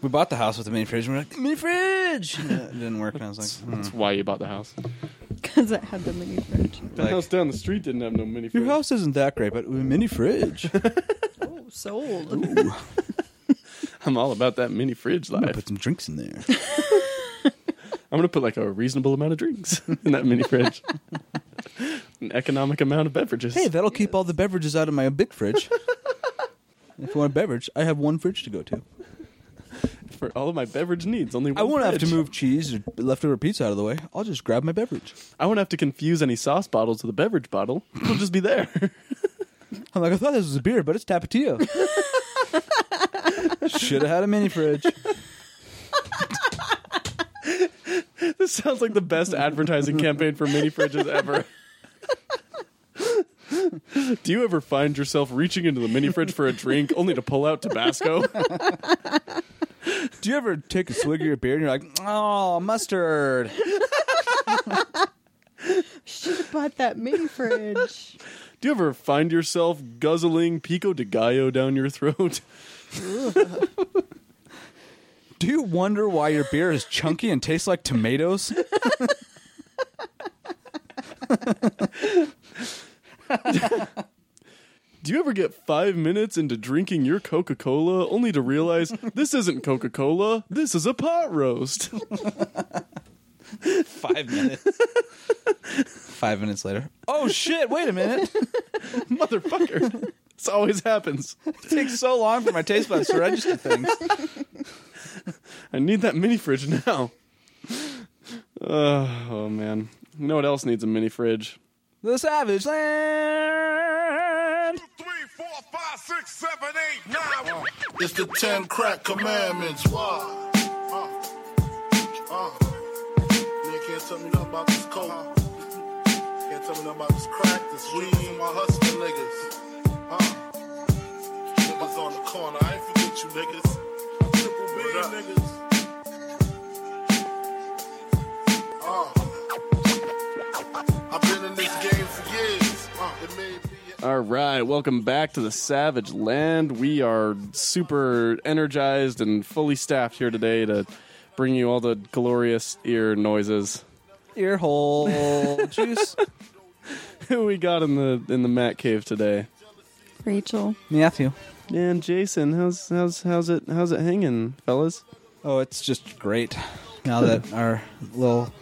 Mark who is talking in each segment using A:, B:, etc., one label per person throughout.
A: we bought the house with a mini fridge. and We're like, mini fridge. And it didn't work, and I was like, "Hmm,
B: That's why you bought the house.
C: because it had the mini fridge.
B: The
A: Like-
B: house down the street didn't have no mini
A: your
B: fridge.
A: house isn't that great, but a mini fridge.
C: Oh, sold.
B: I'm all about that mini fridge
A: I'm
B: life.
A: gonna put some drinks in there.
B: I'm gonna put like a reasonable amount of drinks in that mini fridge. An economic amount of beverages.
A: Hey, that'll keep all the beverages out of my big fridge. if you want a beverage, I have one fridge to go to.
B: for all of my beverage needs, only one
A: I won't have to
B: fridge.
A: move cheese or leftover pizza out of the way. I'll just grab my beverage.
B: I won't have to confuse any sauce bottles with a beverage bottle. It'll just be there.
A: I'm like, I thought this was a beer, but it's Tapatio. Should have had a mini fridge.
B: this sounds like the best advertising campaign for mini fridges ever. Do you ever find yourself reaching into the mini fridge for a drink only to pull out Tabasco?
A: Do you ever take a swig of your beer and you're like, oh, mustard?
C: Should have bought that mini fridge.
B: Do you ever find yourself guzzling pico de gallo down your throat?
A: Do you wonder why your beer is chunky and tastes like tomatoes?
B: Do you ever get five minutes into drinking your Coca Cola only to realize this isn't Coca Cola, this is a pot roast?
A: Five minutes. Five minutes later. Oh, shit, wait a minute.
B: Motherfucker. This always happens.
A: It takes so long for my taste buds to register things.
B: I need that mini fridge now. Uh, oh, man. You know what else needs a mini fridge?
A: The Savage Land!
D: three, four, five, six, seven, eight, nine, one.
E: It's the ten crack commandments. Why? Uh, uh. Nigga can't tell me nothing about this coke. Can't tell me nothing about this crack, this weed, and my hustling niggas. Uh. Niggas on the corner, I ain't forget you niggas. Triple B niggas. Uh. I've been in this game for years. Uh, it may be.
B: All right, welcome back to the Savage Land. We are super energized and fully staffed here today to bring you all the glorious ear noises.
A: Ear hole juice.
B: Who we got in the in the Matt cave today?
C: Rachel,
A: Matthew.
B: And Jason, how's how's how's it how's it hanging, fellas?
A: Oh, it's just great. Now that our little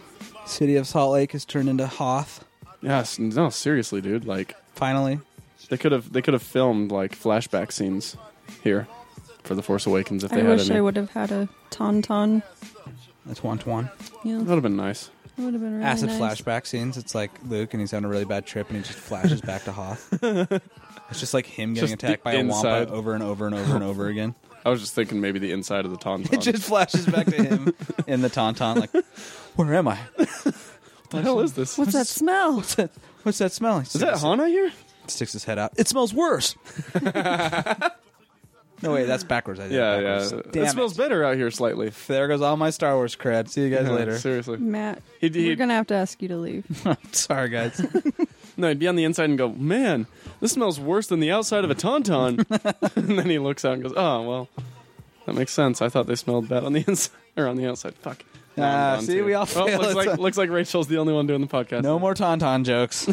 A: city of Salt Lake has turned into Hoth,
B: Yes, no, seriously, dude. Like
A: finally.
B: they could have they could have filmed like flashback scenes here for the Force Awakens if they
C: I
B: had
C: wish
B: any.
C: I would have had a tauntaun.
A: That's one to one.
C: Yeah,
B: That would have been nice.
C: that would have been really
A: Acid
C: nice.
A: flashback scenes. It's like Luke and he's on a really bad trip and he just flashes back to Hoth. It's just like him getting
B: Just the
A: attacked by a
B: inside.
A: Wampa over and over and over and over again.
B: I was just thinking maybe the inside of the tauntaun.
A: It just flashes back to him in the Tauntaun, like, where am I?
B: what the hell is this?
C: What's that smell?
A: What's that smell?
B: Is that Hana here?
A: sticks his head out. It smells worse. no wait, that's backwards. I did it
B: Yeah,
A: backwards.
B: yeah.
A: Damn
B: it smells better out here slightly.
A: There goes all my Star Wars crap. See you guys
B: Yeah,
A: later.
B: Seriously.
C: Matt,
B: He- he-
C: we're gonna have to ask you to leave.
A: Sorry, guys.
B: No, he'd be on the inside and go, man, this smells worse than the outside of a tauntaun. and then he looks out and goes, oh, well, that makes sense. I thought they smelled bad on the inside or on the outside. Fuck. Now I'm
A: Ah,
B: gone,
A: see,
B: too.
A: we all
B: well,
A: fail.
B: looks,
A: It's
B: like,
A: a-
B: looks like Rachel's the only one doing the podcast.
A: No more Tauntaun jokes.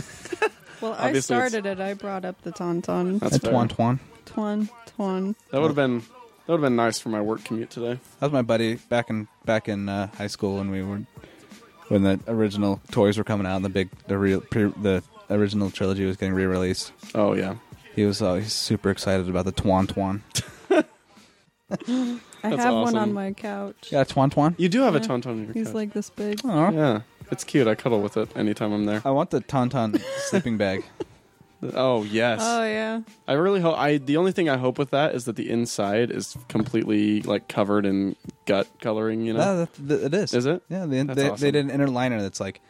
C: Well, I
B: Obviously it's-
C: started it. I brought up the tauntaun.
B: That's
A: That's
B: fair.
A: Twan Twan.
C: Twan, twan.
B: That would have been that would have been nice for my work commute today.
A: That was my buddy back in back in uh, high school when we were when the original toys were coming out and the big the real pre, the original trilogy was getting re-released.
B: Oh yeah,
A: He was always super excited about the Twan Twan.
C: I
B: That's
C: have one
B: awesome.
C: on my couch.
A: Yeah, Twan Twan.
B: you do have a
C: Yeah.
B: tauntaun in your
C: He's
B: couch.
C: like this big.
A: Aw.
B: yeah, it's cute. I cuddle with it anytime I'm there.
A: I want the Tauntaun sleeping bag. Uh,
B: Oh yes,
C: Oh yeah.
B: I really hope. I the only thing I hope with that is that the inside is completely like covered in gut coloring. You know,
A: Yeah, that, that, it is.
B: Is it?
A: Yeah, they,
B: That's
A: they,
B: awesome.
A: they did an inner liner that's like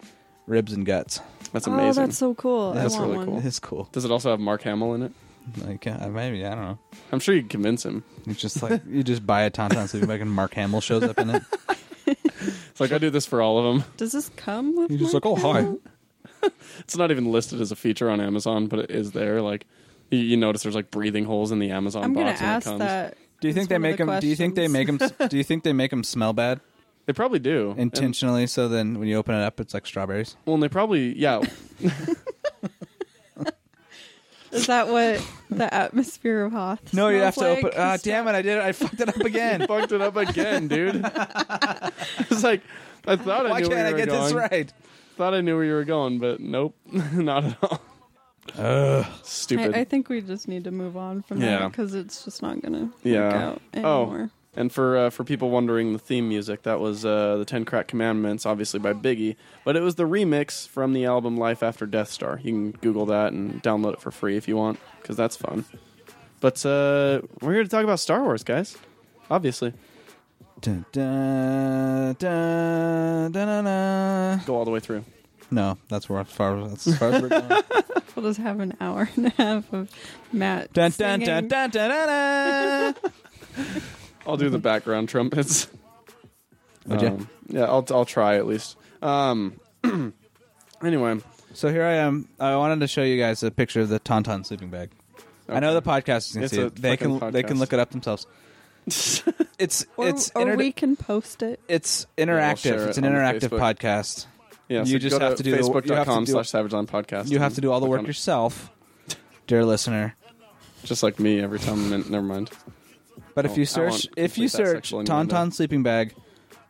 A: ribs and guts.
B: that's
C: Oh,
B: amazing.
C: that's so cool.
B: That's
C: I want
B: really
C: one.
B: cool.
A: It's cool.
B: Does it also have Mark Hamill in it?
A: Like uh, maybe I don't know.
B: I'm sure you can convince him.
A: It's just like you just buy a tauntaun sleeping bag and Mark Hamill shows up in it.
B: It's like I do this for all of them.
C: Does this come with?
A: He's just
C: my
A: like, oh hi.
C: couch?
B: It's not even listed as a feature on Amazon, but it is there. Like you, you notice, there's like breathing holes in the Amazon
C: I'm gonna
B: box when it
C: ask
B: comes.
C: that.
A: Do you think they
C: That's one of
A: make
C: the
A: them? Do you think they make them? Do you think they make them smell bad
B: They probably do And-
A: intentionally? so then when you open it up, it's like strawberries.
B: well, and they probably yeah.
C: Is that what the atmosphere of Hoth?
A: No, you have to
C: smells
A: open.
C: like?
A: Ah, damn it! I did it. I fucked it up again.
B: fucked it up again, dude. it's like I thought I
A: Why
B: knew where
A: can't
B: you
A: I
B: were
A: get
B: going.
A: this right?
B: Thought I knew where you were going, but nope, not at all. Stupid.
C: I, I think we just need to move on from
B: Yeah.
C: that because it's just not gonna work
B: yeah.
C: out
B: Oh,
C: anymore.
B: and for uh, for people wondering the theme music, that was uh, the Ten Crack Commandments, obviously by Biggie, but it was the remix from the album Life After Death Star. You can Google that and download it for free if you want, because that's fun. But uh, we're here to talk about Star Wars, guys. Obviously,
A: Dun, dun, dun, dun, dun, dun.
B: go all the way through.
A: No, that's where far. That's as far as we're going.
C: We'll just have an hour and a half of Matt
A: Dun, dun,
C: singing.
A: dun, dun, dun, dun, dun.
B: I'll do the
C: Mm-hmm.
B: background trumpets.
A: Would ya?
B: Um, yeah, I'll I'll try at least. Um, anyway,
A: So here I am. I wanted to show you guys a picture of the Tauntaun sleeping bag. I know the podcast is going to
B: It's
A: see
B: a
A: it. They can
B: fucking
A: they can
B: podcast.
A: look it up themselves. it's
C: Or,
A: it's
C: or
A: inter-
C: we can post it.
A: it's
B: share
A: interactive.
B: it
A: it's an
B: on
A: interactive
B: Facebook.
A: podcast.
B: yeah,
A: You
B: so
A: just
B: go
A: have to do the- you have to
B: facebook.com
A: do-
B: slash savage on podcast.
A: You have to do all the
B: and
A: work
B: click on-
A: yourself, dear listener.
B: just like me every time. I'm in- Never mind.
A: But
B: Oh,
A: if you
B: I
A: search
B: won't
A: if you
B: complete that
A: search
B: sexual innuendo.
A: Tauntaun sleeping bag,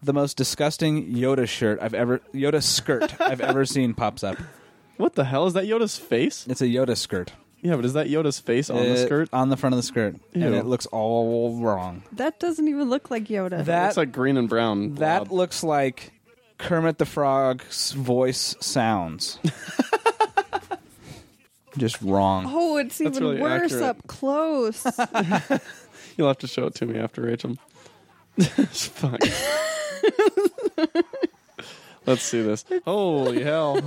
A: the most disgusting Yoda shirt I've ever Yoda skirt I've ever seen pops up.
B: What the hell is that Yoda's face?
A: It's a Yoda skirt
B: Yeah, but is that Yoda's face on the
A: Uh,
B: skirt?
A: on the front of the skirt, and
B: Ew.
A: it looks all wrong.
C: That doesn't even look like Yoda.
A: That
B: It's like green and brown.
A: That
B: blob.
A: looks like Kermit the Frog's voice sounds. Just wrong.
C: oh, it's even
B: really
C: worse
B: accurate.
C: up close.
B: you'll have to show it to me after Rachel. Fuck. Let's see this. Holy hell,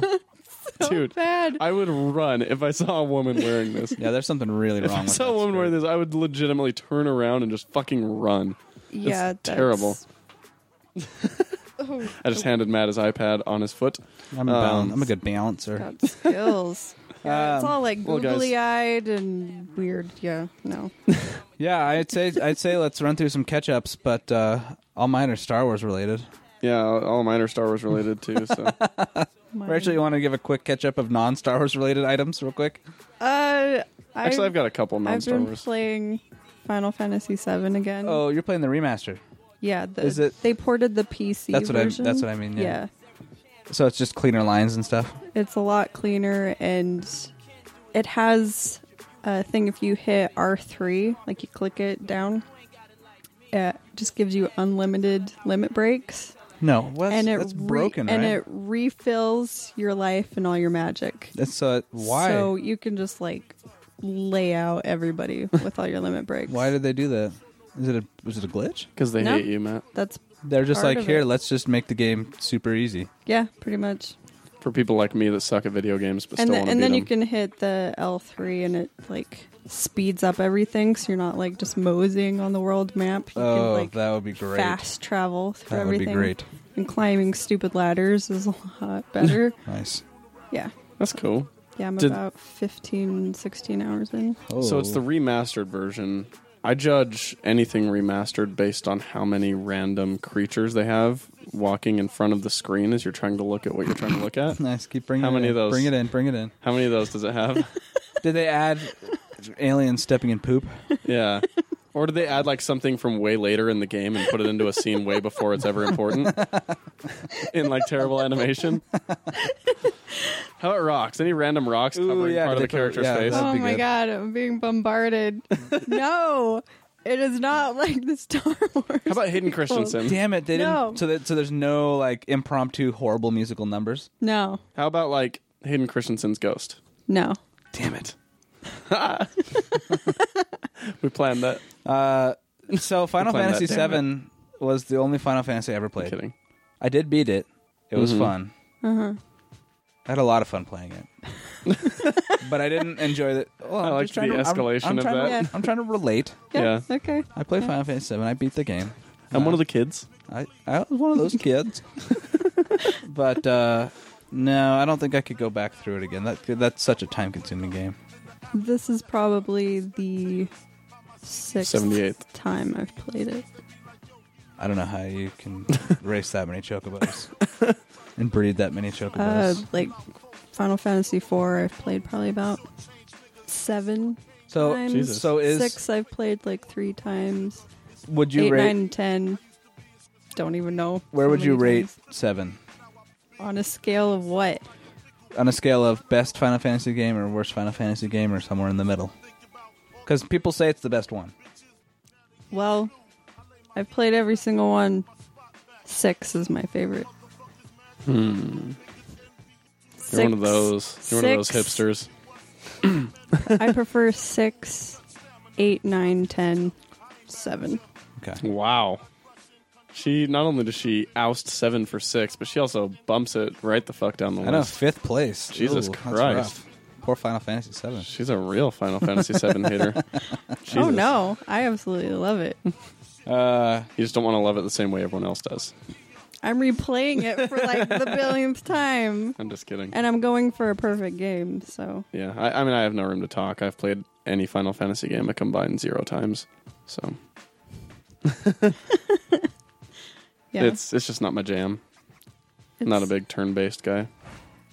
B: dude!
C: Bad.
B: I would run if I saw a woman wearing this.
A: Yeah, there's something really wrong with
B: if I saw a
A: that
B: woman wearing
A: skirt.
B: this, I would legitimately turn around and just fucking run.
C: yeah,
B: It's terrible.
C: Oh,
B: I just handed Matt his iPad on his foot.
A: I'm a,
B: Um,
A: balance, I'm a good balancer.
C: got skills. Yeah, it's
A: Um,
C: all like
B: well, guys-
C: googly eyed and weird. Yeah, no.
A: Yeah, I'd say I'd say let's run through some catch ups, but uh, all mine are Star Wars related.
B: Yeah, all mine are Star Wars related too. So
C: Mine-
A: Rachel, you want to give a quick catch up of non Star Wars related items, real quick?
C: Uh, I've,
B: actually, I've got a couple
C: I've
B: non-Star
C: been
B: Wars.
C: playing Final Fantasy VII again.
A: Oh, you're playing the remaster,
C: yeah. The,
A: is it-
C: They ported the PC.
A: That's what I-
C: version.
A: that's what I mean, yeah. so it's just cleaner lines and stuff.
C: Yeah, it's a lot cleaner and it has a thing. If you hit R three, like you click it down, it just gives you unlimited limit breaks.
A: No, what's
C: and it
A: that's
C: re-
A: broken,
C: and
A: right?
C: it refills your life and all your magic.
A: that's uh, why.
C: So you can just like lay out everybody with all your limit breaks.
A: why did they do that? Is it a was it a glitch?
B: Because they
C: No.
B: hate you, Matt.
C: that's
A: They're just
C: part
A: like,
C: of
A: here,
C: it.
A: let's just make the game super easy.
C: yeah, pretty much.
B: For people like me that suck at video games but
C: And
B: still
C: the,
B: want to
C: and then
B: them.
C: you can hit the L three and it like speeds up everything, so you're not like just moseying on the world map. You
A: Oh,
C: can like
A: that would be great.
C: fast travel through
A: That would be
C: everything.
A: great.
C: And climbing stupid ladders is a lot better.
A: Nice.
C: yeah.
B: That's cool.
C: Yeah, I'm
B: Did-
C: about 15, 16 hours in.
A: Oh.
B: So it's the remastered version. I judge anything remastered based on how many random creatures they have walking in front of the screen as you're trying to look at what you're trying to look at.
A: nice. Keep bringing.
B: How
A: it
B: many
A: in.
B: of those?
A: Bring it in. Bring it in.
B: How many of those does it have?
A: Did they add aliens stepping in poop?
B: Yeah. Or do they add like something from way later in the game and put it into a scene way before it's ever important? In like terrible animation. How about rocks? Any random rocks
A: Ooh,
B: covering
A: yeah,
B: part of
A: they
B: the
A: put-
B: character's
A: yeah,
B: face?
A: that'd
C: Oh
A: be
C: my
A: good.
C: god, I'm being bombarded. no, it is not like the Star Wars.
B: How about Hayden Christensen?
A: Damn it! They
C: No.
A: didn't. So that so there's no like impromptu horrible musical numbers.
C: No,
B: How about like Hayden Christensen's ghost?
C: no.
B: Damn it. we planned that.
A: Uh, So Final
B: find
A: Fantasy
B: that, damn
A: VII was the only Final Fantasy I ever played.
B: Kidding.
A: I did beat it. It was
B: Mm-hmm.
A: fun. Uh-huh.
C: Mm-hmm.
A: I had a lot of fun playing it. but I didn't enjoy the. Well, I
B: liked the escalation
A: I'm,
B: of
A: trying to-
B: that.
A: I'm trying to relate.
B: Yeah.
C: Okay.
A: I played Final Fantasy VII. I beat the game.
B: I'm one of the kids.
A: I, I was one of those kids. but uh, no, I don't think I could go back through it again. That that's such a time consuming game.
C: This is probably the sixth
B: 78th.
C: time I've played it.
A: I don't know how you can race that many chocobos and breed that many
C: Uh,
A: chocobos.
C: like Final Fantasy IV, I've played probably about seven
A: so,
C: times.
B: Jesus.
A: so is
C: six I've played like three times.
A: would you
C: Eight,
A: rate?
C: nine, ten. Don't even know.
A: where
C: how
A: would you
C: many
A: rate
C: times.
A: seven
C: on a scale of what?
A: on a scale of best Final Fantasy game or worst Final Fantasy game or somewhere in the middle? Because people say it's the best one.
C: Well, I've played every single one. Six is my favorite. Hmm.
B: You're one of those. You're one of those hipsters.
C: I prefer six, eight, nine, ten, seven. Oh,
A: Okay.
B: Wow. She not only does she oust seven for six, but she also bumps it right the fuck down the
A: I know
B: list.
A: fifth place.
B: Jesus
A: Ooh, that's
B: Christ.
A: rough. Poor Final Fantasy Seven.
B: She's a real Final Fantasy VII hater. Jesus.
C: Oh no, I absolutely love it.
A: Uh,
B: You just don't want to love it the same way everyone else does.
C: I'm replaying it for like the billionth time,
B: I'm just kidding.
C: and I'm going for a perfect game. So
B: Yeah, I, I mean, I have no room to talk. I've played any Final Fantasy game a combined zero times, so
C: yeah,
B: it's it's just not my jam.
C: it's-
B: not a big turn-based guy.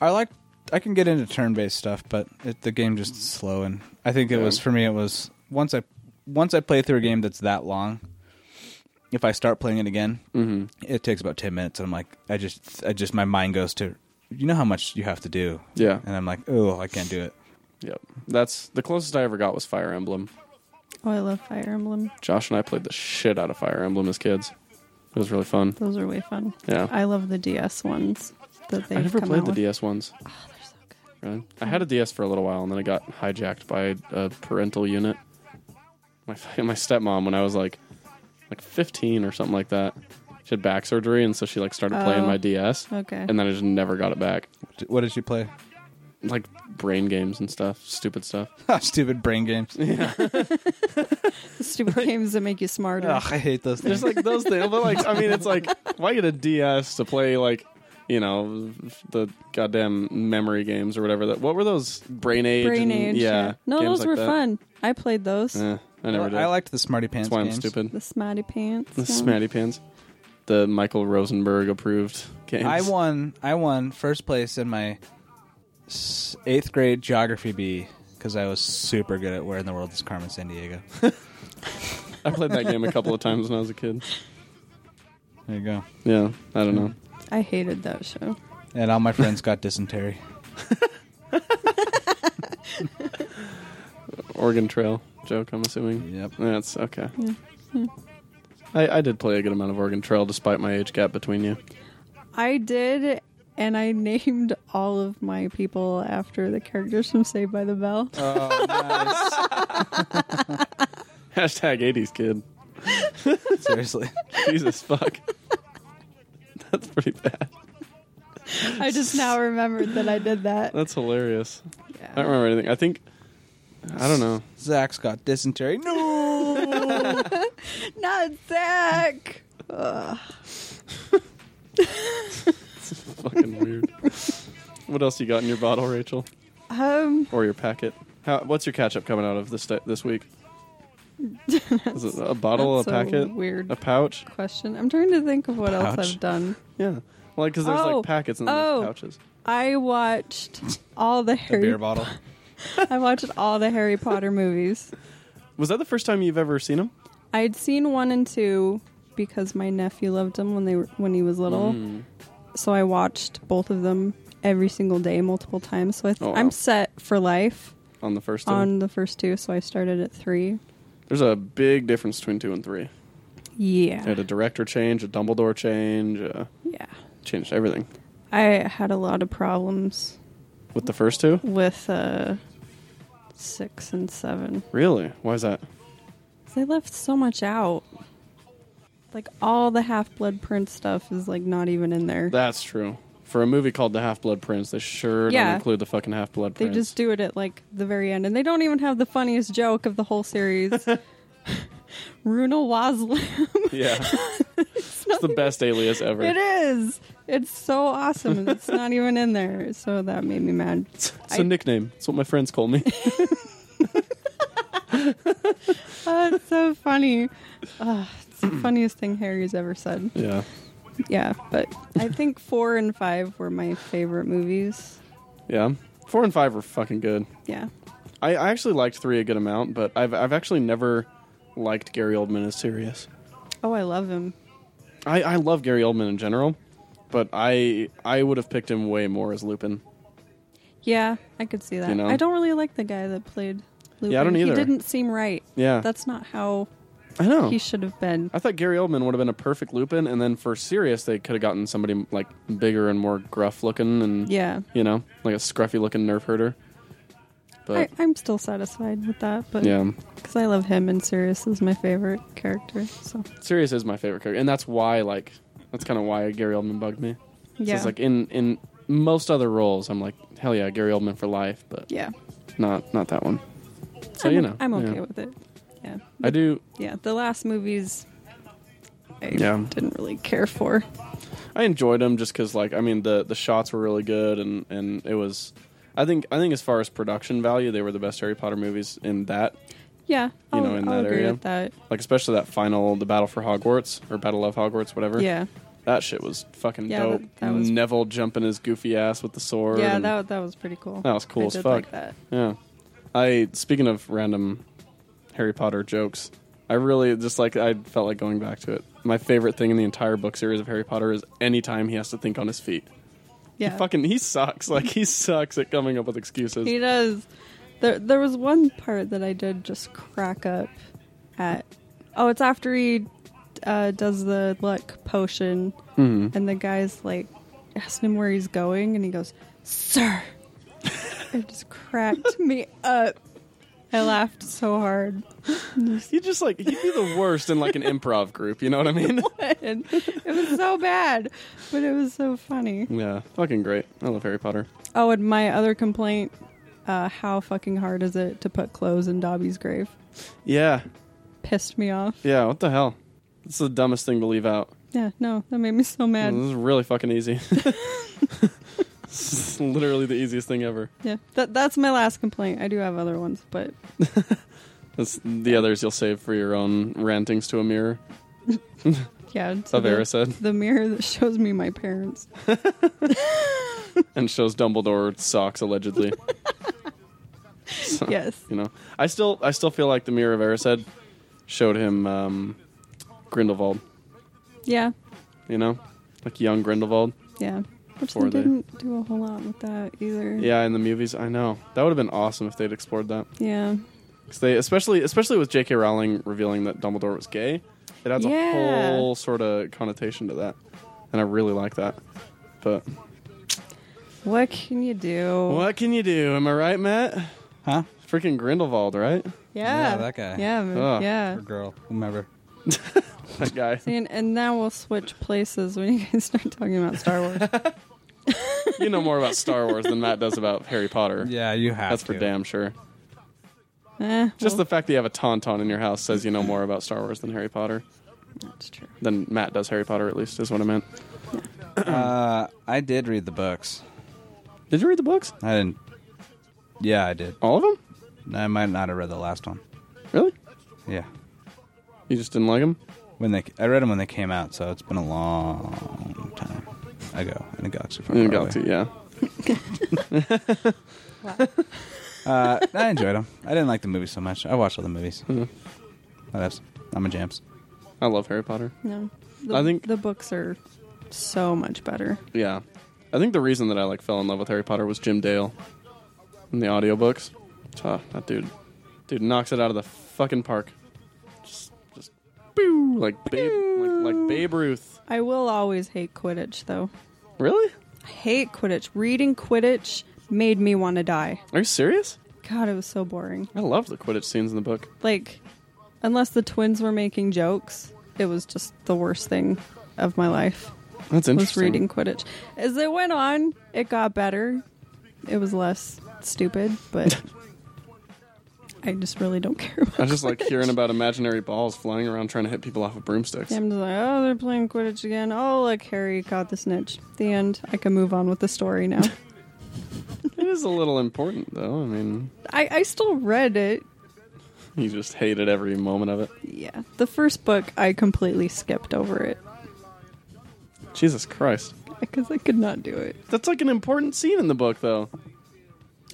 A: I like. I can get into turn-based stuff, but it, the game just is slow. And I think it was for me. It was once I once I play through a game that's that long. If I start playing it again,
B: Mm-hmm.
A: mm it takes about ten minutes, and I'm like, I just, I just, my mind goes to, you know how much you have to do,
B: Yeah,
A: and I'm like, oh, I can't do it.
B: yep. That's the closest I ever got was Fire Emblem.
C: Oh, I love Fire Emblem.
B: Josh and I played the shit out of Fire Emblem as kids. It was really fun.
C: Those are way fun.
B: Yeah.
C: I love the DS ones that they.
B: I never
C: come
B: played
C: out
B: the
C: with. Oh,
B: DS ones. Really? I had a DS for a little while, and then I got hijacked by a parental unit. My my stepmom, when I was like like 15 or something like that, she had back surgery, and so she like started playing
C: Oh.
B: my DS,
C: Okay.
B: and then I just never got it back.
A: What did you play?
B: Like brain games and stuff, stupid stuff.
A: Stupid brain games.
C: The stupid games that make you smarter.
A: Ugh, I hate those things.
B: Just like those things, but like I mean, it's like why get a DS to play like you know the goddamn memory games or whatever that what were those brain age
C: Brain
B: and-
C: age.
B: yeah
C: No,
B: games
C: those
B: like
C: were
B: that.
C: fun. I played those.
B: Eh, I never did
A: I liked the smarty pants.
B: that's why I'm
A: games.
B: stupid
C: The smarty pants.
B: The
C: one.
B: Smatty Pants. The Michael Rosenberg approved games.
A: I won. I won first place in my s- eighth grade geography B because I was super good at where in the world is Carmen San Diego.
B: I played that game a couple of times when I was a kid.
A: There you go.
B: Yeah, I don't know.
A: Hmm.
C: I hated that show.
A: And all my friends got dysentery.
B: Oregon Trail joke, I'm assuming.
A: Yep.
B: That's okay. I, I did play a good amount of Oregon Trail despite my age gap between you.
C: I did, and I named all of my people after the characters from Saved by the Bell.
A: Oh, nice.
B: Hashtag 80s kid.
A: Seriously.
B: Jesus fuck. That's pretty bad.
C: I just now remembered that I did that.
B: That's hilarious.
C: Yeah.
B: I don't remember anything. I think. I don't know.
A: Zach's got dysentery. No.
C: Not Zach. Ugh.
B: Fucking weird. what else you got in your bottle, Rachel?
C: Um,
B: or your packet. How, what's your catch up coming out of this this week? Is it a bottle, a
C: that's a
B: packet,
C: weird
B: a pouch?
C: question. I'm trying to think of what else
A: Pouch?
C: I've done.
B: Yeah, like because there's
C: Oh.
B: like packets and then there's
C: Oh.
B: pouches.
C: I watched all the
A: The
C: Harry.
A: beer bottle.
C: I watched all the Harry Potter movies.
B: Was that the first time you've ever seen them?
C: I'd seen one and two because my nephew loved them when they were when he was little.
B: Mm.
C: So I watched both of them every single day, multiple times. So I th-
B: Oh, wow.
C: I'm set for life
B: On the first
C: on
B: one,
C: the first two. So I started at three.
B: there's a big difference between two and three. They
C: Yeah,
B: had a director change, a Dumbledore change, uh,
C: yeah.
B: changed everything
C: I had a lot of problems
B: with the first two.
C: with uh, six and seven.
B: Really? Why is that?
C: They left so much out. Like all the Half Blood Prince stuff is like not even in there.
B: That's true. For a movie called The Half Blood Prince, they sure don't
C: Yeah.
B: include the fucking Half Blood
C: They
B: Prince.
C: just do it at like the very end, and they don't even have the funniest joke of the whole series. Runal Waslam.
B: Yeah, it's the best alias ever.
C: it is. It's so awesome. and It's not even in there, so that made me mad.
B: It's a
C: I-
B: nickname. It's what my friends call me.
C: Oh, That's so funny. Ah, it's the funniest thing Harry's ever said.
B: Yeah.
C: Yeah, but I think four and five were my favorite movies.
B: Yeah. Four and five were fucking good.
C: Yeah.
B: I, I actually liked three a good amount, but I've I've actually never liked Gary Oldman as Sirius.
C: Oh, I love him.
B: I, I love Gary Oldman in general, but I I would have picked him way more as Lupin.
C: Yeah, I could see that.
B: You know?
C: I don't really like the guy that played Lupin.
B: I don't either.
C: He didn't seem right.
B: Yeah.
C: That's not how
B: I know.
C: he should have been.
B: I thought Gary Oldman would have been a perfect Lupin, and then for Sirius, they could have gotten somebody like bigger and more gruff looking, and
C: Yeah.
B: you know, like a scruffy looking nerf herder.
C: I,
B: But
C: I'm still satisfied with that, but
B: yeah,
C: because I love him and Sirius is my favorite character. So
B: Sirius is my favorite character, and that's why like that's kind of why Gary Oldman bugged me. So
C: yeah,
B: It's like in in most other roles, I'm like hell yeah, Gary Oldman for life, but
C: yeah.
B: not not that one. So
C: I'm,
B: you know,
C: I'm okay
B: yeah.
C: with it. Yeah,
B: I do.
C: yeah. The last movies, I
B: Yeah.
C: didn't really care for.
B: I enjoyed them just because, like, I mean, the the shots were really good, and and it was. I think I think as far as production value, they were the best Harry Potter movies in that,
C: Yeah, I'll,
B: know, in
C: I'll
B: that
C: agree
B: area.
C: with that.
B: like especially that final, the Battle for Hogwarts or Battle of Hogwarts, whatever.
C: Yeah,
B: that shit was fucking
C: Yeah,
B: dope.
C: that- that was-
B: Neville jumping his goofy ass with the sword.
C: yeah.
B: and-
C: That that was pretty cool.
B: That was cool
C: I
B: as
C: did
B: fuck.
C: Like that.
B: Yeah. I speaking of random Harry Potter jokes, I really just like I felt like going back to it. My favorite thing in the entire book series of Harry Potter is anytime he has to think on his feet.
C: Yeah,
B: He fucking he sucks. Like he sucks at coming up with excuses.
C: He does. There, there was one part that I did just crack up at. Oh, it's after he uh, does the luck potion,
B: Mm-hmm.
C: and the guy's like asking him where he's going, and he goes, "Sir." it just cracked me up. I laughed so hard.
B: He just like he'd be the worst in like an improv group, you know what I mean?
C: And it was so bad, but it was so funny.
B: yeah. Fucking great. I love Harry Potter.
C: Oh, and my other complaint uh, how fucking hard is it to put clothes in Dobby's grave?
B: Yeah.
C: Pissed me off.
B: Yeah, what the hell? It's the dumbest thing to leave out.
C: Yeah, no, that made me so mad.
B: this is really fucking easy. It's literally the easiest thing ever.
C: Yeah, that that's my last complaint. I do have other ones, but
B: That's the others you'll save for your own rantings to a mirror.
C: yeah, so
B: Tavera
C: the,
B: said,
C: the mirror that shows me my parents.
B: and shows Dumbledore socks allegedly. So,
C: Yes,
B: You know, I still, I still feel like the mirror of Erised showed him um, Grindelwald.
C: yeah,
B: You know, like young Grindelwald.
C: yeah. Which
B: Before they-
C: they didn't do a whole lot with that either.
B: Yeah, in the movies, I know that would have been awesome if they'd explored that.
C: yeah,
B: 'Cause they, especially, especially with J.K. Rowling revealing that Dumbledore was gay, it adds
C: Yeah.
B: a whole sort of connotation to that, and I really like that. But
C: What can you do?
B: what can you do? Am I right, Matt?
A: Huh?
B: Freaking Grindelwald, right?
C: Yeah,
A: Yeah, that guy.
C: Yeah, man,
B: Ugh.
A: Or
C: yeah.
A: girl, whomever.
B: That guy.
C: See, And, and now we'll switch places when you guys start talking about Star Wars.
B: you know more about Star Wars than Matt does about Harry Potter.
A: Yeah, you have
B: That's
A: to.
B: for damn sure.
C: eh,
B: Just the fact that you have a tauntaun in your house says you know more about Star Wars than Harry Potter.
C: that's true.
B: Than Matt does Harry Potter, at least, is what I meant.
A: Uh, I did read the books.
B: Did you read the books?
A: I didn't. Yeah, I did.
B: All of them?
A: I might not have read the last one.
B: Really?
A: Yeah,
B: You just didn't like them?
A: when they I read them when they came out, so it's been a long time ago in a galaxy far,
B: In
A: far away.
B: Galaxy, yeah.
A: Uh, I enjoyed them. I didn't like the movies so much. I watched all the movies. But that's- I'm a jamps.
B: I love Harry Potter.
C: No, the,
B: I think-
C: the books are so much better.
B: Yeah. I think the reason that I like fell in love with Harry Potter was Jim Dale in the audiobooks. Ah, that dude. Dude knocks it out of the fucking park. Just just pew, like babe like, like Babe Ruth.
C: I will always hate Quidditch though.
B: Really?
C: hate Quidditch. Reading Quidditch made me want to die.
B: Are you serious?
C: God, it was so boring.
B: I love the Quidditch scenes in the book.
C: Like, unless the twins were making jokes, it was just the worst thing of my life
B: That's
C: was
B: interesting.
C: reading Quidditch. As it went on, it got better. It was less stupid, but I just really don't care. About
B: I just like
C: Quidditch.
B: hearing about imaginary balls flying around trying to hit people off of broomsticks.
C: I'm just like, oh, they're playing Quidditch again. Oh, look, Harry caught the snitch. The end. I can move on with the story now.
B: It is a little important though. I mean,
C: I, I still read it.
B: He just hated every moment of it.
C: Yeah. The first book, I completely skipped over it
B: Jesus Christ.
C: because I could not do it.
B: That's like an important scene in the book, though.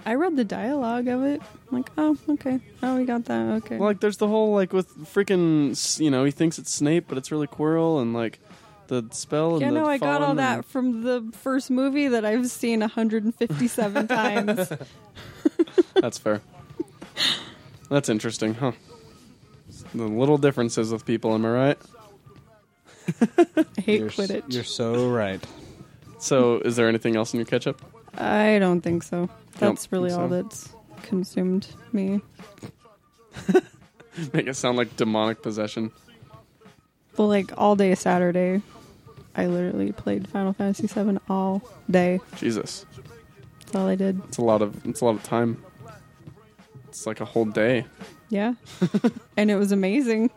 C: I read the dialogue of it. I'm like, oh, okay. Oh, we got that. Okay.
B: Like, there's the whole, like, with freaking, s- you know, he thinks it's Snape, but it's really Quirrell, and, like, the spell and
C: yeah,
B: the
C: no, I got
B: fallen
C: all
B: and-
C: that from the first movie that I've seen 157 times.
B: That's fair. That's interesting, huh? The little differences with people, am I right?
C: I hate
A: you're, s-
C: Quidditch.
A: you're so right.
B: So, is there anything else in your ketchup?
C: I don't think so. That's
B: think
C: really all
B: so.
C: that's consumed me.
B: Make it sound like demonic possession.
C: Well, like all day Saturday, I literally played Final Fantasy VII all day.
B: Jesus,
C: That's all I did.
B: it's a lot of it's a lot of time. It's like a whole day.
C: Yeah, and it was amazing.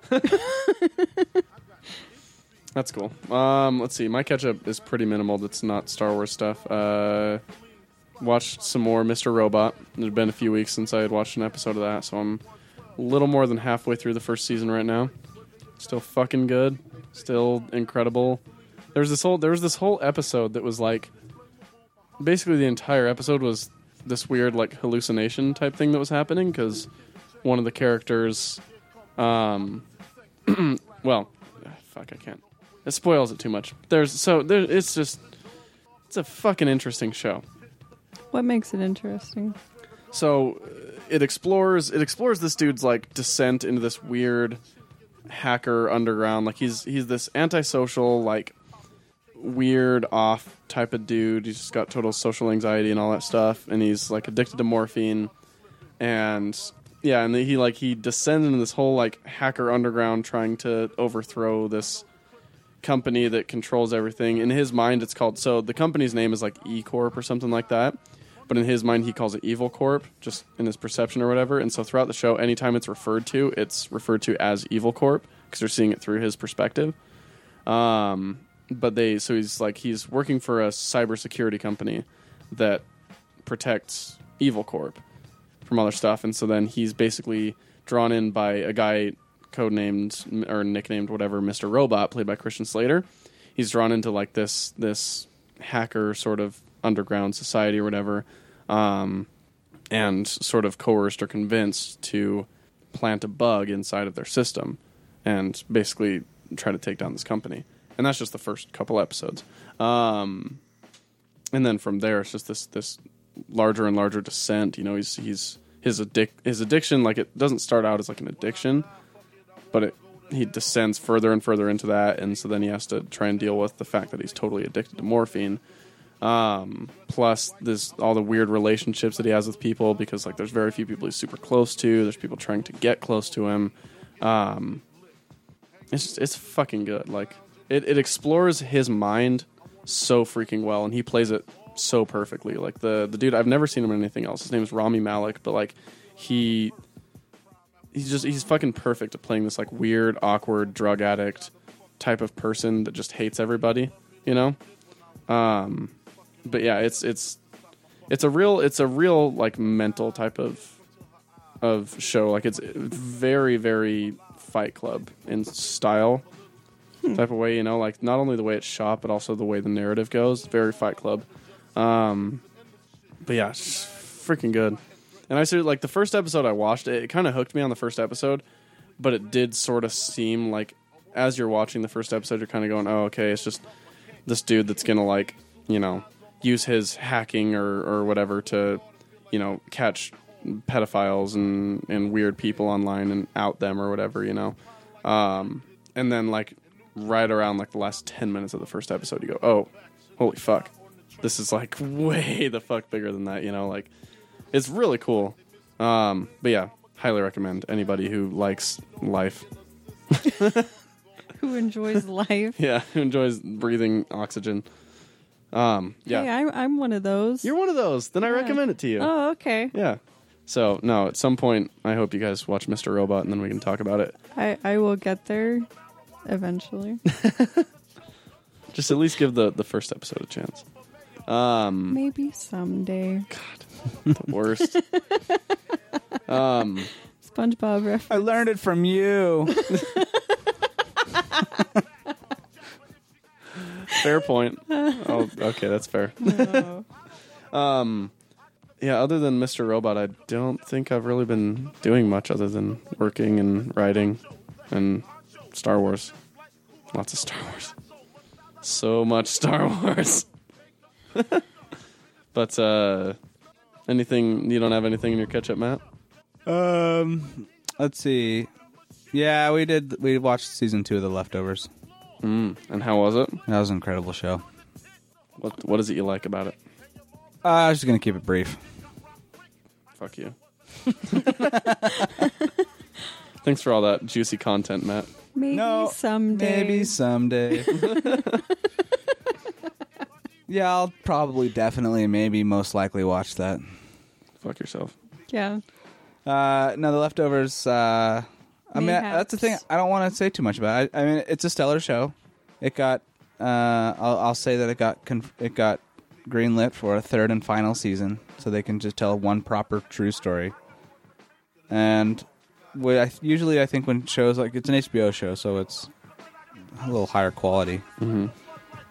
B: That's cool. Um, let's see. My ketchup is pretty minimal. That's not Star Wars stuff. Uh, watched some more Mr. Robot. It had been a few weeks since I had watched an episode of that, so I'm a little more than halfway through the first season right now. Still fucking good. Still incredible. There's this whole there was this whole episode that was like basically the entire episode was this weird like hallucination type thing that was happening because one of the characters, um, well, fuck, I can't. It spoils it too much. There's so there. It's just it's a fucking interesting show.
C: What makes it interesting?
B: So uh, it explores it explores this dude's like descent into this weird hacker underground. Like he's he's this antisocial like weird off type of dude. He's just got total social anxiety and all that stuff, and he's like addicted to morphine. And yeah, and he like he descends into this whole like hacker underground trying to overthrow this company that controls everything. In his mind, it's called so the company's name is like E Corp or something like that. But in his mind, he calls it Evil Corp, just in his perception or whatever. And so throughout the show, anytime it's referred to, it's referred to as Evil Corp because you're seeing it through his perspective. Um, but they so he's like he's working for a cybersecurity company that protects Evil Corp from other stuff, and so then he's basically drawn in by a guy codenamed or nicknamed whatever Mr. Robot, played by Christian Slater. He's drawn into like this this hacker sort of underground society or whatever, um, and sort of coerced or convinced to plant a bug inside of their system and basically try to take down this company. And that's just the first couple episodes. Um, and then from there, it's just this this larger and larger descent. You know, he's he's his addic- his addiction like it doesn't start out as like an addiction, but it he descends further and further into that, and so then he has to try and deal with the fact that he's totally addicted to morphine. Um, plus this all the weird relationships that he has with people because like there's very few people he's super close to. There's people trying to get close to him. Um, it's just, it's fucking good. Like it, it explores his mind so freaking well, and he plays it so perfectly. Like the the dude, I've never seen him in anything else. His name is Rami Malik, but like he he's just he's fucking perfect at playing this like weird, awkward drug addict type of person that just hates everybody. You know. Um, but yeah, it's it's it's a real it's a real like mental type of of show. Like it's very very Fight Club in style type of way. You know, like not only the way it's shot, but also the way the narrative goes. Very Fight Club. Um, but yeah, it's freaking good. And I said like the first episode I watched, it, it kind of hooked me on the first episode, but it did sort of seem like as you're watching the first episode, you're kind of going, "Oh, okay, it's just this dude that's gonna like you know use his hacking or or whatever to you know catch pedophiles and and weird people online and out them or whatever you know um and then like right around like the last 10 minutes of the first episode you go oh holy fuck this is like way the fuck bigger than that you know like it's really cool um but yeah highly recommend anybody who likes life
C: Who enjoys life?
B: yeah who enjoys breathing oxygen um yeah
C: Hey, I'm, I'm one of those.
B: You're one of those. Then I recommend it to you.
C: oh, okay.
B: Yeah. So no, at some point I hope you guys watch Mr. Robot and then we can talk about it.
C: I, I will get there eventually.
B: Just at least give the, the first episode a chance. Um
C: Maybe someday.
B: the worst. um
C: It's SpongeBob
A: I
C: reference.
A: learned it from you.
B: Fair point. oh, okay, that's fair. um, yeah. Other than Mr. Robot, I don't think I've really been doing much other than working and writing and Star Wars. Lots of Star Wars. So much Star Wars. but uh, anything you don't have anything in your catch up, Matt?
A: um, let's see. Yeah, we did. We watched season two of The Leftovers.
B: Mm, And how was it?
A: That was an incredible show.
B: What What is it you like about it?
A: Uh, I was just gonna keep it brief.
B: Fuck you. Thanks for all that juicy content, Matt.
C: Maybe someday.
A: Maybe someday. yeah, I'll probably, definitely, maybe, most likely watch that.
B: Fuck yourself.
C: Yeah.
A: Uh, no, the leftovers. Uh, I mean,
C: Mayhaps.
A: that's the thing. I don't want to say too much about. It. I, I mean, it's a stellar show. It got. Uh, I'll, I'll say that it got conf- it got greenlit for a third and final season, so they can just tell one proper true story. And we, I, usually, I think when shows like it's an HBO show, so it's a little higher quality.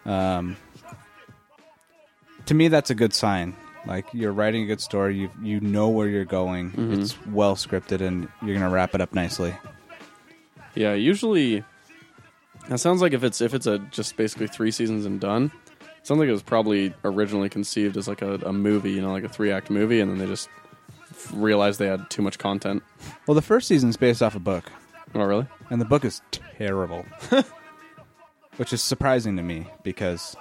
A: Um, to me, that's a good sign. Like you're writing a good story, you you know where you're going. It's well scripted, and you're gonna wrap it up nicely.
B: Yeah, usually that sounds like if it's if it's a just basically three seasons and done. it Sounds like it was probably originally conceived as like a, a movie, you know, like a three act movie, and then they just realized they had too much content.
A: Well, the first season's based off a book,
B: Oh, really?
A: and the book is terrible, which is surprising to me because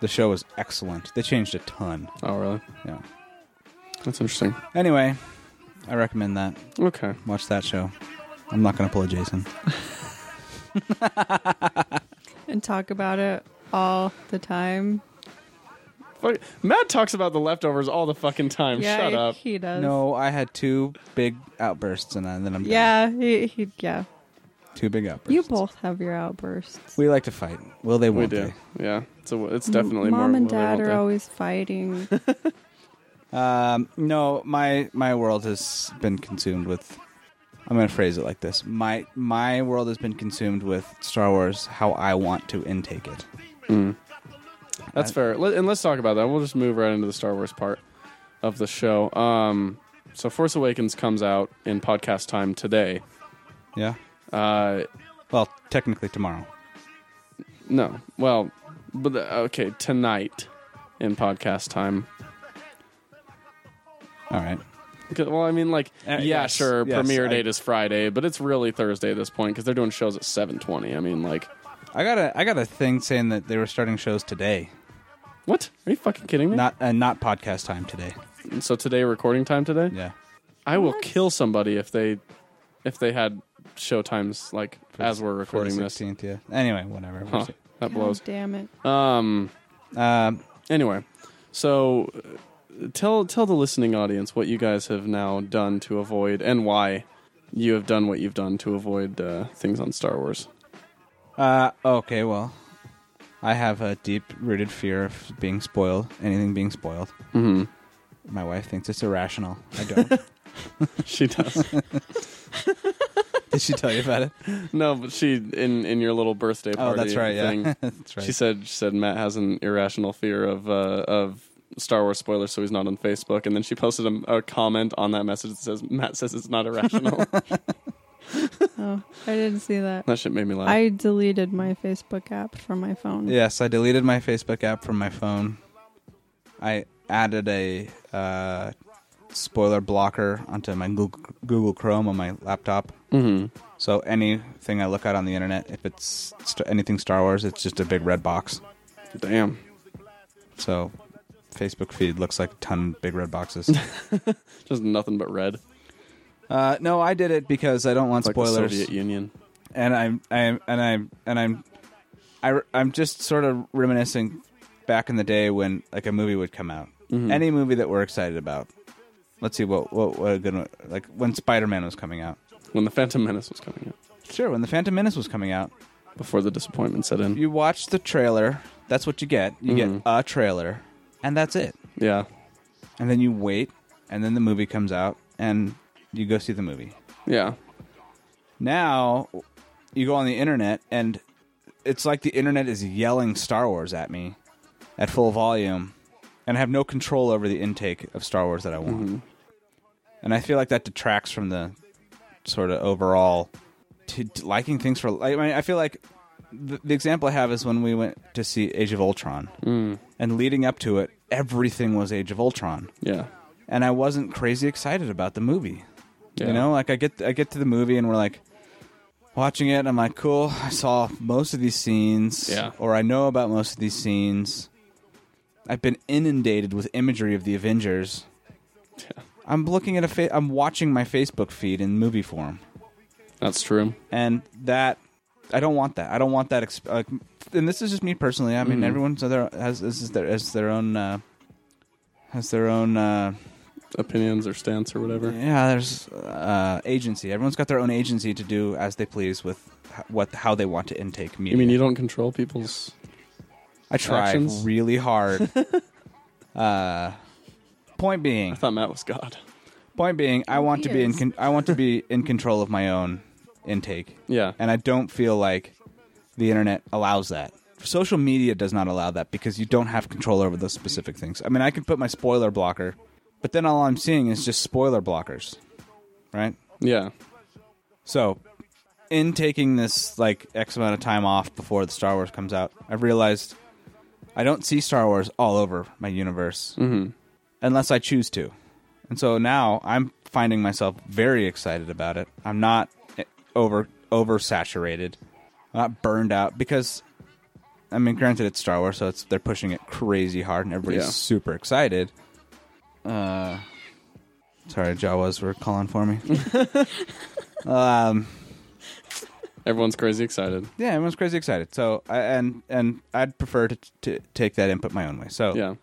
A: the show is excellent. They changed a ton.
B: Oh, really?
A: Yeah.
B: That's interesting.
A: Anyway, I recommend that.
B: Okay.
A: Watch that show. I'm not gonna pull a Jason.
C: And talk about it all the time.
B: Fuck, Matt talks about the leftovers all the fucking time.
C: yeah,
B: Shut up.
C: he does.
A: No, I had two big outbursts, and then I'm done.
C: Yeah, he, he yeah.
A: two big outbursts.
C: You both have your outbursts.
A: We like to fight. Will they?
B: We
A: Won't
B: do.
A: they?
B: Yeah. So it's definitely more.
C: Mom
B: more
C: and dad
B: real
C: are
B: than-
C: always fighting.
A: Um, no, my my world has been consumed with. I'm gonna phrase it like this: my my world has been consumed with Star Wars. How I want to intake it.
B: Mm. That's fair. Let, and let's talk about that. We'll just move right into the Star Wars part of the show. Um, so Force Awakens comes out in podcast time today.
A: Yeah.
B: Uh,
A: Well, technically tomorrow.
B: no, well, but the, okay, tonight in podcast time.
A: All right.
B: Okay, Well, I mean, like,
A: Uh,
B: yeah,
A: yes,
B: sure,
A: yes,
B: premiere
A: I-
B: date is Friday, but it's really Thursday at this point because they're doing shows at seven twenty. I mean, like,
A: I got a I got a thing saying that they were starting shows today,
B: what? Are you fucking kidding me?
A: not uh, not podcast time today.
B: so today, recording time today.
A: Yeah.
B: I will kill somebody if they if they had show times like as we're recording this.
A: Sixteenth. Yeah. Anyway, whatever.
B: Huh, that blows.
C: God damn it.
B: Um.
A: Um,
B: Anyway, so uh, tell tell the listening audience what you guys have now done to avoid and why you have done what you've done to avoid uh, things on Star Wars.
A: Uh, okay, well, I have a deep rooted fear of being spoiled, anything being spoiled.
B: Mhm.
A: My wife thinks it's irrational. I don't.
B: She does.
A: Did she tell you about it?
B: no, but she in in your little birthday
A: Oh,
B: party.
A: that's right.
B: thing,
A: Yeah, that's right.
B: She said she said Matt has an irrational fear of uh, of Star Wars spoilers, so he's not on Facebook. And then she posted a, a comment on that message that says Matt says it's not irrational.
C: Oh, I didn't see that.
B: that shit made me laugh.
C: I deleted my Facebook app from my phone.
A: yes, I deleted my Facebook app from my phone. I added a uh, spoiler blocker onto my Google, Google Chrome on my laptop.
B: Mhm.
A: So anything I look at on the internet, if it's st- anything Star Wars, it's just a big red box.
B: Damn.
A: So Facebook feed looks like a ton of big red boxes.
B: Just nothing but red.
A: Uh, no, I did it because I don't want
B: Like the
A: spoilers,
B: Soviet Union.
A: and I'm, I'm, and I'm, and I'm, I, am i am just sort of reminiscing back in the day when like a movie would come out, any movie that we're excited about. Let's see what what, what a good one, like when Spider Man was coming out.
B: When the Phantom Menace was coming out.
A: Sure, when the Phantom Menace was coming out,
B: Before the disappointment set in.
A: you watch the trailer. That's what you get. You get a trailer, and that's it.
B: Yeah.
A: And then you wait, and then the movie comes out, and you go see the movie.
B: Yeah.
A: Now you go on the internet and it's like the internet is yelling Star Wars at me at full volume and I have no control over the intake of Star Wars that I want. And I feel like that detracts from the sort of overall to to liking things for I mean I feel like the, the example I have is when we went to see Age of Ultron. Mm. And leading up to it, everything was Age of Ultron
B: Yeah.
A: and I wasn't crazy excited about the movie.
B: yeah.
A: You know, like I get I get to the movie and we're like watching it and I'm like, cool, I saw most of these scenes
B: Yeah.
A: or I know about most of these scenes. I've been inundated with imagery of the Avengers.
B: Yeah.
A: I'm looking at a fa- I'm watching my Facebook feed in movie form.
B: That's true.
A: And that I don't want that. I don't want that exp- like and this is just me personally. I mean,
B: Mhm.
A: everyone's other has is their has their own uh has their own uh
B: Opinions or stance or whatever.
A: Yeah, there's uh, agency. Everyone's got their own agency to do as they please with h- what how they want to intake media.
B: You mean you don't control people's?
A: I try
B: actions?
A: really hard. uh, point being,
B: I thought Matt was God.
A: point being, I want
C: He
A: to be in
C: is.
A: con- I want to be in control of my own intake,
B: Yeah.
A: and I don't feel like the internet allows that. Social media does not allow that because you don't have control over those specific things. I mean, I can put my spoiler blocker, but then all I'm seeing is just spoiler blockers, right?
B: Yeah.
A: So, in taking this like X amount of time off before the Star Wars comes out, I realized I don't see Star Wars all over my universe unless I choose to. And so now I'm finding myself very excited about it. I'm not eh, over oversaturated. I'm not burned out because I mean, granted, it's Star Wars, so it's they're pushing it crazy hard, and everybody's
B: Yeah.
A: super excited. Uh, sorry, Jawas were calling for me.
B: Everyone's crazy excited.
A: yeah, everyone's crazy excited. So I, and and I'd prefer to, to take that input my own way. So
B: Yeah.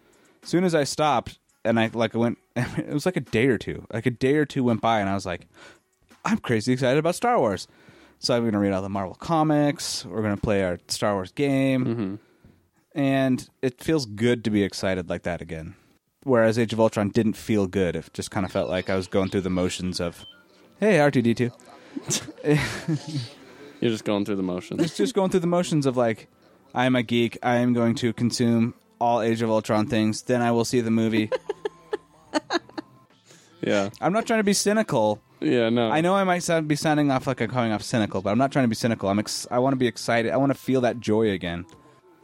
A: as soon as I stopped and I like went, it was like a day or two. Like a day or two went by, and I was like, I'm crazy excited about Star Wars. So I'm going to read all the Marvel comics. We're going to play our Star Wars game, and it feels good to be excited like that again. Whereas Age of Ultron didn't feel good. It just kind of felt like I was going through the motions of, hey, R2D2.
B: You're just going through the motions.
A: it's just going through the motions of like, I am a geek. I am going to consume all Age of Ultron things. Then I will see the movie.
B: yeah.
A: I'm not trying to be cynical.
B: Yeah. No.
A: I know I might sound, be sounding off like I'm coming off cynical, but I'm not trying to be cynical. I'm ex- I want to be excited. I want to feel that joy again.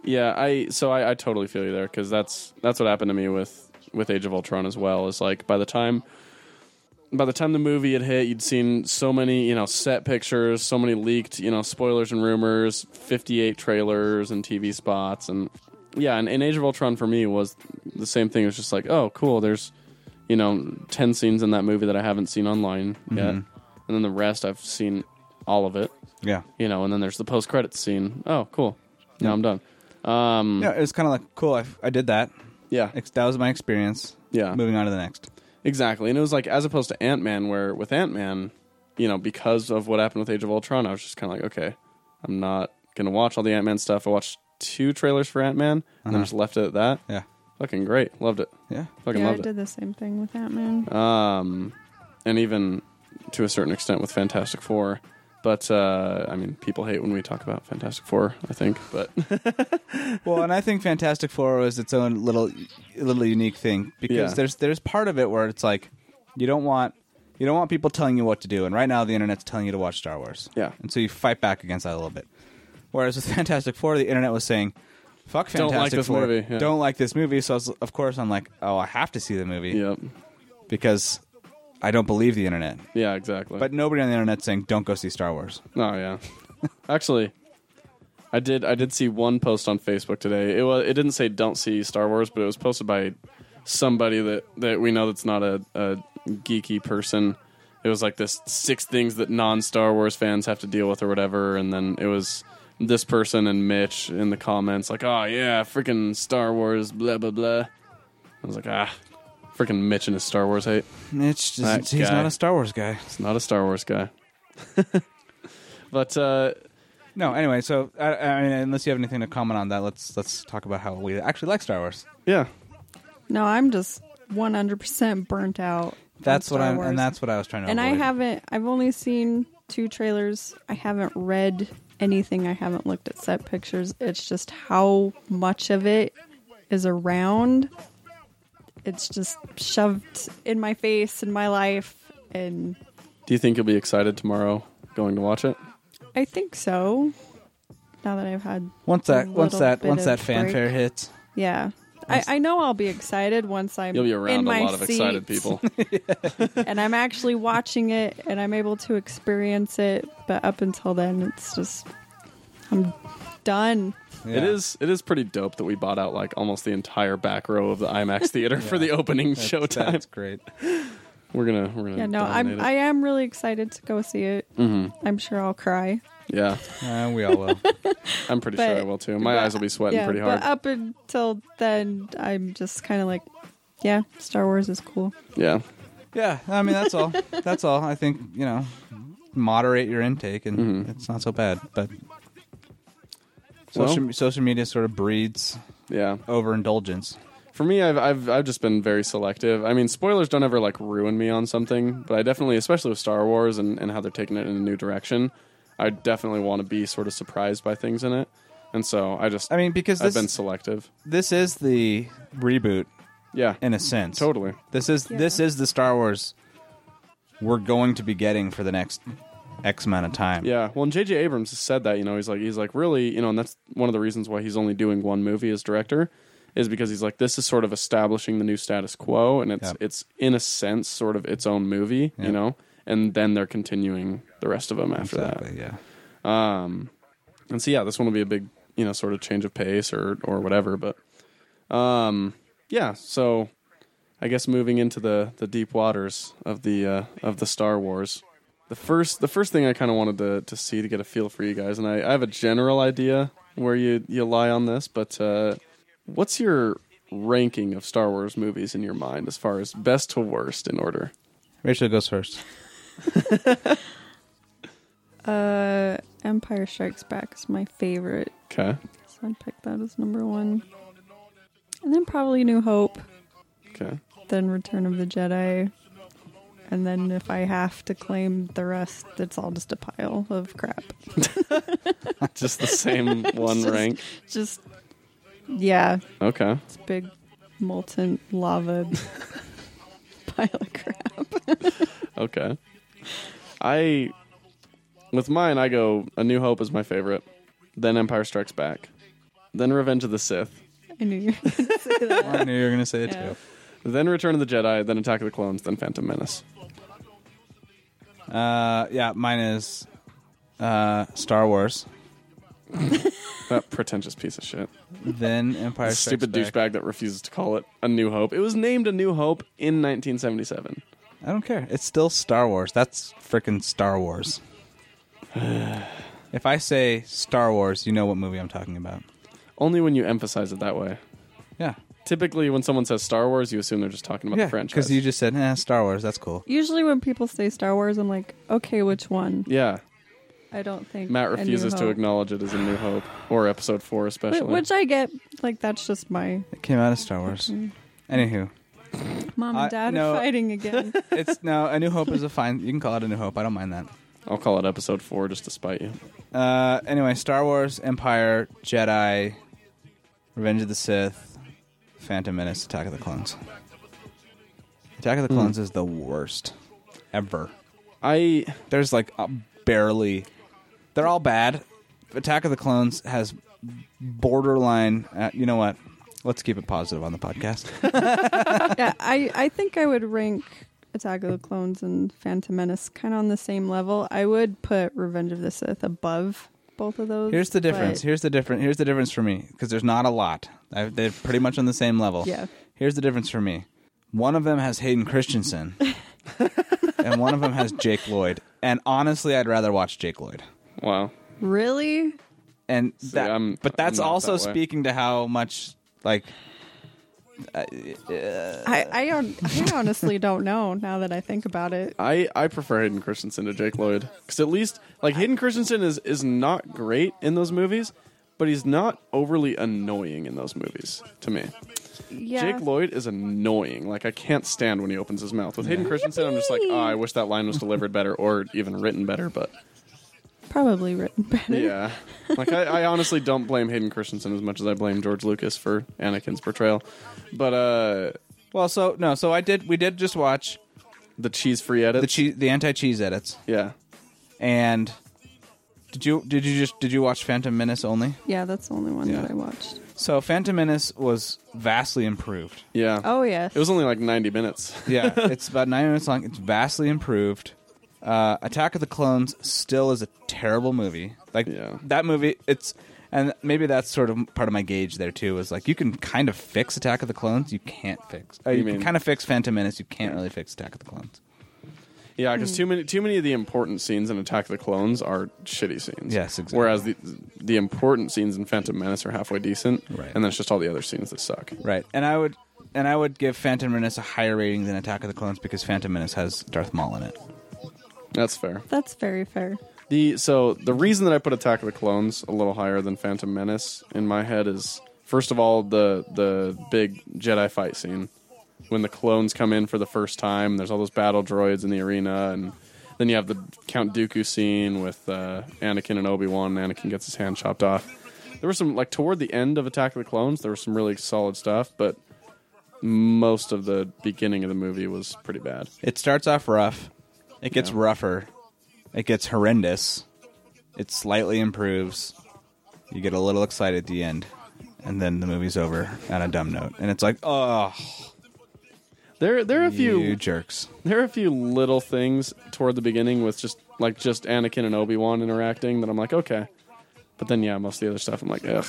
B: Yeah, I so I, I totally feel you there because that's that's what happened to me with with Age of Ultron as well. Is like by the time by the time the movie had hit, you'd seen so many you know set pictures, so many leaked you know spoilers and rumors, fifty eight trailers and TV spots, and yeah, and, and Age of Ultron for me was the same thing. It was just like, oh, cool. There's you know ten scenes in that movie that I haven't seen online yet, and then the rest I've seen all of it.
A: Yeah.
B: You know, and then there's the post credits scene. Oh, cool. Now I'm done. Um,
A: Yeah, it was kind of like, cool, I, I did that.
B: yeah,
A: Ex- That was my experience.
B: Yeah.
A: Moving on to the next.
B: exactly. And it was like as opposed to Ant Man, where with Ant Man, you know, because of what happened with Age of Ultron, I was just kind of like, okay, I'm not gonna watch all the Ant Man stuff. I watched two trailers for Ant Man, and I just left it at that.
A: Yeah.
B: Fucking great, loved it.
A: Yeah.
B: Fucking
C: Yeah, I
B: loved
C: did the same thing with that man.
B: it. Um, and even to a certain extent with Fantastic Four. But uh, I mean, people hate when we talk about Fantastic Four. I think, but
A: well, and I think Fantastic Four was its own little, little unique thing because
B: Yeah.
A: there's there's part of it where it's like you don't want you don't want people telling you what to do, and right now the internet's telling you to watch Star Wars.
B: Yeah.
A: and so you fight back against that a little bit. Whereas with Fantastic Four, the internet was saying, "Fuck
B: Don't
A: Fantastic
B: like this
A: Four,
B: movie, yeah.
A: don't like this movie." So I was, of course I'm like, "Oh, I have to see the movie
B: yep,
A: because I don't believe the internet."
B: yeah, exactly.
A: But nobody on the internet's saying, "Don't go see Star Wars."
B: Oh yeah. Actually, I did I did see one post on Facebook today. It was it didn't say don't see Star Wars, but it was posted by somebody that that we know that's not a, a geeky person. It was like this six things that non Star Wars fans have to deal with or whatever, and then it was this person and Mitch in the comments like, "Oh yeah, freaking Star Wars, blah blah blah." I was like, "Ah, freaking Mitch and his Star Wars hate."
A: It's
B: That
A: just, he's
B: guy.
A: not a Star Wars guy.
B: Not a Star Wars guy. but uh,
A: No, anyway, so I, I mean, unless you have anything to comment on that, let's let's talk about how we actually like Star Wars.
B: yeah,
C: No, I'm just 100% burnt out
A: That's
C: Star
A: what I'm,
C: Wars.
A: and that's what I was trying to.
C: and I
A: avoid.
C: haven't. I've only seen two trailers. I haven't read anything. I haven't looked at set pictures. It's just how much of it is around. It's just shoved in my face in my life, and
B: Do you think you'll be excited tomorrow going to watch it?
C: I think so. Now that I've had,
A: once that
C: a
A: once
C: little
A: that
C: bit
A: once
C: of
A: that fanfare
C: break.
A: hits.
C: yeah, I, I know I'll be excited once I'm
B: You'll be
C: in
B: around a
C: my
B: lot of excited
C: seat.
B: people.
C: and I'm actually watching it and I'm able to experience it. But up until then, it's just I'm done.
B: It is it is pretty dope that we bought out like almost the entire back row of the IMAX theater for the opening showtime.
A: That's great.
B: We're gonna we're gonna
C: Yeah, no, I'm
B: dominate it. Mm-hmm.
C: I am really excited to go see it. I'm sure I'll cry.
B: yeah
A: Uh, we all will.
B: I'm pretty
C: But-
B: sure I will too. My
C: but-
B: eyes will be sweating
C: yeah,
B: pretty hard.
C: but uh, up until then, I'm just kind of like, yeah, Star Wars is cool.
B: yeah,
A: yeah, I mean that's all. That's all. I think you know, moderate your intake, and
B: Mm-hmm.
A: it's not so bad. But
B: Well-
A: social social media sort of breeds
B: yeah.
A: overindulgence.
B: For me, I've I've I've just been very selective. I mean, spoilers don't ever like ruin me on something, but I definitely, especially with Star Wars and and how they're taking it in a new direction, I definitely want to be sort of surprised by things in it. And so I just
A: I mean, because this
B: I've been selective.
A: this is the reboot
B: Yeah,
A: in a sense.
B: totally.
A: This is
C: Yeah.
A: this is the Star Wars we're going to be getting for the next X amount of time.
B: Yeah, well, and J.J. Abrams has said that you know he's like he's like really you know, and that's one of the reasons why he's only doing one movie as director, is because he's like this is sort of establishing the new status quo, and it's
A: Yeah.
B: it's in a sense sort of its own movie,
A: Yeah.
B: you know, and then they're continuing the rest of them after
A: exactly. Yeah,
B: that, and so yeah, this one will be a big you know sort of change of pace or or whatever, but um yeah, so I guess moving into the the deep waters of the uh, of the Star Wars. The first the first thing I kind of wanted to, to see to get a feel for you guys, and I, I have a general idea where you, you lie on this, but uh, what's your ranking of Star Wars movies in your mind as far as best to worst in order?
A: Rachel goes first.
C: Uh, Empire Strikes Back is my favorite,
B: Okay,
C: so I'd pick that as number one, and then probably New Hope.
B: okay,
C: then Return of the Jedi. And then if I have to claim the rest, it's all just a pile of crap.
B: just the same one
C: Just-
B: rank.
C: Just, yeah,
B: Okay,
C: it's big molten lava pile of crap.
B: okay. I with mine, I go A New Hope is my favorite, then Empire Strikes Back, then Revenge of the Sith.
C: I knew you were going to say that.
A: I knew you were going to say it
C: Yeah.
B: then Return of the Jedi, then Attack of the Clones, then Phantom Menace.
A: too. Uh, yeah, mine is uh, Star Wars,
B: That pretentious piece of shit.
A: then Empire
B: The
A: Strikes
B: stupid
A: Back.
B: douchebag that refuses to call it A New Hope. It was named A New Hope in 1977.
A: I don't care. It's still Star Wars. That's freaking Star Wars. if I say Star Wars, you know what movie I'm talking about.
B: Only when you emphasize it that way.
A: Yeah,
B: Typically, when someone says Star Wars, you assume they're just talking about
A: yeah.
B: the franchise.
A: Because you just said, "Eh, Star Wars." That's cool.
C: Usually when people say Star Wars, I'm like, okay, which one?
B: yeah,
C: I don't think
B: Matt
C: A New
B: refuses to
C: Hope.
B: acknowledge it as A New Hope or Episode Four, especially.
C: Wh- Which I get, like that's just my
A: It came out of Star Wars. Anywho,
C: mom and
A: I-
C: dad
A: no.
C: are fighting again.
A: it's no. A New Hope is a fine. You can call it A New Hope. I don't mind that.
B: I'll call it Episode Four just to spite you.
A: Uh, anyway, Star Wars, Empire, Jedi, Revenge of the Sith, Phantom Menace, Attack of the Clones. Attack of the Clones is the worst ever.
B: I
A: There's like uh, barely. They're all bad. Attack of the Clones has borderline. Uh, you know what? Let's keep it positive on the podcast.
C: yeah, I, I think I would rank Attack of the Clones and Phantom Menace kind of on the same level. I would put Revenge of the Sith above both of those.
A: Here's the difference.
C: but-
A: Here's the difference. Here's the difference for me because there's not a lot. I, they're pretty much on the same level.
C: Yeah.
A: Here's the difference for me. One of them has Hayden Christensen, and one of them has Jake Lloyd. And honestly, I'd rather watch Jake Lloyd.
B: wow.
C: really?
A: And that,
B: I'm-
A: but that's
B: I'm not
A: also
B: that way.
A: speaking to how much like
C: I, I, don't, I honestly don't know now that I think about it.
B: I, I prefer Hayden Christensen to Jake Lloyd because at least like Hayden Christensen is is not great in those movies, but he's not overly annoying in those movies to me.
C: Yeah.
B: Jake Lloyd is annoying. Like I can't stand when he opens his mouth. With Hayden Christensen, I'm just like, oh, I wish that line was delivered better or even written better. But
C: Probably written better.
B: yeah, like I, I honestly don't blame Hayden Christensen as much as I blame George Lucas for Anakin's portrayal. But uh,
A: Well, so no, so I did. We did just watch
B: the cheese-free edit,
A: the cheese, the anti-cheese edits,
B: yeah,
A: and did you did you just did you watch Phantom Menace only?
C: Yeah, that's the only one
A: Yeah.
C: that I watched.
A: So Phantom Menace was vastly improved.
B: yeah.
C: Oh yes.
B: It was only like 90 minutes.
A: Yeah, it's about nine minutes long. It's vastly improved. Uh, Attack of the Clones still is a terrible movie. Like
B: Yeah.
A: that movie, it's and maybe that's sort of part of my gauge there too. Is like you can kind of fix Attack of the Clones, you can't fix. Uh, you
B: Oh, You
A: can
B: mean-
A: kind of fix Phantom Menace, you can't really fix Attack of the Clones.
B: Yeah,
A: Hmm.
B: because too many too many of the important scenes in Attack of the Clones are shitty scenes.
A: Yes, exactly.
B: Whereas the the important scenes in Phantom Menace are halfway decent,
A: Right.
B: and then it's just all the other scenes that suck.
A: Right, and I would and I would give Phantom Menace a higher rating than Attack of the Clones because Phantom Menace has Darth Maul in it.
B: That's fair.
C: That's very fair.
B: The so the reason that I put Attack of the Clones a little higher than Phantom Menace in my head is first of all the the big Jedi fight scene when the clones come in for the first time. There's all those battle droids in the arena, and then you have the Count Dooku scene with uh, Anakin and Obi Wan. and Anakin gets his hand chopped off. There was some like toward the end of Attack of the Clones. There was some really solid stuff, but most of the beginning of the movie was pretty bad.
A: It starts off rough. It gets
B: Yeah.
A: rougher. It gets horrendous. It slightly improves. You get a little excited at the end. And then the movie's over on a dumb note. And it's like, oh,
B: There there are a
A: you,
B: few
A: jerks.
B: there are a few little things toward the beginning with just like just Anakin and Obi Wan interacting that I'm like okay, but then yeah, most of the other stuff I'm like ugh.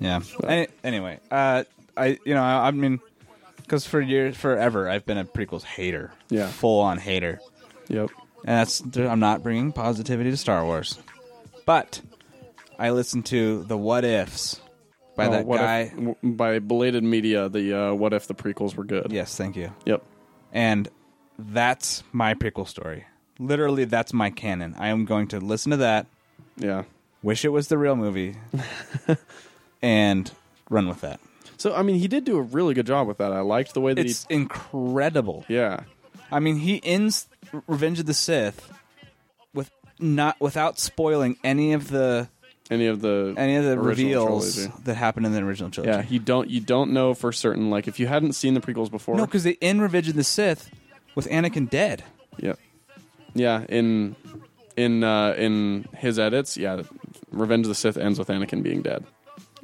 A: Yeah. Any, anyway, uh, I, you know, I, I mean, because for years, forever, I've been a prequels hater.
B: Yeah.
A: Full on hater.
B: Yep.
A: And that's, I'm not bringing positivity to Star Wars. But I listened to the What Ifs by
B: Oh,
A: that
B: what
A: guy.
B: if- w- by belated media, the uh, what if the prequels were good?
A: yes, thank you.
B: Yep.
A: And that's my prequel story. Literally, that's my canon. I am going to listen to that,
B: Yeah.
A: wish it was the real movie, and run with that.
B: So I mean, he did do a really good job with that. I liked the way that
A: It's incredible.
B: he. Yeah.
A: I mean, he ends Revenge of the Sith with not without spoiling any of the
B: Any of the
A: any of the
B: original
A: reveals
B: trilogy.
A: that happened in the original trilogy.
B: Yeah, you don't you don't know for certain. Like if you hadn't seen the prequels before,
A: no, because they end Revenge of the Sith with Anakin dead.
B: Yep. Yeah, in in uh, in his edits, yeah, Revenge of the Sith ends with Anakin being dead,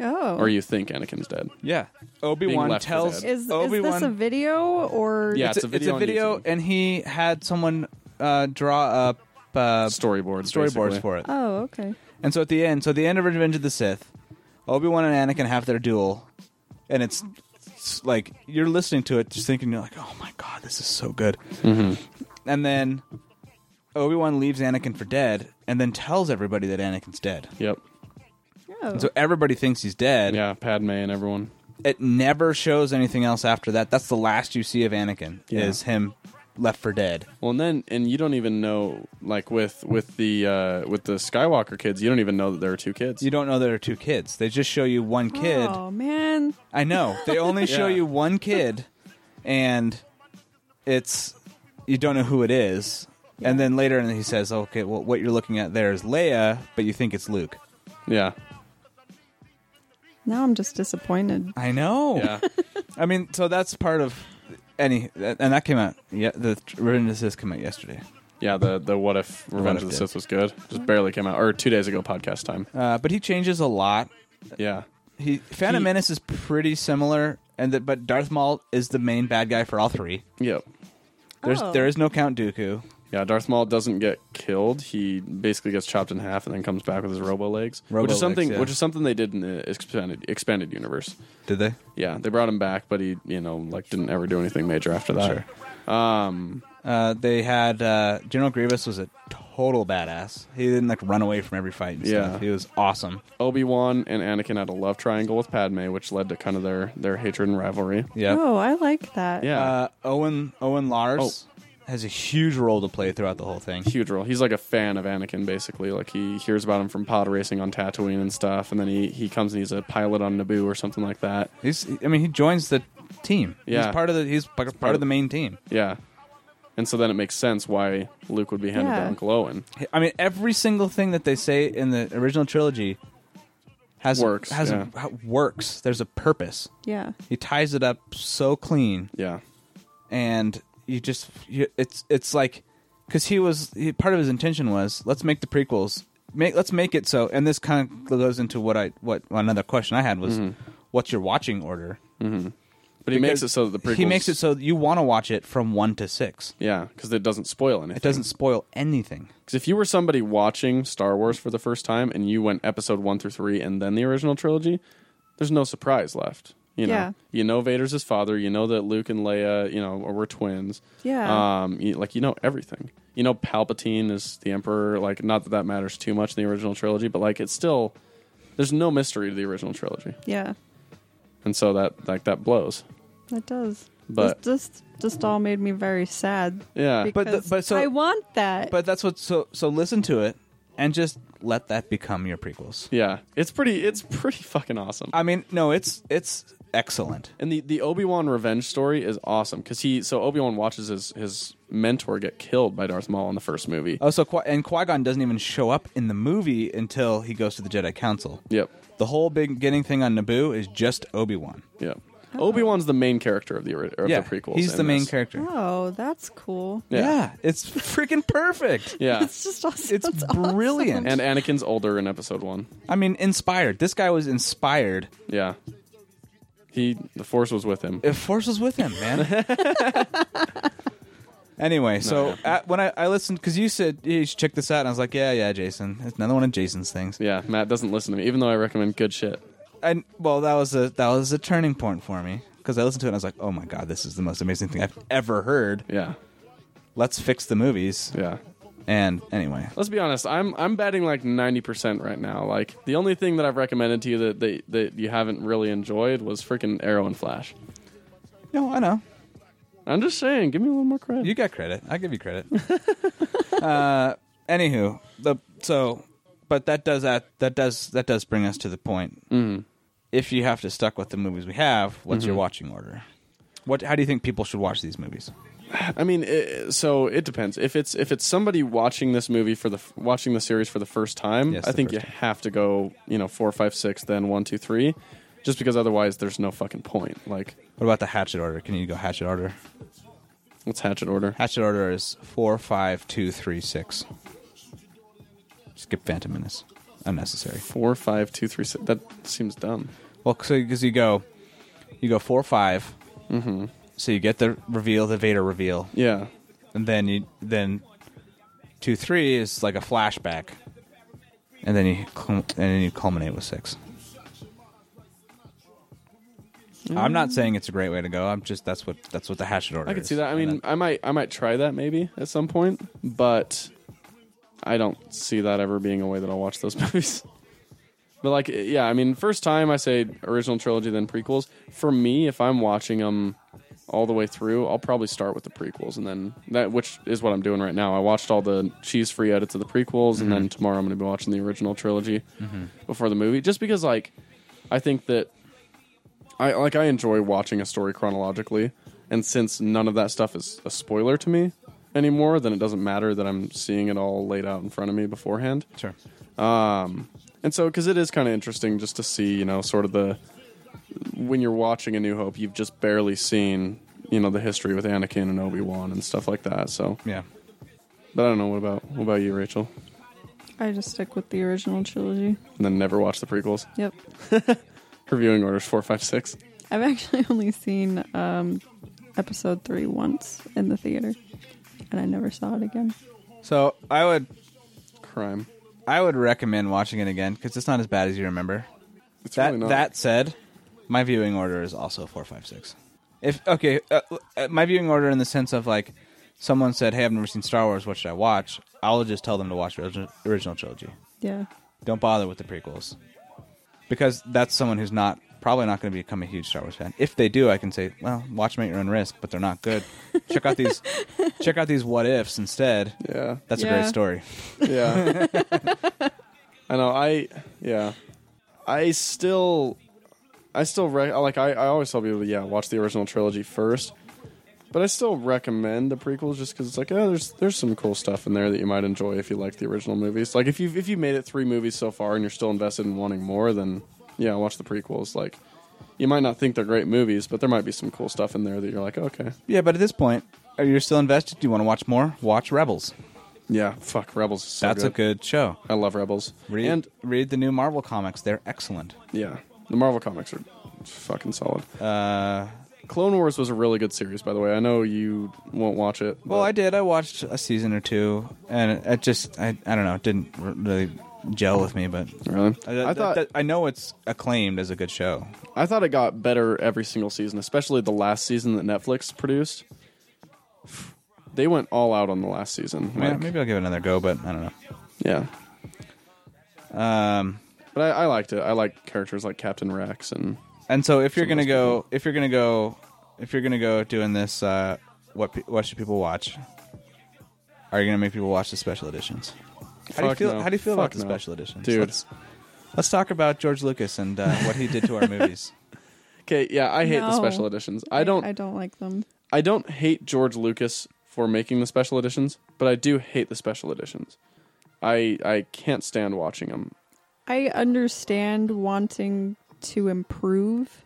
C: Oh.
B: or you think Anakin's dead.
A: Yeah, Obi Wan
B: left for
A: tells
B: dead.
C: Is, is
A: Obi-Wan
C: this a video or
B: Yeah.
A: it's, a, video, it's a
B: on
A: video
B: YouTube.
A: and he had someone uh, draw up uh,
B: Storyboards,
A: storyboards
B: basically.
A: for it.
C: Oh, okay.
A: And so at the end, so at the end of Revenge of the Sith, Obi Wan and Anakin have their duel, and it's, it's like you're listening to it, just thinking you're like, oh my god, this is so good.
B: Mm-hmm.
A: And then Obi Wan leaves Anakin for dead, and then tells everybody that Anakin's dead.
B: Yep.
C: Oh.
A: So everybody thinks he's dead.
B: Yeah, Padme and everyone.
A: It never shows anything else after that. That's the last you see of Anakin
B: Yeah.
A: is him left for dead.
B: Well, and then and you don't even know like with with the uh, with the Skywalker kids, you don't even know that there are two kids.
A: you don't know there are two kids. They just show you one kid.
C: Oh man.
A: I know. They only show
B: Yeah.
A: you one kid and it's you don't know who it is. And then later and he says, "Okay, well what you're looking at there is Leia, but you think it's Luke."
B: yeah.
C: Now I'm just disappointed.
A: I know.
B: Yeah.
A: I mean, so that's part of any and that came out. Yeah, the Revenge of the Sith came out yesterday.
B: Yeah, the, the what if Revenge
A: if
B: of the
A: did.
B: Sith was good? Just barely came out, or two days ago, podcast time.
A: Uh, but he changes a lot.
B: Yeah,
A: He Phantom
B: He-
A: Menace is pretty similar and that but Darth Maul is the main bad guy for all three.
B: yep,
A: There's
C: Oh.
A: there is no Count Dooku.
B: yeah. Darth Maul doesn't get killed; he basically gets chopped in half and then comes back with his robo legs, which
A: Robo
B: is something
A: legs, yeah.
B: which is something they did in the expanded expanded universe.
A: Did they?
B: Yeah, they brought him back, but he, you know, like didn't ever do anything major after that.
A: Sure.
B: Um,
A: Uh, they had uh, General Grievous was a total badass. He didn't like run away from every fight. And
B: Yeah.
A: stuff. he was awesome.
B: Obi Wan and Anakin had a love triangle with Padme, which led to kind of their their hatred and rivalry.
A: Yeah.
C: Oh, I like that.
B: Yeah, Oh.
A: Uh, Owen Owen Uh, Lars has a huge role to play throughout the whole thing.
B: huge role. He's like a fan of Anakin, basically. Like he hears about him from pod racing on Tatooine and stuff, and then he, he comes and he's a pilot on Naboo or something like that.
A: He's, I mean, he joins the team.
B: Yeah.
A: he's part of the. He's part, part of the main team.
B: Yeah, and so then it makes sense why Luke would be handed to
C: Yeah.
B: Uncle Owen.
A: I mean, every single thing that they say in the original trilogy has
B: Works,
A: Has
B: yeah.
A: ha- works. There's a purpose.
C: Yeah.
A: He ties it up so clean,
B: Yeah,
A: and you just you, it's it's like because he was he, part of his intention was let's make the prequels make let's make it so. And this kind of goes into what I what another question I had was what's your watching order?
B: but Mm-hmm. he makes it so that the prequels
A: He makes it so that you want to watch it from one to six.
B: yeah because it doesn't spoil anything.
A: It doesn't spoil anything.
B: Because if you were somebody watching Star Wars for the first time and you went episode one through three and then the original trilogy, there's no surprise left. You know,
C: Yeah.
B: you know Vader's his father. You know that Luke and Leia, you know, were twins.
C: Yeah.
B: Um, you, like you know everything. You know Palpatine is the Emperor. Like, not that that matters too much in the original trilogy, but like it's still there's no mystery to the original trilogy,
C: Yeah.
B: and so that like that blows.
C: That does.
B: But-
C: this, this just all made me very sad.
B: Yeah,
A: But the-
C: because
A: but so-
C: I want that.
A: But that's what so so listen to it and just let that become your prequels.
B: yeah, it's pretty it's pretty fucking awesome.
A: I mean, no, it's it's excellent.
B: And the, the Obi Wan revenge story is awesome because he so Obi Wan watches his his mentor get killed by Darth Maul in the first movie.
A: Oh, so Qui- and Qui Gon doesn't even show up in the movie until he goes to the Jedi Council.
B: Yep,
A: The whole beginning thing on Naboo is just Obi Wan.
B: yep. Obi Wan's the main character of the ori- of
A: Yeah,
B: the prequels.
A: he's
B: in
A: the main
B: this.
A: character.
C: oh, that's cool.
A: Yeah.
B: Yeah.
A: it's freaking perfect.
B: Yeah,
C: It's just awesome.
A: It's brilliant.
B: and Anakin's older in Episode One.
A: I mean, inspired. This guy was inspired.
B: Yeah, he the Force was with him.
A: If Force was with him, man. anyway, so at, when I, I listened, because you said "Yeah, you should check this out, and I was like, yeah, yeah, Jason. It's another one of Jason's things.
B: Yeah, Matt doesn't listen to me, even though I recommend good shit.
A: And well, that was a that was a turning point for me because I listened to it and I was like, oh my god, this is the most amazing thing I've ever heard.
B: Yeah,
A: Let's fix the movies.
B: yeah.
A: And anyway,
B: Let's be honest. I'm I'm batting like ninety percent right now. Like the only thing that I've recommended to you that that, that you haven't really enjoyed was freaking Arrow and Flash.
A: no, I know
B: I'm just saying, give me a little more credit.
A: you got credit. I give you credit. uh, anywho, the so, but that does that that does that does bring us to the point. If you have to stuck with the movies we have, what's your watching order? What? How do you think people should watch these movies?
B: I mean, i so it depends. If it's if it's somebody watching this movie for the f- watching the series for the first time,
A: Yes,
B: I
A: the
B: think
A: first
B: you
A: time.
B: have to go, you know, four, five, six, then one, two, three, just because otherwise there's no fucking point. Like,
A: What about the hatchet order? Can you go hatchet order?
B: let's hatchet order.
A: Hatchet order is four, five, two, three, six. Skip Phantom Menace. Unnecessary.
B: Four, five, two, three, six. That seems dumb.
A: Well, so because you go, you go four, five. Mm-hmm. So you get the reveal, the Vader reveal,
B: Yeah,
A: and then you then two, three is like a flashback, and then you cul- and then you culminate with six. I'm not saying it's a great way to go. I'm just that's what that's what the hatchet order.
B: Mm. I could
A: is.
B: see that. I
A: And
B: mean,
A: then-
B: I might I might try that maybe at some point, but I don't see that ever being a way that I'll watch those movies. But like, yeah, I mean, first time I say original trilogy, then prequels. For me, if I'm watching them all the way through, I'll probably start with the prequels, and then that, which is what I'm doing right now. I watched all the cheese-free edits of the prequels,
A: Mm-hmm.
B: and then tomorrow I'm going to be watching the original trilogy before the movie, just because like I think that I like I enjoy watching a story chronologically, and since none of that stuff is a spoiler to me anymore, then it doesn't matter that I'm seeing it all laid out in front of me beforehand.
A: sure.
B: And so, because it is kind of interesting just to see, you know, sort of the when you're watching A New Hope, you've just barely seen, you know, the history with Anakin and Obi Wan and stuff like that. So,
A: Yeah.
B: but I don't know what about what about you, Rachel?
C: I just stick with the original trilogy.
B: And then never watch the prequels.
C: Yep.
B: Reviewing orders four, five, six.
C: I've actually only seen um, episode three once in the theater, and I never saw it again.
A: So I would
B: Crime.
A: I would recommend watching it again because it's not as bad as you remember.
B: It's
A: that
B: really not.
A: that said, my viewing order is also four, five, six. If okay, uh, uh, my viewing order in the sense of like someone said, "Hey, I've never seen Star Wars. What should I watch?" I'll just tell them to watch the origi- original trilogy.
C: Yeah.
A: Don't bother with the prequels because that's someone who's not probably not going to become a huge Star Wars fan. If they do, I can say, well, watch them at your own risk, but they're not good. check out these, check out these what ifs instead.
B: Yeah.
A: That's a
C: Yeah.
A: great story.
B: Yeah. I know. I yeah. I still, I still rec- like. I, I always tell people, yeah, watch the original trilogy first. But I still recommend the prequels just because it's like, oh, there's there's some cool stuff in there that you might enjoy if you like the original movies. Like if you if you made it three movies so far and you're still invested in wanting more, then yeah, watch the prequels. Like you might not think they're great movies, but there might be some cool stuff in there that you're like, okay,
A: Yeah, but at this point, are you still invested? Do you want to watch more? Watch Rebels.
B: yeah, fuck Rebels. Is so
A: That's a good show.
B: I love Rebels.
A: Read,
B: And
A: read the new Marvel comics. They're excellent.
B: Yeah, the Marvel comics are fucking solid.
A: Uh,
B: Clone Wars was a really good series, by the way. I know you won't watch it.
A: well,
B: but-
A: I did. I watched a season or two, and it, it just I, I don't know. It didn't r- really gel with me, but
B: really.
A: I, I,
B: I thought
A: I know it's acclaimed as a good show.
B: I thought it got better every single season, especially the last season that Netflix produced. They went all out on the last season.
A: Yeah,
B: Like,
A: maybe I'll give it another go, but I don't know.
B: yeah.
A: Um,
B: But I, I liked it. I liked characters like Captain Rex and
A: and so if you're
B: Some of
A: gonna
B: those
A: go, if you're gonna go, if you're gonna go doing this, uh, what pe- what should people watch? Are you gonna make people watch the special editions? How do you
B: Fuck
A: feel?
B: no.
A: How do you feel about
B: Fuck
A: the
B: no.
A: special editions,
B: Dude.
A: Let's, let's talk about George Lucas and uh, what he did to our movies.
B: Okay, yeah, I hate the
C: No.
B: special editions. I don't
C: I don't like them.
B: I don't hate George Lucas for making the special editions, but I do hate the special editions. I I can't stand watching them.
C: I understand wanting to improve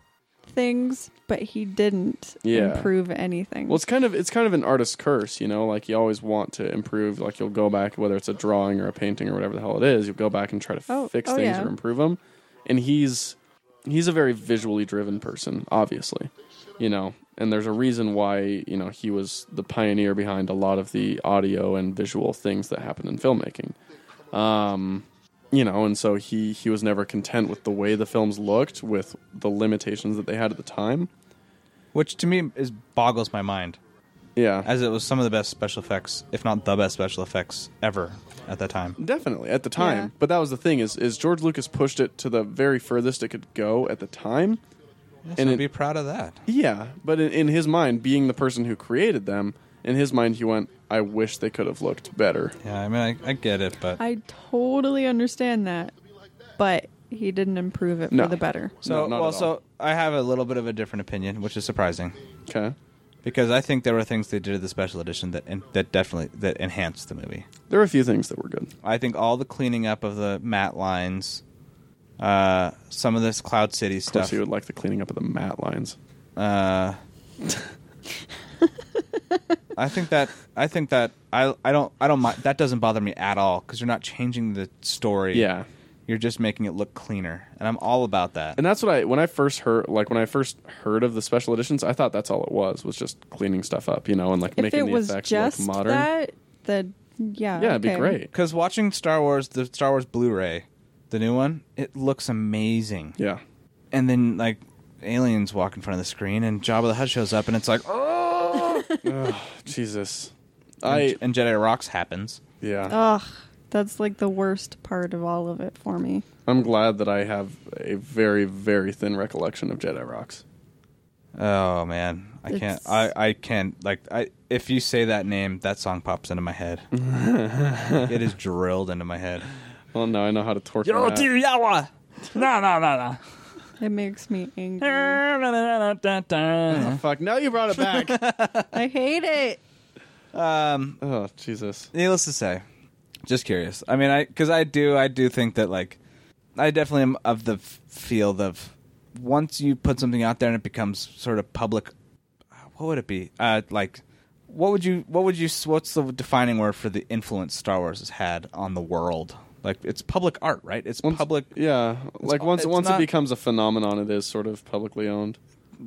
C: things, but he didn't
B: Yeah.
C: improve anything.
B: Well, it's kind of it's kind of an artist's curse, you know. Like you always want to improve. Like you'll go back, whether it's a drawing or a painting or whatever the hell it is, you'll go back and try to
C: Oh,
B: fix
C: oh,
B: things
C: yeah.
B: or improve them. And he's he's a very visually driven person, obviously, you know. And there's a reason why you know he was the pioneer behind a lot of the audio and visual things that happened in filmmaking. Um, you know, and so he he was never content with the way the films looked, with the limitations that they had at the time.
A: which to me is boggles my mind,
B: Yeah,
A: as it was some of the best special effects, if not the best special effects ever at that time.
B: Definitely at the time,
C: Yeah.
B: but that was the thing is is George Lucas pushed it to the very furthest it could go at the time.
A: and
B: it-
A: be proud of that.
B: Yeah, but in, in his mind, being the person who created them, in his mind, he went, "I wish they could have looked better."
A: Yeah, I mean, I, I get it, but
C: I totally understand that, but he didn't improve it
B: No.
C: for the better.
A: so
B: No, not
A: well,
B: at all.
A: so I have a little bit of a different opinion, which is surprising
B: Okay,
A: because I think there were things they did at the special edition that en- that definitely that enhanced the movie.
B: there were a few things that were good.
A: I think all the cleaning up of the matte lines, uh, some of this Cloud City
B: Of course,
A: stuff.
B: he would like the cleaning up of the matte lines.
A: Uh, I think that I think that I I don't I don't mind that doesn't bother me at all because you're not changing the story.
B: Yeah,
A: you're just making it look cleaner, and I'm all about that.
B: and that's what I when I first heard like when I first heard of the special editions, I thought that's all it was was just cleaning stuff up, you know, and like
C: If
B: making
C: it
B: the
C: was
B: effects
C: just
B: look modern.
C: that, then yeah,
B: yeah, it'd be
C: okay.
B: great.
A: Because watching Star Wars, the Star Wars Blu-ray, the new one, it looks amazing.
B: Yeah,
A: And then like aliens walk in front of the screen, and Jabba the Hutt shows up, and it's like, oh,
B: Jesus,
A: and,
B: I
A: and Jedi rocks happens.
B: yeah.
C: Ugh, that's like the worst part of all of it for me.
B: I'm glad that I have a very, very thin recollection of Jedi Rocks.
A: Oh man, I can't.
C: It's-
A: I I can't. Like I, if you say that name, that song pops into my head. it is drilled into my head.
B: Well, now I know how to torque that.
A: Yawa. No, no, no,
C: It makes me angry.
A: no.
B: Fuck, now you brought it back.
C: I hate it.
B: oh, Jesus.
A: Needless to say, just curious. I mean, I because I do, I do think that like, I definitely am of the f- field of once you put something out there and it becomes sort of public. What would it be? Uh, like, what would you? What would you? s- What's the defining word for the influence Star Wars has had on the world? Like, it's public art, right? It's public.
B: Yeah, like once
A: it's
B: once
A: not-
B: it becomes a phenomenon, it is sort of publicly owned.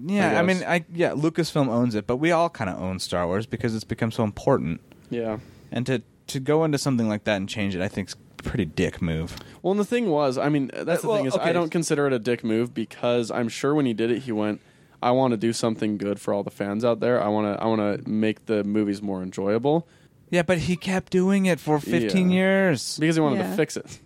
A: Yeah, I,
B: I
A: mean,
B: guess.
A: I yeah, Lucasfilm owns it, but we all kind of own Star Wars because it's become so important.
B: Yeah.
A: And to to go into something like that and change it, I think's a pretty dick move.
B: Well, and the thing was, I mean, that's the
A: Well,
B: thing is,
A: okay.
B: I don't consider it a dick move because I'm sure when he did it, he went, "I want to do something good for all the fans out there. I want to, I want to make the movies more enjoyable
A: Yeah, but he kept doing it for 15
B: Yeah.
A: years.
B: because he wanted
C: Yeah.
B: to fix it."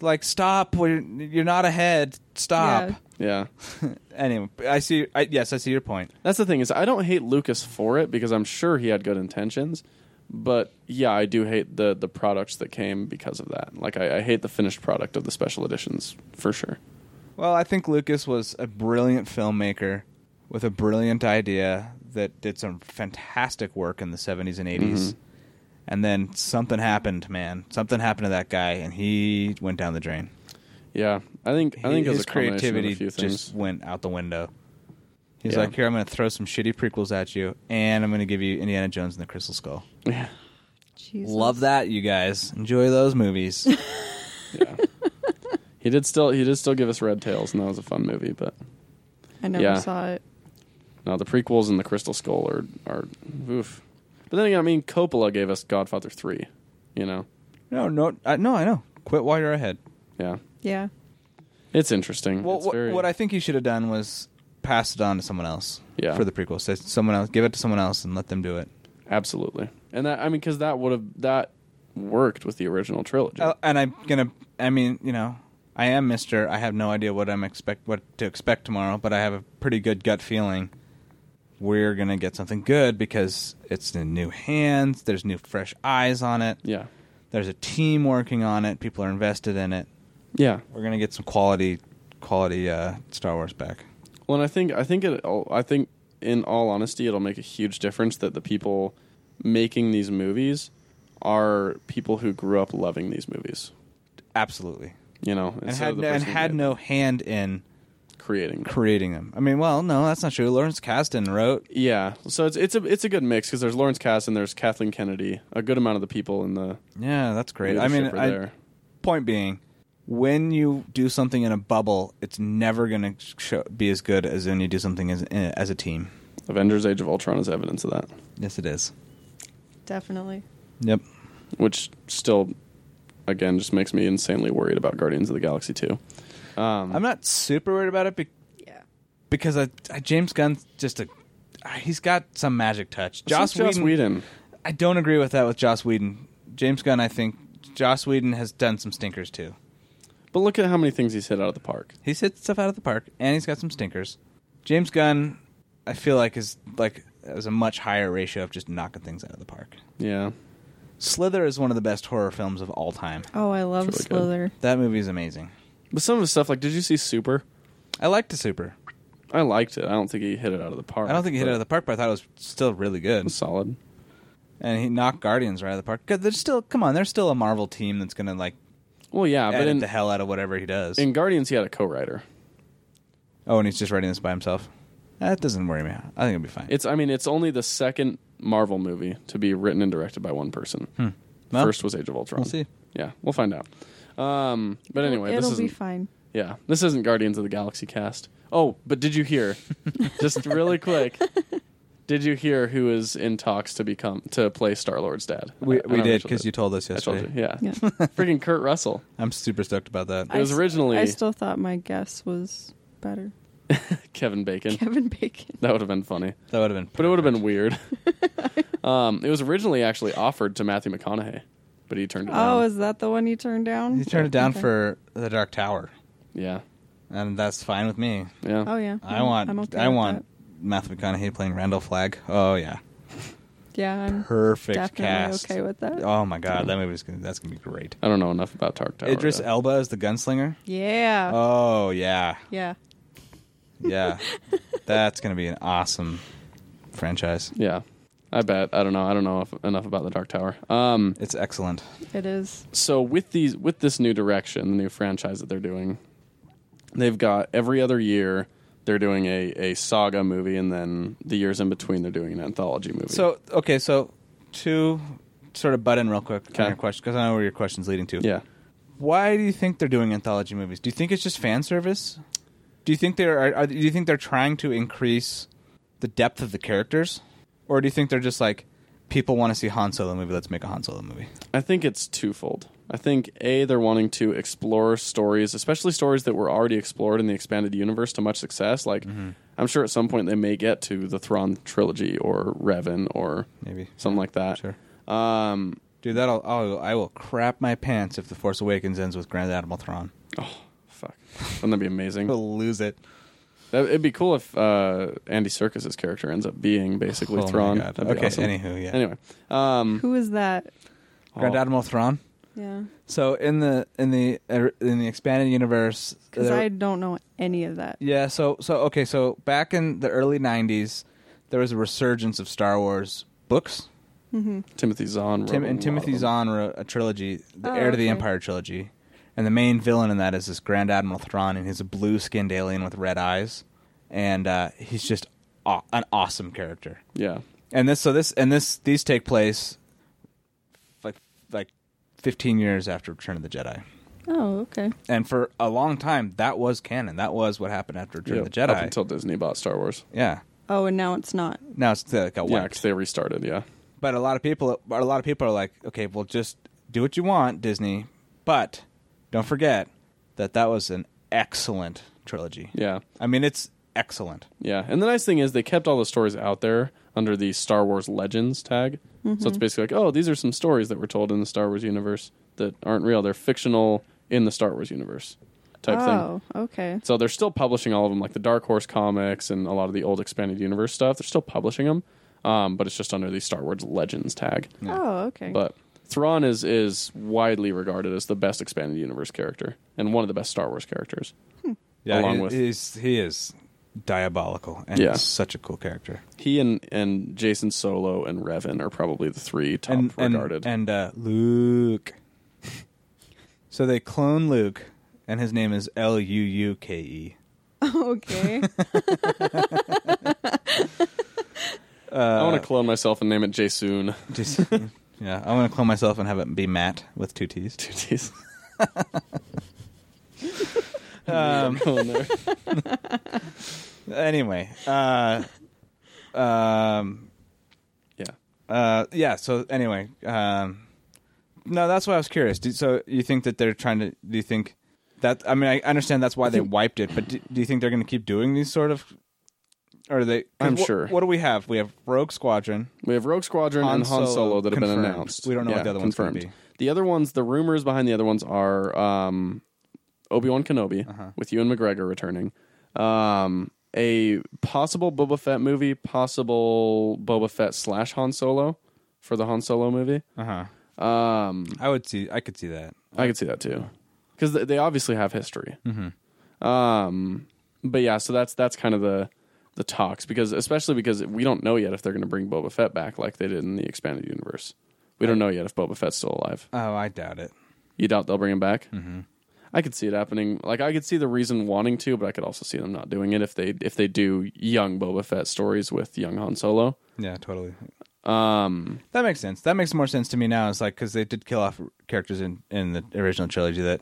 A: like stop we're, you're not ahead stop
C: Yeah.
B: Yeah.
A: anyway i see I, yes i see your point
B: That's the thing is I don't hate Lucas for it because I'm sure he had good intentions, but yeah, I do hate the the products that came because of that. Like I, I hate the finished product of the special editions for sure.
A: well i think lucas was a brilliant filmmaker with a brilliant idea that did some fantastic work in the 70s and 80s
B: Mm-hmm.
A: and then something happened man something happened to that guy and he went down the drain
B: Yeah, I think I think it was
A: his
B: a
A: creativity
B: creativity of a few
A: just
B: things.
A: went out the window he's
B: Yeah.
A: like here i'm going to throw some shitty prequels at you and i'm going to give you indiana jones and the crystal skull
B: Yeah,
C: Jesus.
A: Love that, you guys. Enjoy those movies.
B: yeah. he did still he did still give us Red Tails, and that was a fun movie. But
C: I never
B: Yeah.
C: saw it.
B: no, the prequels and the Crystal Skull are are oof. But then again, I mean, Coppola gave us Godfather three. You know,
A: no, no, I, no, I know. Quit while you're ahead.
B: yeah,
C: Yeah.
B: it's interesting.
A: Well,
B: It's
A: what,
B: very-
A: what I think you should have done was pass it on to someone else.
B: Yeah.
A: For the prequel, Say someone else, give it to someone else, and let them do it.
B: Absolutely. And that I mean cuz that would have that worked with the original trilogy.
A: Uh, and I'm gonna. I mean, you know, I am Mister. I have no idea what I'm expect what to expect tomorrow, but I have a pretty good gut feeling. We're gonna get something good because it's in new hands. There's new fresh eyes on it.
B: yeah.
A: There's a team working on it. People are invested in it.
B: Yeah.
A: We're gonna get some quality, quality uh, Star Wars back.
B: Well, and I think I think it oh, I think in all honesty it'll make a huge difference that the people making these movies are people who grew up loving these movies,
A: Absolutely,
B: you know,
A: and
B: instead
A: had
B: of the
A: no, and
B: person who
A: had
B: did
A: no hand in
B: creating.
A: creating them. I mean, well, no, that's not true. Lawrence Kasdan wrote.
B: Yeah. So it's it's a it's a good mix cuz there's Lawrence Cass and there's Kathleen Kennedy, a good amount of the people in the
A: Yeah, that's great. I mean,
B: leadership are
A: I,
B: there.
A: point being, when you do something in a bubble, it's never gonna show, be as good as when you do something as eh, as a team.
B: Avengers Age of Ultron is evidence of that.
A: Yes, it is.
C: Definitely.
A: Yep.
B: Mm. which still again just makes me insanely worried about guardians of the galaxy 2
A: I'm not super worried about it be-
C: Yeah.
A: because I, I, James Gunn's just a. He's got some magic touch. Joss
B: Joss
A: Whedon-
B: whedon
A: I don't agree with that with Joss Whedon. James Gunn, I think Joss Whedon has done some stinkers too.
B: but look at how many things he's hit out of the park
A: He's hit stuff out of the park, and he's got some stinkers. James Gunn, I feel like is like is a much higher ratio of just knocking things out of the park.
B: yeah
A: Slither is one of the best horror films of all time.
C: Oh, I love
B: It's really
C: Slither.
B: good.
A: That movie is amazing.
B: but some of the stuff like did you see super
A: I liked the Super.
B: i liked it i don't think he hit it out of the park
A: I don't think he hit it out of the park, but I thought it was still really good.
B: was solid
A: And he knocked Guardians right out of the park. 'Cause There's still, come on, there's still a Marvel team that's gonna like
B: well yeah but
A: edit the
B: in,
A: hell out of whatever he does.
B: in guardians he had a co-writer
A: oh, and he's just writing this by himself. That doesn't worry me. I think it'll be fine.
B: it's i mean it's only the second marvel movie to be written and directed by one person
A: Hmm. Well,
B: first was age of ultron
A: we'll see.
B: yeah we'll find out um, but anyway
C: it'll
B: this is
C: be fine.
B: Yeah, this isn't Guardians of the Galaxy cast. Oh, but did you hear? just really quick, did you hear who is in talks to become to play Star Lord's dad?
A: We,
B: I-
A: we
B: I don't know
A: did
B: if
A: because you told us
B: I told
A: yesterday.
B: you, yeah.
C: Yeah.
B: Freaking Kurt Russell.
A: I'm super stoked about that.
B: It was
C: I s-
B: originally
C: I still thought my guess was better.
B: Kevin Bacon.
C: Kevin Bacon.
B: That would have been funny,
A: that would have been.
B: but it would have been weird. um, it was originally actually offered to Matthew McConaughey, but he turned it
C: Oh,
B: down.
C: is that the one you turned down?
A: He turned it down
C: Okay.
A: for the Dark Tower,
B: yeah,
A: and that's fine with me.
B: yeah.
C: Oh yeah.
A: I
C: I'm-
A: want.
C: I'm okay
A: I
C: with
A: want Matthew McConaughey playing Randall Flagg. Oh yeah,
C: that. Yeah, I'm
A: perfect
C: definitely
A: cast.
C: okay with that.
A: Oh my god, that movie's gonna, that's gonna be great.
B: I don't know enough about Dark Tower.
A: Idris
B: though.
A: Elba is the gunslinger.
C: Yeah.
A: Oh yeah,
C: yeah.
A: yeah. that's gonna be an awesome franchise.
B: yeah, I bet. I don't know. I don't know if, enough about the Dark Tower. Um,
A: It's excellent.
C: It is.
B: so with these with this new direction, the new franchise that they're doing, they've got every other year they're doing a, a saga movie and then the years in between they're doing an anthology movie.
A: So okay, so two sort of butt in real quick
B: Okay.
A: on your question because I know where your question's leading to.
B: yeah.
A: why do you think they're doing anthology movies? Do you think it's just fan service? Do you think they're are, are, do you think they're trying to increase the depth of the characters, or do you think they're just like people want to see Han Solo movie? Let's make a Han Solo movie.
B: I think it's twofold. I think A, they're wanting to explore stories, especially stories that were already explored in the expanded universe to much success. Like
A: Mm-hmm.
B: I'm sure at some point they may get to the Thrawn trilogy or Revan or
A: Maybe.
B: something like that.
A: Sure.
B: Um
A: Do Dude, that'll I'll, I will crap my pants if the Force Awakens ends with Grand Admiral Thrawn.
B: Fuck, wouldn't that be amazing?
A: I'll lose it.
B: That, it'd be cool if uh, Andy Circus's character ends up being basically
A: Oh my
B: Thrawn.
A: God.
B: That'd be
A: okay.
B: awesome.
A: Anywho, yeah.
B: Anyway,
A: Mm.
B: um,
C: Who is that?
A: Grand
B: oh,
A: Admiral Thrawn.
C: Yeah,
A: So in the in the er, in the expanded universe,
C: because
A: there-
C: I don't know any of that.
A: yeah. So so okay. So back in the early '90s, there was a resurgence of Star Wars books.
B: Timothy Zahn.
A: Tim,
B: wrote a
A: and
B: lot
A: Timothy
B: of them.
A: Zahn wrote a trilogy, the
C: Oh,
A: Heir to the
C: okay.
A: Empire trilogy, and the main villain in that is this Grand Admiral Thrawn, and he's a blue-skinned alien with red eyes, and uh, he's just aw- an awesome character.
B: Yeah,
A: And this, so this, and this, these take place like like fifteen years after Return of the Jedi,
C: Oh, okay.
A: and for a long time that was canon. That was what happened after Return of the
B: Yeah,
A: Jedi.
B: Up until Disney bought Star Wars.
A: yeah.
C: Oh, and now it's not.
A: Now it's uh, got
B: Yeah,
A: wiped.
B: because they restarted. Yeah,
A: But a lot of people, but a lot of people are like, okay, well, just do what you want, Disney, but don't forget that that was an excellent trilogy.
B: yeah,
A: I mean, it's excellent.
B: yeah. And the nice thing is they kept all the stories out there under the Star Wars Legends tag. So it's basically like, oh, these are some stories that were told in the Star Wars universe that aren't real. They're fictional in the Star Wars universe type thing.
C: oh, okay.
B: So they're still publishing all of them, like the Dark Horse comics and a lot of the old expanded universe stuff. They're still publishing them, um, but it's just under the Star Wars Legends tag.
C: Oh, okay.
B: But Thrawn is is widely regarded as the best expanded universe character and one of the best Star Wars characters.
A: Yeah,
B: Along
A: he,
B: with-
A: he's, he is diabolical and
B: Yeah.
A: he's such a cool character.
B: He and and Jason Solo and Revan are probably the three top
A: and and,
B: regarded.
A: and uh, Luke. so they clone Luke, and his name is L U U K E.
C: okay.
B: I
A: uh,
B: want to clone myself and name it Jason.
A: Just yeah, I want to clone myself and have it be Matt with two T's.
B: Jeez.
A: Um,
B: Going there.
A: anyway, uh, um,
B: Yeah.
A: uh, yeah. So anyway, um, no, that's why I was curious. Do, so you think that they're trying to? Do you think that? I mean, I understand that's why they wiped it, but do, do you think they're going to keep doing these sort of? Or are they? 'cause
B: I'm
A: wh-
B: sure.
A: What do we have? We have Rogue Squadron.
B: We have Rogue Squadron
A: Han
B: and Han Solo,
A: Solo
B: that have
A: confirmed.
B: been announced.
A: We don't know what the other one's gonna
B: confirmed.
A: be.
B: The other ones, the rumors behind the other ones are um, Obi Wan Kenobi
A: Uh-huh.
B: with Ewan McGregor returning, um, a possible Boba Fett movie, possible Boba Fett slash Han Solo for the Han Solo movie.
A: Uh huh.
B: Um,
A: I would see. I could see that.
B: I could see that too, because they obviously have history. Um, but yeah, so that's that's kind of the the talks because especially because we don't know yet if they're going to bring Boba Fett back like they did in the expanded universe. We don't know yet if Boba Fett's still alive.
A: Oh, I doubt it.
B: You doubt they'll bring him back? Mm-hmm. I could see it happening. Like I could see the reason wanting to, but I could also see them not doing it if they if they do young Boba Fett stories with young Han Solo.
A: Yeah, totally.
B: Um,
A: That makes sense. That makes more sense to me now. It's like because they did kill off characters in in the original trilogy that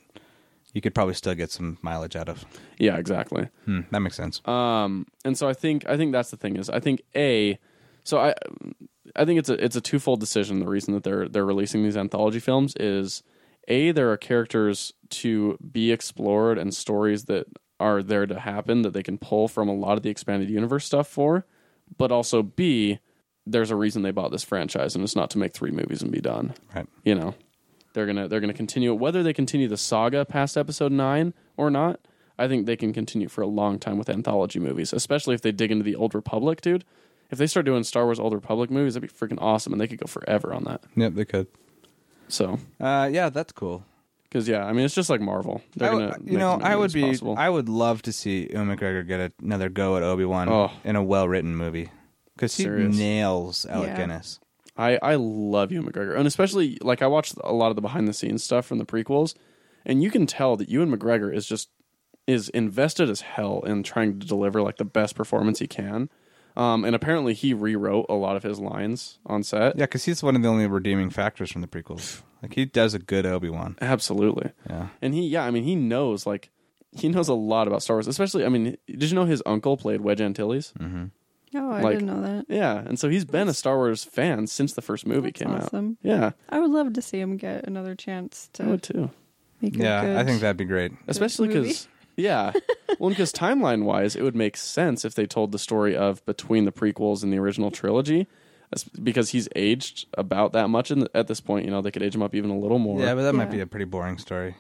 A: you could probably still get some mileage out of.
B: yeah, exactly.
A: Hmm, that makes sense.
B: Um, and so I think I think that's the thing is I think a, so I, I think it's a it's a twofold decision. The reason that they're they're releasing these anthology films is a there are characters to be explored and stories that are there to happen that they can pull from a lot of the expanded universe stuff for, but also b there's a reason they bought this franchise and it's not to make three movies and be done
A: right.
B: you know they're gonna they're gonna continue it. whether they continue the saga past episode nine or not i think they can continue for a long time with anthology movies especially if they dig into the old republic dude if they start doing star wars old republic movies that'd be freaking awesome and they could go forever on that
A: Yep, they could.
B: so
A: Uh, yeah, that's cool.
B: because yeah i mean it's just like marvel they're
A: I
B: gonna
A: w- you
B: make
A: know,
B: as many
A: I would
B: movies
A: be.
B: possible.
A: I would love to see Ewan McGregor get another go at Obi Wan
B: Oh.
A: in a well written movie because he
B: Serious.
A: nails Alec
C: Yeah.
A: Guinness.
B: I I love Ewan McGregor, and especially like I watched a lot of the behind the scenes stuff from the prequels, and you can tell that Ewan McGregor is just is invested as hell in trying to deliver like the best performance he can. Um, and apparently he rewrote a lot of his lines on set.
A: Yeah, because he's one of the only redeeming factors from the prequels. Like he does a good Obi Wan.
B: Absolutely.
A: Yeah.
B: And he, yeah, I mean, he knows like he knows a lot about Star Wars. Especially, I mean, did you know his uncle played Wedge Antilles?
C: Oh, I
B: Like-
C: didn't know that.
B: Yeah, and so he's been a Star Wars fan since the first movie
C: That's
B: came
C: awesome.
B: out. Yeah,
C: I would love to see him get another chance to
B: I would too.
C: make
A: Yeah,
C: it good.
A: I think that'd be great.
B: especially
C: movie.
B: because yeah well because timeline wise it would make sense if they told the story of between the prequels and the original trilogy That's because he's aged about that much in at this point. You know, they could age him up even a little more.
A: Yeah, but that might
C: Yeah.
A: be a pretty boring story.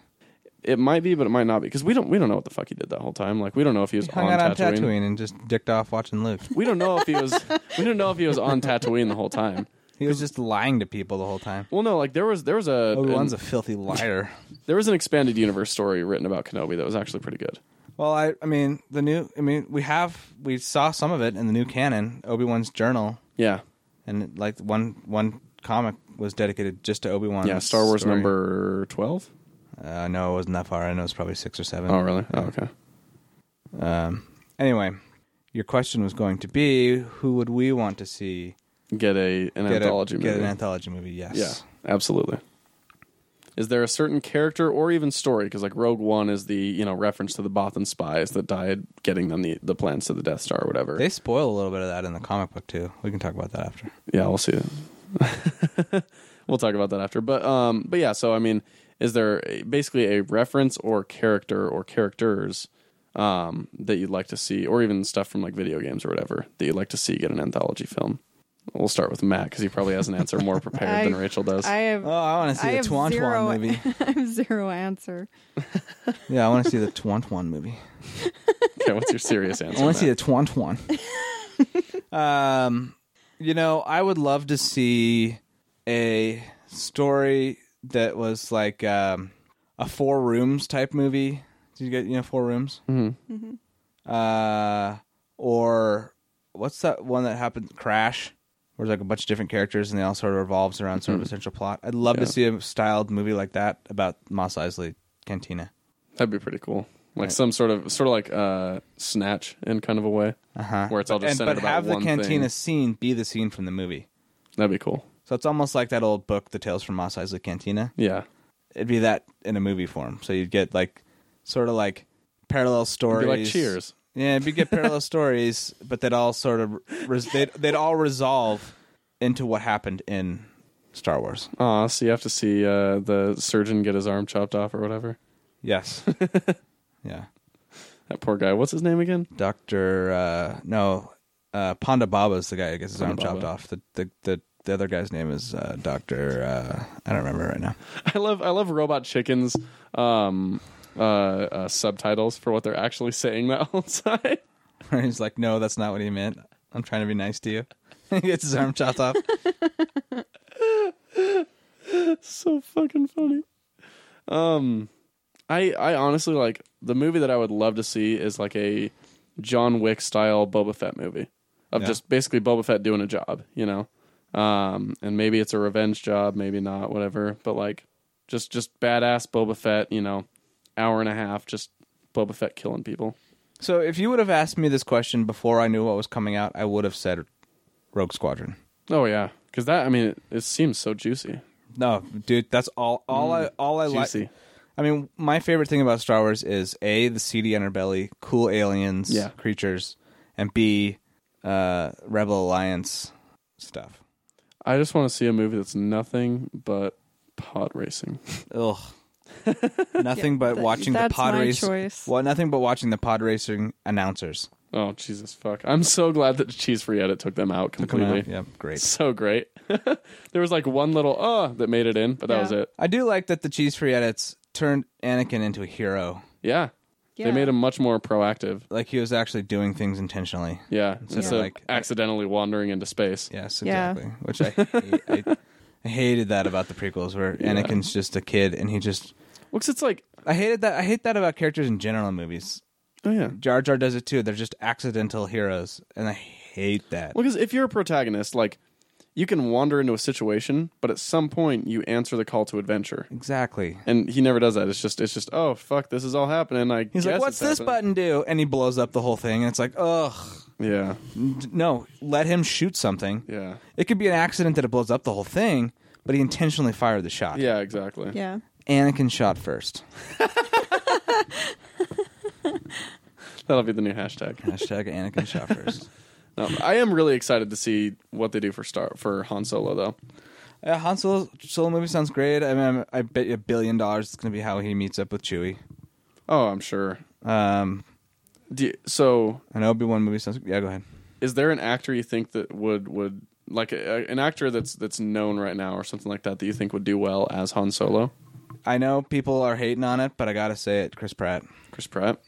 B: it might be, but it might not be because we don't we don't know what the fuck he did that whole time. Like we don't know if he was
A: He hung
B: on,
A: out on
B: Tatooine.
A: Tatooine and just dicked off watching Luke.
B: We don't know if he was we don't know if he was on Tatooine the whole time.
A: He was just lying to people the whole time.
B: Well, no, like there was there was a,
A: Obi Wan's a
B: an-
A: filthy liar.
B: there was an expanded universe story written about Kenobi that was actually pretty good.
A: well, I, I mean, the new, I mean, we have, we saw some of it in the new canon, Obi Wan's journal,
B: Yeah,
A: and like one one comic was dedicated just to Obi Wan.
B: yeah. Star Wars number twelve.
A: Uh, no, it wasn't that far. I know it's probably six or seven.
B: Oh, really? Oh, okay.
A: Anyway, your question was going to be, who would we want to see
B: Get a an
A: get,
B: anthology
A: a,
B: movie.
A: get an anthology movie? Yes.
B: Yeah, absolutely. Is there a certain character or even story? Because like Rogue One is the you know reference to the Bothan spies that died getting them the the plans to the Death Star or whatever.
A: They spoil a little bit of that in the comic book too. We can talk about that after.
B: yeah, we'll see. we'll talk about that after. But um, but yeah. So I mean, is there a, basically a reference or character or characters um that you'd like to see, or even stuff from like video games or whatever that you'd like to see get an anthology film? We'll start with Matt because he probably has an answer more prepared than
C: I-
B: Rachel does.
C: I have
A: Oh, I want to see
C: I
A: the
C: have
A: Twan
C: zero-
A: Twan movie.
C: I have zero answer.
A: yeah, I want to see the Twan Twan movie.
B: okay, what's your serious answer?
A: I want to see
B: Matt?
A: the Twan Twan. um, you know, I would love to see a story that was like um, a four rooms type movie. Did you get you know four rooms? Mm-hmm. Uh, or what's that one that happened? Crash. Where there's like a bunch of different characters and they all sort of revolves around sort of a central plot. I'd love
B: Mm-hmm. Yeah.
A: to see a styled movie like that about Moss Eisley Cantina.
B: That'd be pretty cool. Like some sort of sort of like uh snatch in kind of a way,
A: Uh-huh.
B: where it's all just
A: and
B: centered
A: but
B: about
A: have the
B: one
A: cantina
B: thing.
A: scene be the scene from the movie.
B: That'd be cool.
A: So it's almost like that old book, The Tales from Mos Eisley Cantina.
B: Yeah,
A: It'd be that in a movie form. So you'd get like sort of like parallel
B: It'd
A: stories.
B: be like Cheers.
A: Yeah, it'd be get parallel stories, but they'd all sort of res- they'd, they'd all resolve into what happened in Star Wars.
B: Aw, so you have to see uh the surgeon get his arm chopped off or whatever.
A: Yes. yeah.
B: That poor guy. What's his name again?
A: Doctor uh no, uh Ponda Baba's the guy who gets his arm
B: Ponda
A: chopped
B: Baba.
A: off. The the the the other guy's name is uh, Doctor. Uh, I don't remember right now.
B: I love I love Robot Chicken's um uh, uh subtitles for what they're actually saying that whole time.
A: Where he's like, "No, that's not what he meant. I'm trying to be nice to you." he gets his arm chopped off.
B: so fucking funny. Um, I I honestly like the movie that I would love to see is like a John Wick style Boba Fett movie of
A: Yeah.
B: just basically Boba Fett doing a job, you know. Um, and maybe it's a revenge job, maybe not, whatever. But like, just just badass Boba Fett, you know, hour and a half, just Boba Fett killing people.
A: So, if you would have asked me this question before I knew what was coming out, I would have said Rogue Squadron.
B: Oh yeah, because that I mean, it, it seems so juicy.
A: No, dude, that's all. All I all I like.
B: Mm, Juicy.
A: I mean, my favorite thing about Star Wars is a the seedy underbelly, cool aliens,
B: Yeah.
A: creatures, and b uh, Rebel Alliance stuff.
B: I just want to see a movie that's nothing but pod racing.
A: Ugh. nothing but
C: th-
A: watching the
C: that's
A: pod
C: my
A: race.
C: choice.
A: Well, nothing but watching the pod racing announcers.
B: Oh Jesus fuck! I'm so glad that Cheese Free Edit took them out
A: Come
B: completely.
A: on. Yep, great.
B: So great. there was like one little uh that made it in, but that
C: Yeah.
B: was it.
A: I do like that the cheese free edits turned Anakin into a hero.
B: Yeah.
C: Yeah.
B: They made him much more proactive.
A: Like he was actually doing things intentionally.
B: Yeah.
A: Instead of,
B: Instead of
A: like-
B: accidentally wandering into space.
A: Yes,
C: Yeah.
A: exactly. Which I, hate. I I hated that about the prequels where
B: Yeah.
A: Anakin's just a kid and he just
B: Well, 'cause it's like,
A: I hated that I hate that about characters in general in movies.
B: oh yeah. Well,
A: Jar Jar does it too. They're just accidental heroes and I hate that.
B: because if you're a protagonist, like you can wander into a situation, but at some point you answer the call to adventure.
A: Exactly.
B: And he never does that. It's just, it's just, oh fuck, this is all happening. I
A: He's
B: guess
A: like, "What's
B: it's
A: this button
B: happening."
A: do?" and he blows up the whole thing and it's like, "Ugh,
B: Yeah,
A: D- no, let him shoot something."
B: yeah,
A: It could be an accident that it blows up the whole thing, but he intentionally fired the shot.
B: yeah, exactly.
C: Yeah.
A: Anakin shot first.
B: That'll be the new hashtag.
A: Hashtag Anakin shot first.
B: No, I am really excited to see what they do for Star for Han Solo though.
A: Uh, Han Solo, Solo movie sounds great. I mean, I'm- I bet you a billion dollars it's going to be how he meets up with Chewie.
B: Oh, I'm sure.
A: Um,
B: Do you- so,
A: an Obi Wan movie sounds. Yeah, go ahead.
B: is there an actor you think that would would like a, an actor that's that's known right now or something like that that you think would do well as Han Solo?
A: I know people are hating on it, but I gotta say it, Chris Pratt.
B: Chris Pratt.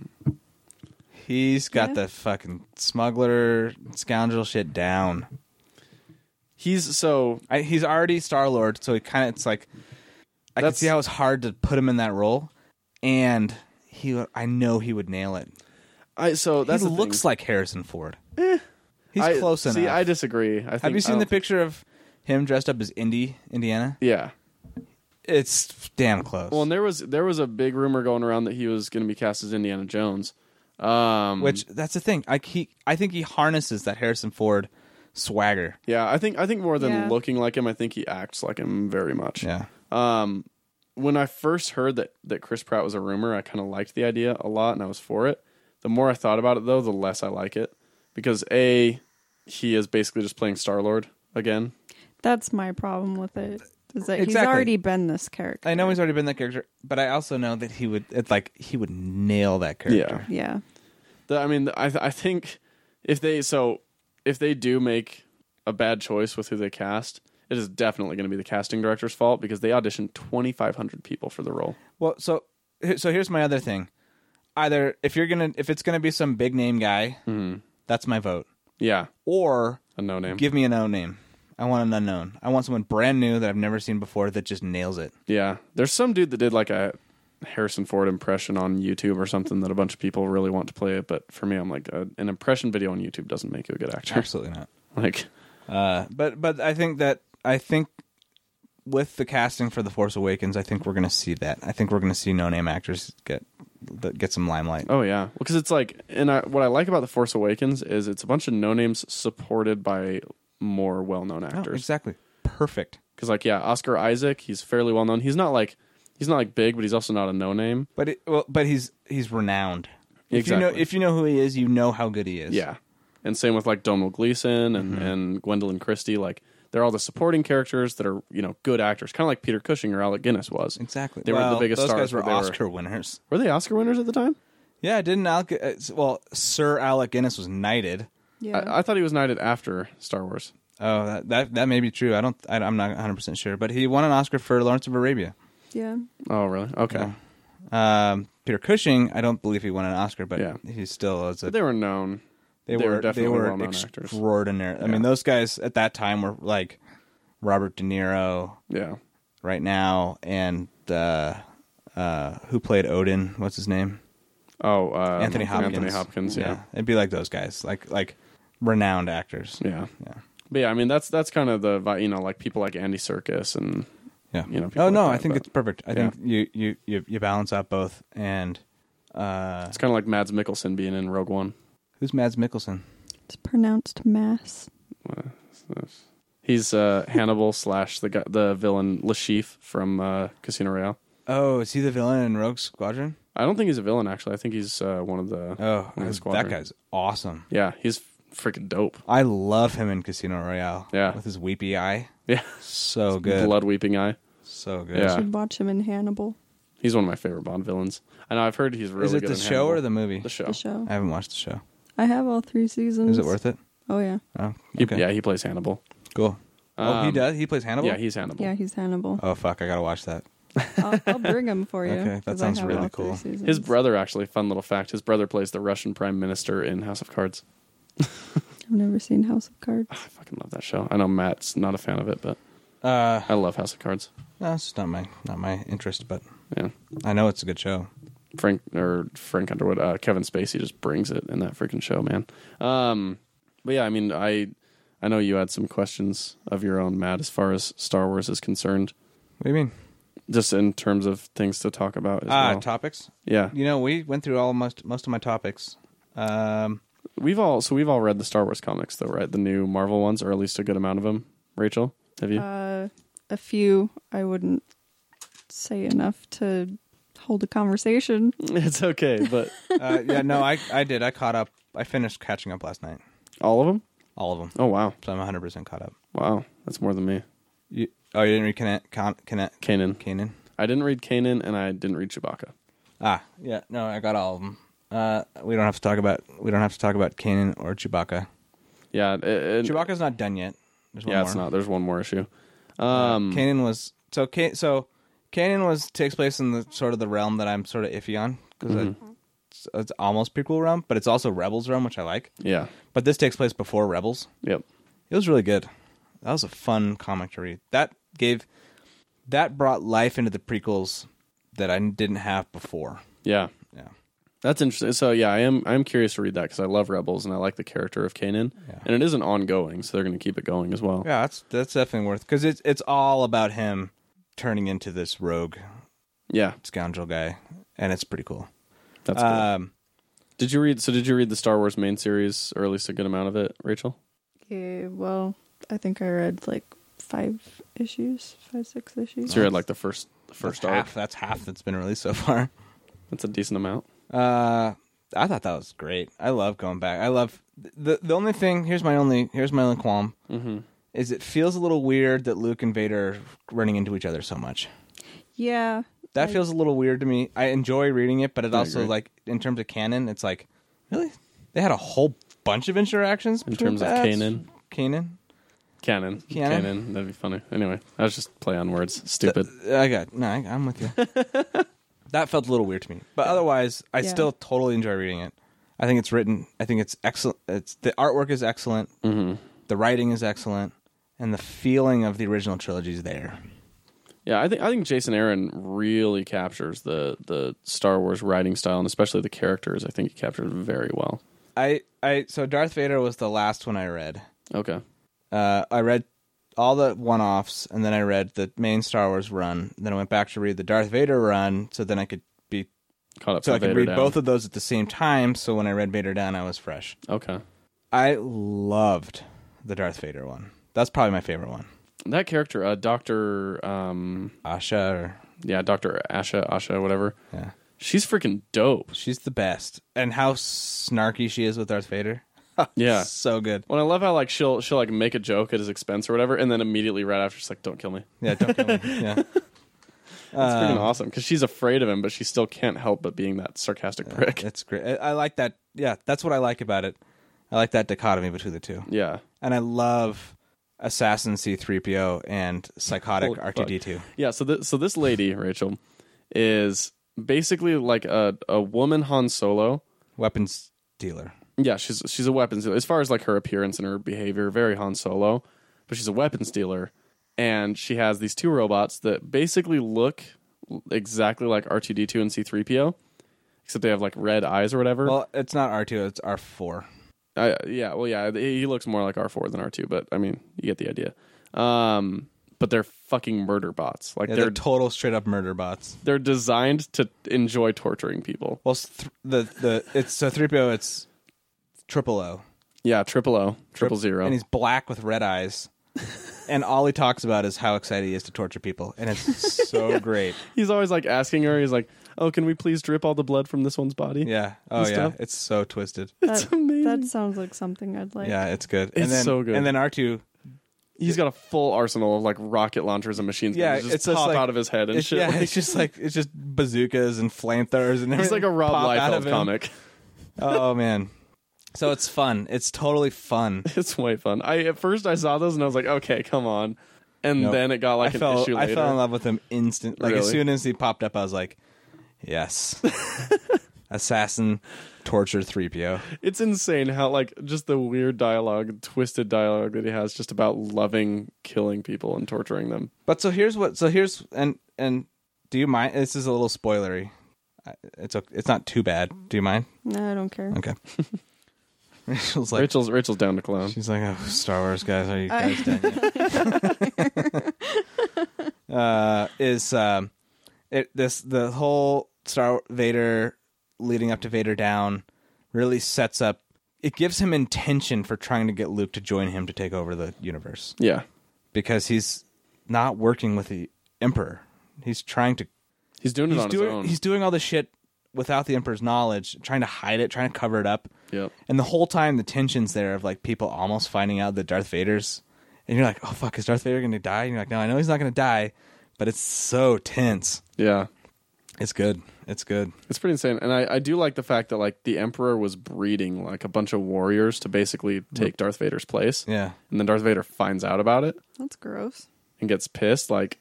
A: He's got
C: Yeah.
A: the fucking smuggler scoundrel shit down.
B: He's so
A: I, he's already Star Lord, so he kind of it's like I can
B: That's-
A: see how it's hard to put him in that role, and he I know he would nail it.
B: I so that's
A: he
B: the
A: looks
B: thing. Eh.
A: like Harrison Ford. He's
B: I-
A: close enough.
B: See, I disagree. I think,
A: Have you
B: I
A: seen the
B: don't think-
A: picture of him dressed up as Indy, Indiana?
B: Yeah.
A: It's damn close.
B: Well, and there was there was a big rumor going around that he was going to be cast as Indiana Jones. Um,
A: Which that's the thing. I he, I think he harnesses that Harrison Ford swagger.
B: yeah, I think I think more than
C: Yeah.
B: looking like him, I think he acts like him very much.
A: Yeah.
B: Um, when I first heard that that Chris Pratt was a rumor, I kind of liked the idea a lot, and I was for it. The more I thought about it, though, the less I like it because a he is basically just playing Star Lord again.
C: That's my problem with it. Is that he's
A: Exactly.
C: already been this character?
A: I know he's already been that character, but I also know that he would it's like he would nail that character.
C: Yeah.
B: The- I mean, I th- I think if they so if they do make a bad choice with who they cast, it is definitely going to be the casting director's fault because they auditioned twenty five hundred people for the role.
A: Well, so so here's my other thing. Either if you're gonna if it's gonna be some big name guy, that's my vote.
B: Yeah,
A: Or
B: a no name.
A: give me an unknown name. I want an unknown. I want someone brand new that I've never seen before that just nails it.
B: Yeah, there's some dude that did like a Harrison Ford impression on YouTube or something that a bunch of people really want to play it. But for me, I'm like a, an impression video on YouTube doesn't make you a good actor.
A: Absolutely not.
B: like,
A: Uh, but but I think that I think with the casting for The Force Awakens, I think we're gonna see that. I think we're gonna see no name actors get that get some limelight.
B: oh yeah, well because it's like, and I, what I like about the Force Awakens is it's a bunch of no names supported by more well known
A: Oh,
B: actors.
A: exactly. Perfect.
B: Because like yeah, Oscar Isaac, he's fairly well known. He's not like he's not like big, but he's also not a no name.
A: But it, well, but he's he's renowned. If you know
B: Exactly.
A: if you know who he is, you know how good he is.
B: Yeah. And same with like Donald Gleason and,
A: Mm-hmm.
B: and Gwendolyn Christie. Like they're all the supporting characters that are, you know, good actors, kind of like Peter Cushing or Alec Guinness was.
A: Exactly.
B: They were
A: Well,
B: the biggest
A: those
B: stars.
A: guys were
B: but they
A: Oscar winners.
B: Were, they Oscar winners at the time?
A: Yeah, didn't Alec? uh, Well, Sir Alec Guinness was knighted.
C: Yeah.
B: I, I thought he was knighted after Star Wars.
A: Oh, that that, that may be true. I don't. I, I'm not 100 percent sure, but he won an Oscar for Lawrence of Arabia.
C: yeah.
B: Oh, really? Okay.
A: Um, Peter Cushing, I don't believe he won an Oscar, but
B: Yeah.
A: he still is a.
B: But they were known.
A: they
B: they were definitely
A: they were
B: well-known actors.
A: extraordinary. I mean, those guys at that time were like Robert De Niro
B: Yeah.
A: right now, and uh, uh, who played Odin? What's his name?
B: Oh, uh,
A: Anthony Hopkins.
B: Anthony Hopkins, yeah.
A: it'd be like those guys, like like renowned actors.
B: Yeah.
A: yeah,
B: But yeah, I mean, that's that's kind of the, vi- you know, like people like Andy Serkis and
A: yeah.
B: You know, people
A: oh
B: like
A: no,
B: that,
A: I think
B: but-
A: it's perfect. I
B: Yeah.
A: think you, you you you balance out both. And uh,
B: it's kind of like Mads Mikkelsen being in Rogue One.
A: who's Mads Mikkelsen?
C: It's pronounced mass.
B: He's uh, Hannibal slash the guy, the villain Lashif from uh, Casino Royale.
A: Oh, is he the villain in Rogue Squadron?
B: I don't think he's a villain. Actually, I think he's uh, one of the
A: Oh,
B: one of the
A: that
B: squadron.
A: guy's awesome.
B: Yeah, he's freaking dope.
A: I love him in Casino Royale.
B: Yeah.
A: with his weepy eye,
B: Yeah,
A: so Oh, good,
B: blood weeping eye.
A: so good.
B: Yeah.
C: Should watch him in Hannibal,
B: He's one of my favorite Bond villains. I know I've heard he's really.
A: is it
B: good
A: the
B: in
A: show or
B: Hannibal.
A: the movie?
B: the show?
C: the show.
A: I haven't watched the show.
C: I have all three seasons.
A: Is it worth it?
C: Oh yeah.
A: Oh,
B: He-
A: okay.
B: yeah, he plays Hannibal.
A: cool. oh, he
B: Um,
A: does. He plays Hannibal.
B: Yeah, he's Hannibal.
C: Yeah, he's Hannibal.
A: Oh fuck, I gotta watch that.
C: I'll, I'll bring him for you.
A: Okay, that
C: 'cause I
A: sounds
C: have
A: really
C: all three
A: cool.
C: seasons.
B: his brother actually. Fun little fact: his brother plays the Russian prime minister in House of Cards.
C: I've never seen House of Cards.
B: I fucking love that show. I know Matt's not a fan of it, but
A: Uh,
B: I love House of Cards.
A: no, it's not my not my interest, but
B: Yeah,
A: I know it's a good show.
B: Frank or Frank Underwood, uh, Kevin Spacey just brings it in that freaking show, man. Um, but yeah, I mean, I I know you had some questions of your own, Matt, as far as Star Wars is concerned,
A: What do you mean?
B: just in terms of things to talk about. As
A: Ah,
B: well.
A: topics.
B: yeah,
A: You know, we went through all most most of my topics. Um,
B: we've all so we've all read the Star Wars comics, though, right? The new Marvel ones, or at least a good amount of them. Rachel, have you?
C: Uh, a few. I wouldn't say enough to hold a conversation.
B: it's okay, but
A: uh, yeah, no, I I did. I caught up. I finished catching up last night.
B: all of them.
A: All of them.
B: Oh wow,
A: So I'm 100 percent caught up.
B: wow, that's more than me.
A: You, oh, you didn't read Canan? Can, Can,
B: Kanan,
A: Kanan?
B: I didn't read Kanan, and I didn't read Chewbacca.
A: Ah, yeah. No, I got all of them. Uh, we don't have to talk about we don't have to talk about Kanan or Chewbacca.
B: Yeah, it, it-
A: Chewbacca's not done yet. There's one
B: Yeah, it's
A: more. Uh,
B: not. There's one more issue. Um,
A: Kanan was so Can, so Kanan was takes place in the sort of the realm that I'm sort of iffy on because
B: Mm-hmm.
A: it's, it's almost prequel realm, but it's also Rebels realm, which I like.
B: yeah.
A: But this takes place before Rebels.
B: Yep.
A: It was really good. That was a fun comic to read. That gave that brought life into the prequels that I didn't have before.
B: Yeah.
A: Yeah.
B: That's interesting. So yeah, I am I am curious to read that because I love Rebels and I like the character of Kanan, and it isn't ongoing, so they're going to keep it going as well.
A: Yeah, that's that's definitely worth because it's it's all about him turning into this rogue
B: Yeah,
A: scoundrel guy, and it's pretty cool.
B: that's cool.
A: Um,
B: did you read? So did you read the Star Wars main series, or at least a good amount of it, Rachel?
C: Okay, well, I think I read like five issues, five, six issues.
B: So you read like the first the first
A: that's
B: arc.
A: half that's half that's been released so far.
B: That's a decent amount.
A: Uh, I thought that was great. I love going back. I love the the only thing. Here's my only here's my only qualm. Mm-hmm. Is it feels a little weird that Luke and Vader are running into each other so much?
C: Yeah.
A: That
C: I-
A: feels a little weird to me. I enjoy reading it, but it also
B: agree.
A: like in terms of canon, it's like really they had a whole bunch of interactions
B: In
A: between-
B: terms of
A: that's-
B: canon?
A: Canon.
B: Canon,
A: Canon.
B: Kanan. That'd be funny. Anyway, I was just play on words. Stupid.
A: I got no. I, I'm with you. that felt a little weird to me, but otherwise, I
C: Yeah.
A: still totally enjoy reading it. I think it's written. I think it's excellent. It's the artwork is excellent.
B: Mm-hmm.
A: The writing is excellent, and the feeling of the original trilogy is there.
B: Yeah, I think I think Jason Aaron really captures the the Star Wars writing style and especially the characters. I think he captured very well.
A: I I so Darth Vader was the last one I read.
B: Okay.
A: Uh, I read all the one offs, and then I read the main Star Wars run. Then I went back to read the Darth Vader run, so then I could be
B: Caught up
A: so
B: to
A: I could
B: Oh, Vader
A: read
B: down.
A: both of those at the same time. So when I read Vader Down, I was fresh.
B: Okay.
A: I loved the Darth Vader one. That's probably my favorite one.
B: That character, uh, Doctor, um,
A: Asha, or,
B: yeah, Doctor Asha, Asha, whatever.
A: yeah,
B: She's freaking dope.
A: she's the best. And how snarky she is with Darth Vader.
B: Yeah.
A: so good.
B: When I love how like she'll she'll like make a joke at his expense or whatever, and then immediately right after she's like, "Don't kill me."
A: Yeah, don't kill me. Yeah,
B: It's
A: Uh,
B: freaking awesome because she's afraid of him, but she still can't help but being that sarcastic prick.
A: it's great. I, I like that. Yeah, that's what I like about it. I like that dichotomy between the two,
B: Yeah.
A: and I love Assassin C three PO and psychotic
B: Holy fuck.
A: R2D two.
B: Yeah, so this so this lady Rachel is basically like a a woman Han Solo.
A: Weapons dealer.
B: Yeah, she's she's a weapons dealer as far as like her appearance and her behavior, very Han Solo, but she's a weapons dealer, and she has these two robots that basically look exactly like R two D two and C three PO, except they have like red eyes or whatever.
A: Well, it's not R two. It's R four.
B: I, yeah, well, yeah, he he looks more like R four than R two, but I mean, you get the idea. Um, but they're fucking murder bots. Like
A: Yeah,
B: they're
A: they're total straight up murder bots.
B: they're designed to enjoy torturing people.
A: Well, s- th- the the it's so three PO. It's triple O,
B: Yeah, triple O, triple zero.
A: and he's black with red eyes. and all he talks about is how excited he is to torture people, and it's so great.
B: He's always like asking her. He's like, "Oh, can we please drip all the blood from this one's body?"
A: Yeah. Oh
B: And
A: yeah.
B: stuff.
A: It's so twisted.
B: it's
C: that,
B: amazing.
C: That sounds like something I'd like.
A: Yeah, it's good.
B: It's
A: and then,
B: so good.
A: And then R two.
B: He's got a full arsenal of like rocket launchers and machines.
A: Yeah,
B: guns that just
A: it's
B: pop
A: just like-
B: out of his head and
A: It's,
B: shit.
A: yeah,
B: like,
A: it's just like it's just bazookas and flamethrowers and everything.
B: he's like a Rob
A: pop out of
B: Liefeld
A: him.
B: comic.
A: Oh man. So it's fun. It's totally fun.
B: It's way fun. I at first I saw those and I was like, "Okay, come on," and
A: Nope.
B: then it got
A: I
B: like an
A: fell
B: issue later.
A: I fell in love with him instant. Like as
B: Really?
A: soon as he popped up, I was like, yes, assassin, torture, three PO.
B: It's insane how like just the weird dialogue, twisted dialogue that he has, just about loving killing people and torturing them.
A: But so here's what. So here's and and do you mind? This is a little spoilery. I- It's o- it's not too bad. Do you mind?
C: No, I don't care.
A: Okay. Rachel's like
B: Rachel's Rachel's down to clown.
A: she's like oh, Star Wars guys. Are you
C: I-
A: guys done yet? uh, is um, it this the whole Star Vader leading up to Vader down really sets up. It gives him intention for trying to get Luke to join him to take over the universe
B: Yeah,
A: because he's not working with the Emperor. He's trying to
B: he's doing it
A: he's
B: on
A: doing
B: his own.
A: he's doing all this shit without the Emperor's knowledge, trying to hide it, trying to cover it up.
B: Yep.
A: And the whole time, the tensions there of like people almost finding out that Darth Vader's, and you're like, oh fuck, is Darth Vader going to die? And you're like, no, I know he's not going to die, but it's so tense.
B: Yeah.
A: It's good. It's good.
B: It's pretty insane, and I, I do like the fact that like the Emperor was breeding like a bunch of warriors to basically take Darth Vader's place,
A: Yeah.
B: and then Darth Vader finds out about it
C: That's gross.
B: and gets pissed, like,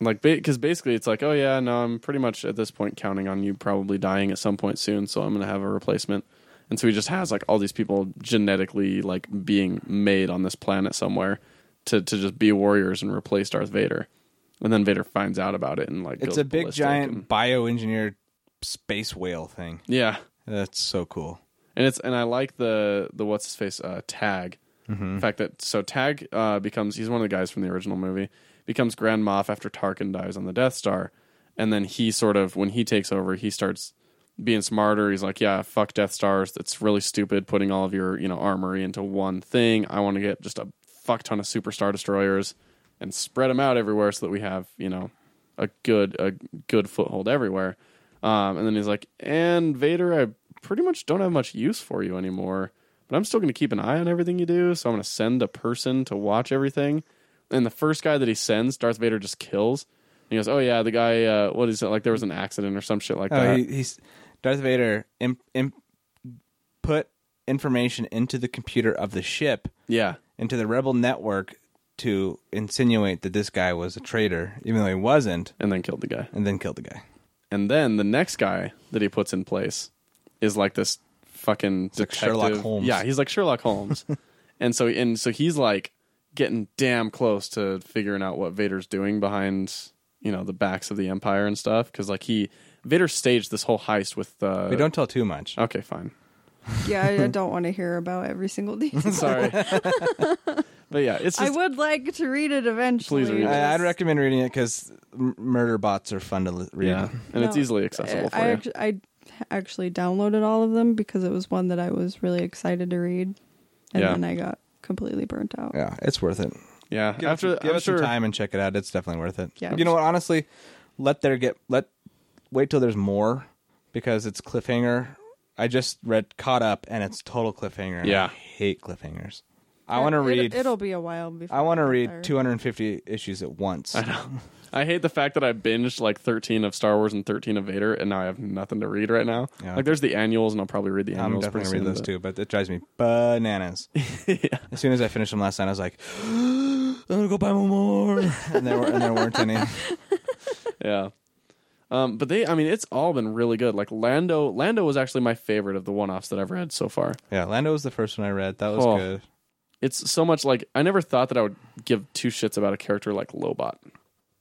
B: like because basically it's like, oh yeah, no, I'm pretty much at this point counting on you probably dying at some point soon, so I'm gonna have a replacement, and so he just has like all these people genetically like being made on this planet somewhere to to just be warriors and replace Darth Vader, and then Vader finds out about it and like
A: It's
B: goes
A: a big
B: ballistic
A: giant
B: and-
A: bioengineered space whale thing.
B: yeah.
A: That's so cool.
B: and it's and I like the the what's his face uh, Tag. The fact that so Tag uh, becomes he's one of the guys from the original movie becomes Grand Moff after Tarkin dies on the Death Star, and then he sort of when he takes over he starts being smarter. He's like, yeah, fuck Death Stars. That's really stupid putting all of your you know armory into one thing. I want to get just a fuck ton of super star destroyers and spread them out everywhere so that we have you know a good a good foothold everywhere. Um, and then he's like, and Vader, I pretty much don't have much use for you anymore, but I'm still going to keep an eye on everything you do. So I'm going to send a person to watch everything. And the first guy that he sends, Darth Vader just kills. And he goes, oh yeah, the guy, uh, what is it? Like there was an accident or some shit like
A: Oh,
B: that.
A: he, he's Darth Vader. Imp, imp, put information into the computer of the ship,
B: yeah.
A: into the Rebel network, to insinuate that this guy was a traitor, even though he wasn't,
B: And then killed the guy.
A: and then killed the guy.
B: And then the next guy that he puts in place is like this fucking
A: like
B: detective.
A: Sherlock Holmes.
B: Yeah, he's like Sherlock Holmes. and so and so he's like getting damn close to figuring out what Vader's doing behind, you know, the backs of the empire and stuff cuz like he Vader staged this whole heist with uh
A: We don't tell too much.
B: Okay, fine.
C: Yeah, I, I don't want to hear about every single detail.
B: Sorry. but yeah, it's
C: I
B: just
C: would like to read it eventually.
B: Please read it.
A: I, I'd recommend reading it because murder bots are fun to li- read.
B: yeah, and it's
C: No,
B: easily accessible for
C: Uh, I,
B: you.
C: act- I actually downloaded all of them because it was one that I was really excited to read, and
B: Yeah.
C: then I got completely burnt out.
A: Yeah, it's worth it.
B: yeah,
A: Give
B: after
A: it, give
B: I'm
A: it some
B: sure-
A: time and check it out. It's definitely worth it.
C: Yeah.
A: You know what? Honestly, let there get let wait till there's more because it's cliffhanger. I just read caught up and it's total cliffhanger. and
B: Yeah.
A: I hate cliffhangers. I want to
C: It-
A: read.
C: It, will be a while before.
A: I want to
C: get
A: read
C: there.
A: 250 issues at once.
B: I hate the fact that I binged like 13 of Star Wars and 13 of Vader, and now I have nothing to read right now.
A: Yeah.
B: Like, there's the annuals, and I'll probably read the
A: I'm
B: annuals.
A: definitely gonna
B: pretty
A: read those
B: soon,
A: too, but it drives me bananas. As soon as I finished them last night, I was like, "I'm gonna go buy one more," and there were, and there weren't any.
B: but- Yeah. Um, but they, I mean, it's all been really good. Like Lando, Lando was actually my favorite of the one-offs that I've read so far.
A: Yeah, Lando was the first one I read. That was
B: Oh.
A: good.
B: It's so much like I never thought that I would give two shits about a character like Lobot. Do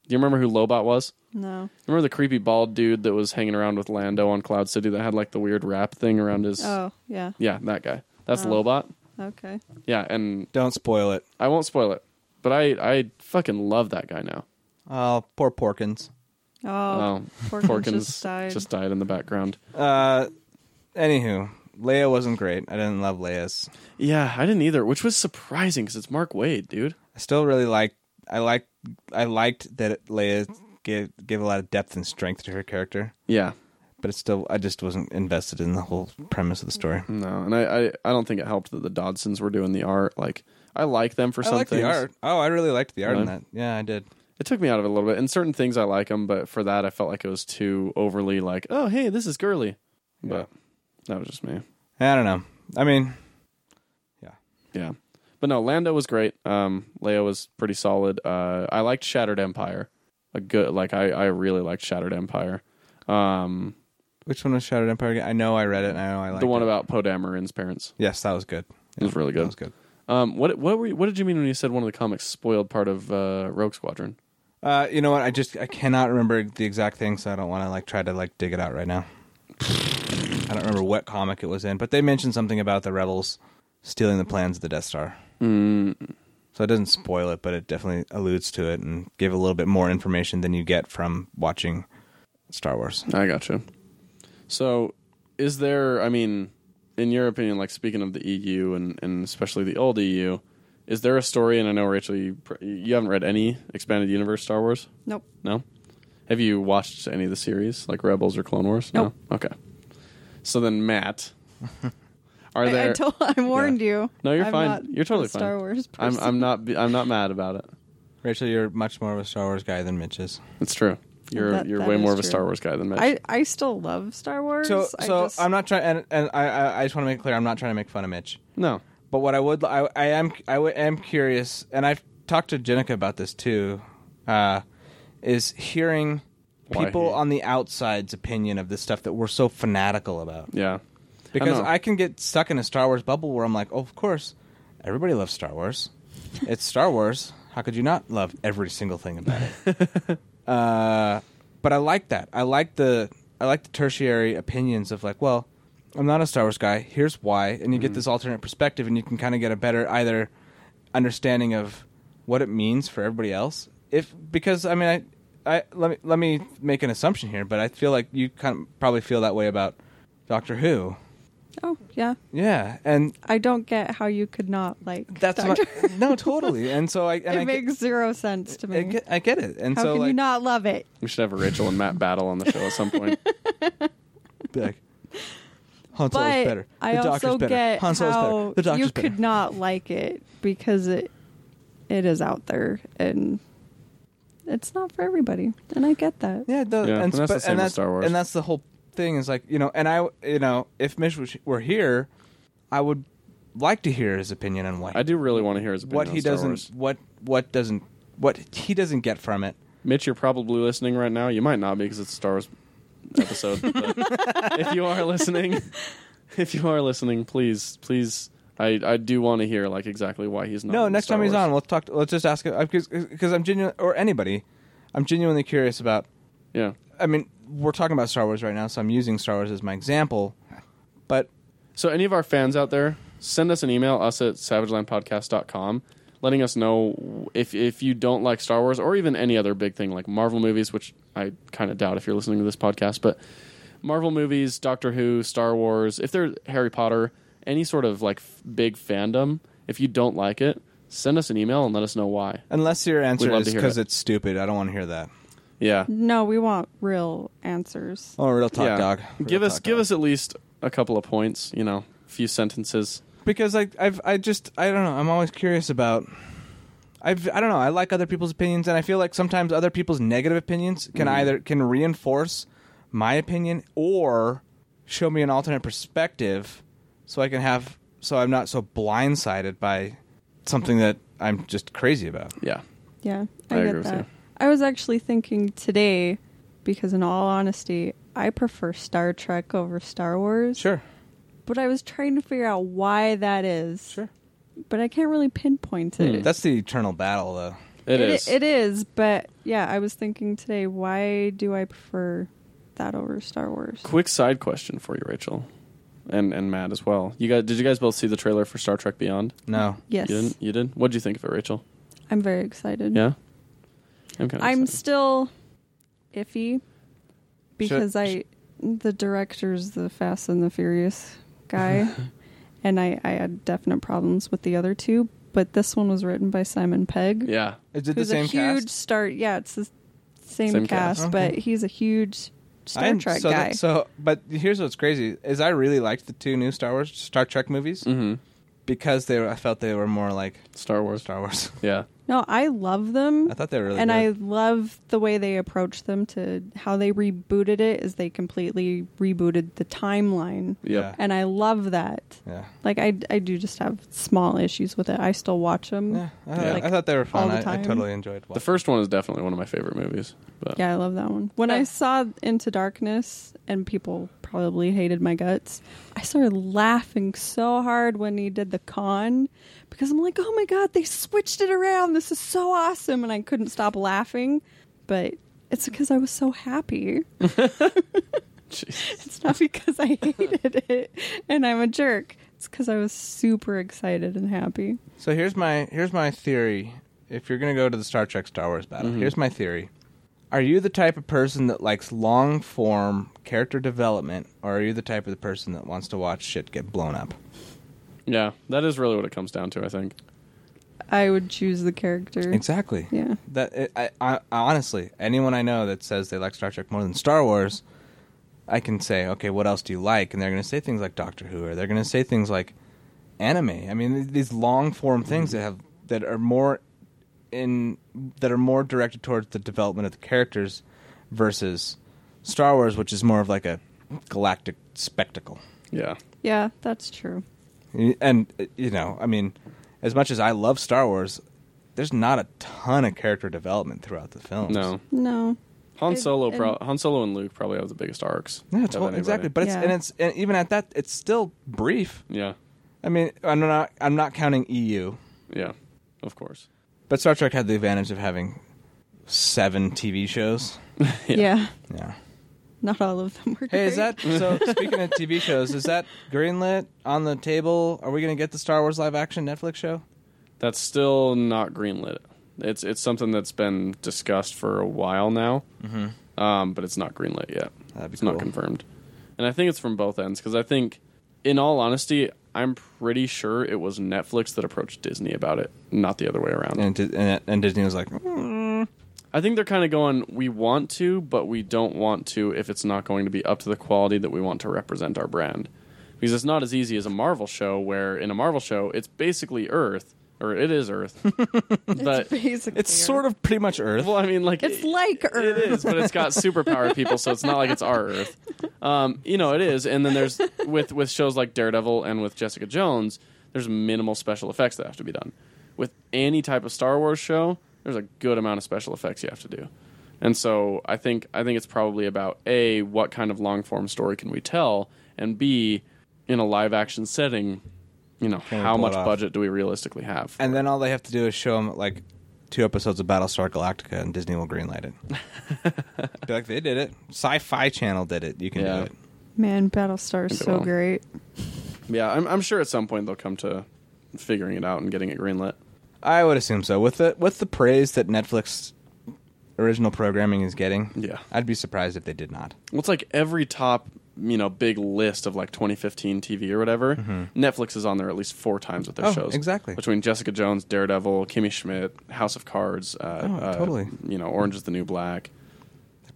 B: you remember who Lobot was?
C: No.
B: Remember the creepy bald dude that was hanging around with Lando on Cloud City that had like the weird wrap thing around his?
C: Oh yeah.
B: Yeah, that guy. That's Lobot.
C: Okay.
B: Yeah, and
A: Don't spoil it.
B: I won't spoil it, but I I fucking love that guy now.
A: Oh, poor Porkins.
C: Oh,
B: Oh,
C: Porkins,
B: Porkins
C: just died.
B: in the background.
A: Uh, anywho, Leia wasn't great. I didn't love Leia's.
B: Yeah, I didn't either, which was surprising because it's Mark Wade, dude.
A: I still really liked. I liked. I liked that Leia gave gave a lot of depth and strength to her character,
B: Yeah,
A: but it's still. I just wasn't invested in the whole premise of the story.
B: no, and I, I, I don't think it helped that the Dodsons were doing the art. Like, I like them for
A: I
B: some
A: liked the
B: things.
A: art. Oh, I really liked the art in
B: Really?
A: that. Yeah, I did.
B: It took me out of it a little bit. And certain things I like them, but for that, I felt like it was too overly like, oh, hey, this is girly. But that was just me.
A: I don't know. I mean,
B: Yeah. But no, Lando was great. Um, Leia was pretty solid. Uh, I liked Shattered Empire. A good, like I, I really liked Shattered Empire. Um,
A: which one was Shattered Empire? Again? I know I read it. and I know I liked
B: the one
A: it.
B: about Poe Dameron's parents.
A: Yes, that was good.
B: It was really
A: That
B: good.
A: was good.
B: Um, what what were you, what did you mean when you said one of the comics spoiled part of uh, Rogue Squadron?
A: Uh, you know what? I just I cannot remember the exact thing, so I don't want to like try to like dig it out right now. I don't remember what comic it was in, but they mentioned something about the rebels stealing the plans of the Death Star.
B: Mm.
A: So it doesn't spoil it, but it definitely alludes to it and gave a little bit more information than you get from watching Star Wars.
B: I gotcha. So, is there? I mean, in your opinion, like speaking of the EU and and especially the old EU, is there a story? And I know Rachel, you pr- you haven't read any expanded universe Star Wars.
C: Nope.
B: No. Have you watched any of the series, like Rebels or Clone Wars?
C: Nope.
B: No. Okay. So then, Matt, are
C: I,
B: there?
C: I, told, I warned you.
B: no, you're
C: I'm
B: fine.
C: not
B: you're totally
C: a Star
B: fine.
C: Wars.
B: I'm.
C: Person.
B: I'm not. be- I'm not mad about it.
A: Rachel, you're much more of a Star Wars guy than Mitch is.
B: It's true. You're
C: That-
B: you're
C: that
B: way
C: is
B: more of a
C: true.
B: Star Wars guy than Mitch.
C: I, I still love Star Wars.
A: So,
C: I
A: so
C: just,
A: I'm not trying, and, and I, I, I just want to make it clear, I'm not trying to make fun of Mitch.
B: no.
A: But what I would, I, I am, I w- am curious, and I've talked to Jenica about this too, uh, is hearing
B: Why
A: people
B: he-
A: on the outside's opinion of this stuff that we're so fanatical about.
B: Yeah.
A: Because
B: know.
A: I, can get stuck in a Star Wars bubble where I'm like, oh, of course, everybody loves Star Wars. It's Star Wars. How could you not love every single thing about it? uh, but I like that. I like the I like the tertiary opinions of like, well, I'm not a Star Wars guy. Here's why, and you get this alternate perspective, and you can kind of get a better either understanding of what it means for everybody else. If because I mean, I, I let me let me make an assumption here, but I feel like you kind of probably feel that way about Doctor Who.
C: Oh yeah,
A: Yeah, and
C: I don't get how you could not like.
A: that's
C: Doctor-
A: what no, totally. And so I and
C: it
A: I,
C: makes zero sense to
A: get, I
C: me.
A: get I get it. And
C: how
A: so
C: can
A: like,
C: you not love it?
B: We should have a Rachel and Matt battle on the show at some point.
A: be like Han Solo
C: but
A: is better. The
C: I
A: Doctor's
C: also
A: better.
C: get
A: Han Solo's
C: how
A: better. The Doctor's
C: you
A: better.
C: could not like it because it it is out there and it's not for everybody, and I get that.
A: Yeah, the,
B: Yeah,
A: and,
B: and that's
A: sp-
B: the same
A: and
B: with
A: that's,
B: Star Wars.
A: And that's the whole thing is like you know, and I you know, if Mitch was, were here, I would like to hear his opinion on what
B: I do really want to hear his opinion
A: what
B: on
A: he
B: Star
A: doesn't
B: Wars.
A: what what doesn't what he doesn't get from it.
B: Mitch, you're probably listening right now. You might not be because it's a Star Wars episode. but if you are listening, if you are listening, please, please, I, I do want to hear like exactly why he's not.
A: No,
B: in
A: next
B: Star
A: time he's
B: Wars.
A: on, we'll talk. Let's just ask him because I'm genuine or anybody. I'm genuinely curious about
B: Yeah,
A: I mean, we're talking about Star Wars right now, so I'm using Star Wars as my example. But
B: So, any of our fans out there, send us an email, us at savagelandpodcast.com, letting us know if, if you don't like Star Wars or even any other big thing like Marvel movies, which I kind of doubt if you're listening to this podcast, but Marvel movies, Doctor Who, Star Wars, if they're Harry Potter, any sort of like f- big fandom, if you don't like it, send us an email and let us know why.
A: unless your answer
B: love
A: is
B: to hear
A: because
B: it.
A: it's stupid, I don't want to hear that.
B: Yeah.
C: No, we want real answers.
A: Oh, real talk,
B: yeah.
A: dog. Real
B: Give us
A: talk,
B: give
A: dog.
B: us at least a couple of points, you know, a few sentences.
A: because I I've I just I don't know. I'm always curious about. I've, I don't know. I like other people's opinions, and I feel like sometimes other people's negative opinions can either can reinforce my opinion or show me an alternate perspective, so I can have so I'm not so blindsided by something that I'm just crazy about.
B: Yeah.
C: Yeah,
B: I
C: I,
B: agree
C: get
B: with
C: that.
B: you.
C: I was actually thinking today, because in all honesty, I prefer Star Trek over Star Wars.
A: Sure.
C: But I was trying to figure out why that is.
A: Sure. Hmm.
C: But I can't really pinpoint it.
A: That's the eternal battle, though.
B: it is.
C: It is. But yeah, I was thinking today, why do I prefer that over Star Wars?
B: Quick side question for you, Rachel, and and Matt as well. You guys, did you guys both see the trailer for Star Trek Beyond?
A: No.
C: Yes,
B: You didn't. You did. What would you think of it, Rachel?
C: I'm very excited.
B: Yeah, I'm kind
C: I'm still iffy because I the director's the Fast and the Furious guy, and I, I had definite problems with the other two. But this one was written by Simon Pegg,
B: yeah,
A: Is it the
C: who's
A: same
C: a huge
A: cast?
C: star. Yeah, it's the same,
B: Same
C: cast,
B: cast.
C: but he's a huge Star
A: I'm-
C: Trek
A: so
C: guy.
A: that- so, but here's what's crazy is I really liked the two new Star Wars Star Trek movies
C: Mm.
A: because they were, I felt they were more like
B: Mm-hmm. Star Wars.
A: Star Wars.
B: Yeah,
C: no, I love them.
A: I thought they were really
C: and I
A: good.
C: love the way they approached them to how they rebooted it is they completely rebooted the timeline.
B: Yep.
C: And I love that.
A: yeah.
C: Like I, I do just have small issues with it. I still watch them.
A: Yeah, I,
B: Yeah.
A: I thought they were fun.
C: all the
A: I, I
C: time.
A: totally enjoyed. Watching.
B: The first one is definitely one of my favorite movies. But
C: Yeah, I love that one. When I saw Into Darkness and people probably hated my guts, I started laughing so hard when he did the con because I'm like, "Oh my god, they switched it around. This is so awesome." And I couldn't stop laughing, but it's because I was so happy.
B: Jeez.
C: It's not because I hated it and I'm a jerk. It's because I was super excited and happy.
A: So here's my here's my theory. If you're gonna go to the Star Trek Star Wars battle,
C: Mm-hmm.
A: here's my theory. Are you the type of person that likes long form character development, or are you the type of the person that wants to watch shit get blown up?
B: yeah, that is really what it comes down to. I think.
C: I would choose the character.
A: Exactly.
C: Yeah.
A: That it, I, I honestly, anyone I know that says they like Star Trek more than Star Wars, I can say, okay, what else do you like? And they're going to say things like Doctor Who, or they're going to say things like anime. I mean, th- these long form things that have that are more in that are more directed towards the development of the characters versus Star Wars, which is more of like a galactic spectacle.
B: Yeah.
C: Yeah, that's true.
A: And uh, you know, I mean, as much as I love Star Wars, there's not a ton of character development throughout the films.
B: No.
C: No.
B: Han
C: It-
B: Solo, pro-
C: and-
B: Han Solo and Luke probably have the biggest arcs.
A: Yeah,
B: of
A: totally,
B: anybody.
A: exactly. But it's
C: Yeah.
A: and it's and even at that, it's still brief.
B: yeah,
A: I mean, I'm not I'm not counting EU,
B: yeah, of course.
A: but Star Trek had the advantage of having seven TV shows.
C: Yeah.
A: Yeah.
C: Not all of them were.
A: Hey, is
C: great.
A: that so? Speaking of TV shows, is that greenlit on the table? Are we going to get the Star Wars live action Netflix show?
B: That's still not greenlit. It's it's something that's been discussed for a while now, mm-hmm. um, but it's not greenlit yet.
A: That'd be
B: it's
A: cool.
B: not confirmed, and I think it's from both ends because I think, in all honesty, I'm pretty sure it was Netflix that approached Disney about it, not the other way around.
A: And Di- and, and Disney was like, "Mm,
B: I think they're kind of going, we want to, but we don't want to if it's not going to be up to the quality that we want to represent our brand. Because it's not as easy as a Marvel show, where in a Marvel show, it's basically Earth, or it is Earth. but,
C: Basically,
A: it's sort of pretty much Earth.
B: well, I mean, like.
C: It's
B: it-
C: like Earth.
B: It is, but it's got superpower people, so it's not like it's our Earth. Um, you know, it is. And then there's, with, with shows like Daredevil and with Jessica Jones, there's minimal special effects that have to be done. With any type of Star Wars show, there's a good amount of special effects you have to do. And so I think I think it's probably about a what kind of long form story can we tell, and b in a live action setting, you know
A: we
B: how
A: pull it
B: much
A: off?
B: budget do we realistically have?
A: And then all they have to do is show them like two episodes of Battlestar Galactica, and Disney will greenlight it. Be like, they did it. Sci-Fi Channel did it. You can
B: Yeah.
A: do it.
C: man. Battlestar is
B: It
C: so
B: will.
C: great.
B: yeah, I'm, I'm sure at some point they'll come to figuring it out and getting it greenlit.
A: I would assume so. With the with the praise that Netflix original programming is getting,
B: Yeah.
A: I'd be surprised if they did not.
B: Well, it's like every top you know big list of like 2015 TV or whatever. Netflix is on there at least four times with their
A: Mm-hmm. Oh,
B: shows.
A: exactly.
B: Between Jessica Jones, Daredevil, Kimmy Schmidt, House of Cards, uh,
A: Oh,
B: uh,
A: totally.
B: You know, Orange is the New Black,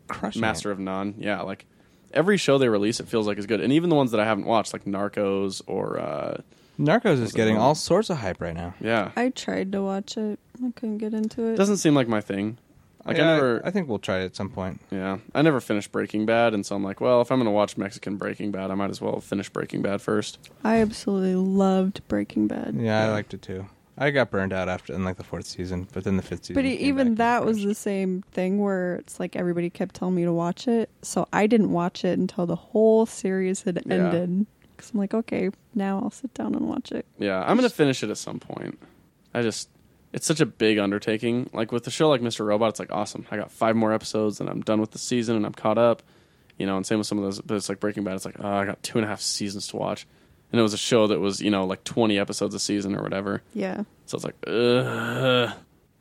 A: Crushing
B: Master
A: it.
B: of None. Yeah, like every show they release, it feels like is good. And even the ones that I haven't watched, like Narcos or uh,
A: Narcos is getting
B: one?
A: all sorts of hype right now.
B: yeah,
C: I tried to watch it. I couldn't get into it.
B: doesn't seem like my thing. Like
A: Yeah,
B: I never,
A: I think we'll try it at some point.
B: yeah, I never finished Breaking Bad, and so I'm like, well, if I'm gonna watch Mexican Breaking Bad, I might as well finish Breaking Bad first.
C: I absolutely loved Breaking Bad.
A: Yeah, I
B: Yeah.
A: liked it too. I got burned out after in like the fourth season, but then the fifth season.
C: But e-
A: came
C: even
A: back and
C: that was the same thing where it's like everybody kept telling me to watch it, so I didn't watch it until the whole series had
B: Yeah.
C: ended. Because I'm like, okay, now I'll sit down and watch it.
B: Yeah, I'm gonna finish it at some point. I just it's such a big undertaking. Like with a show like Mr. Robot, it's like awesome. I got five more episodes and I'm done with the season and I'm caught up. You know, and same with some of those but it's like Breaking Bad, it's like, oh, I got two and a half seasons to watch. And it was a show that was, you know, like twenty episodes a season or whatever.
C: Yeah,
B: So it's like, ugh.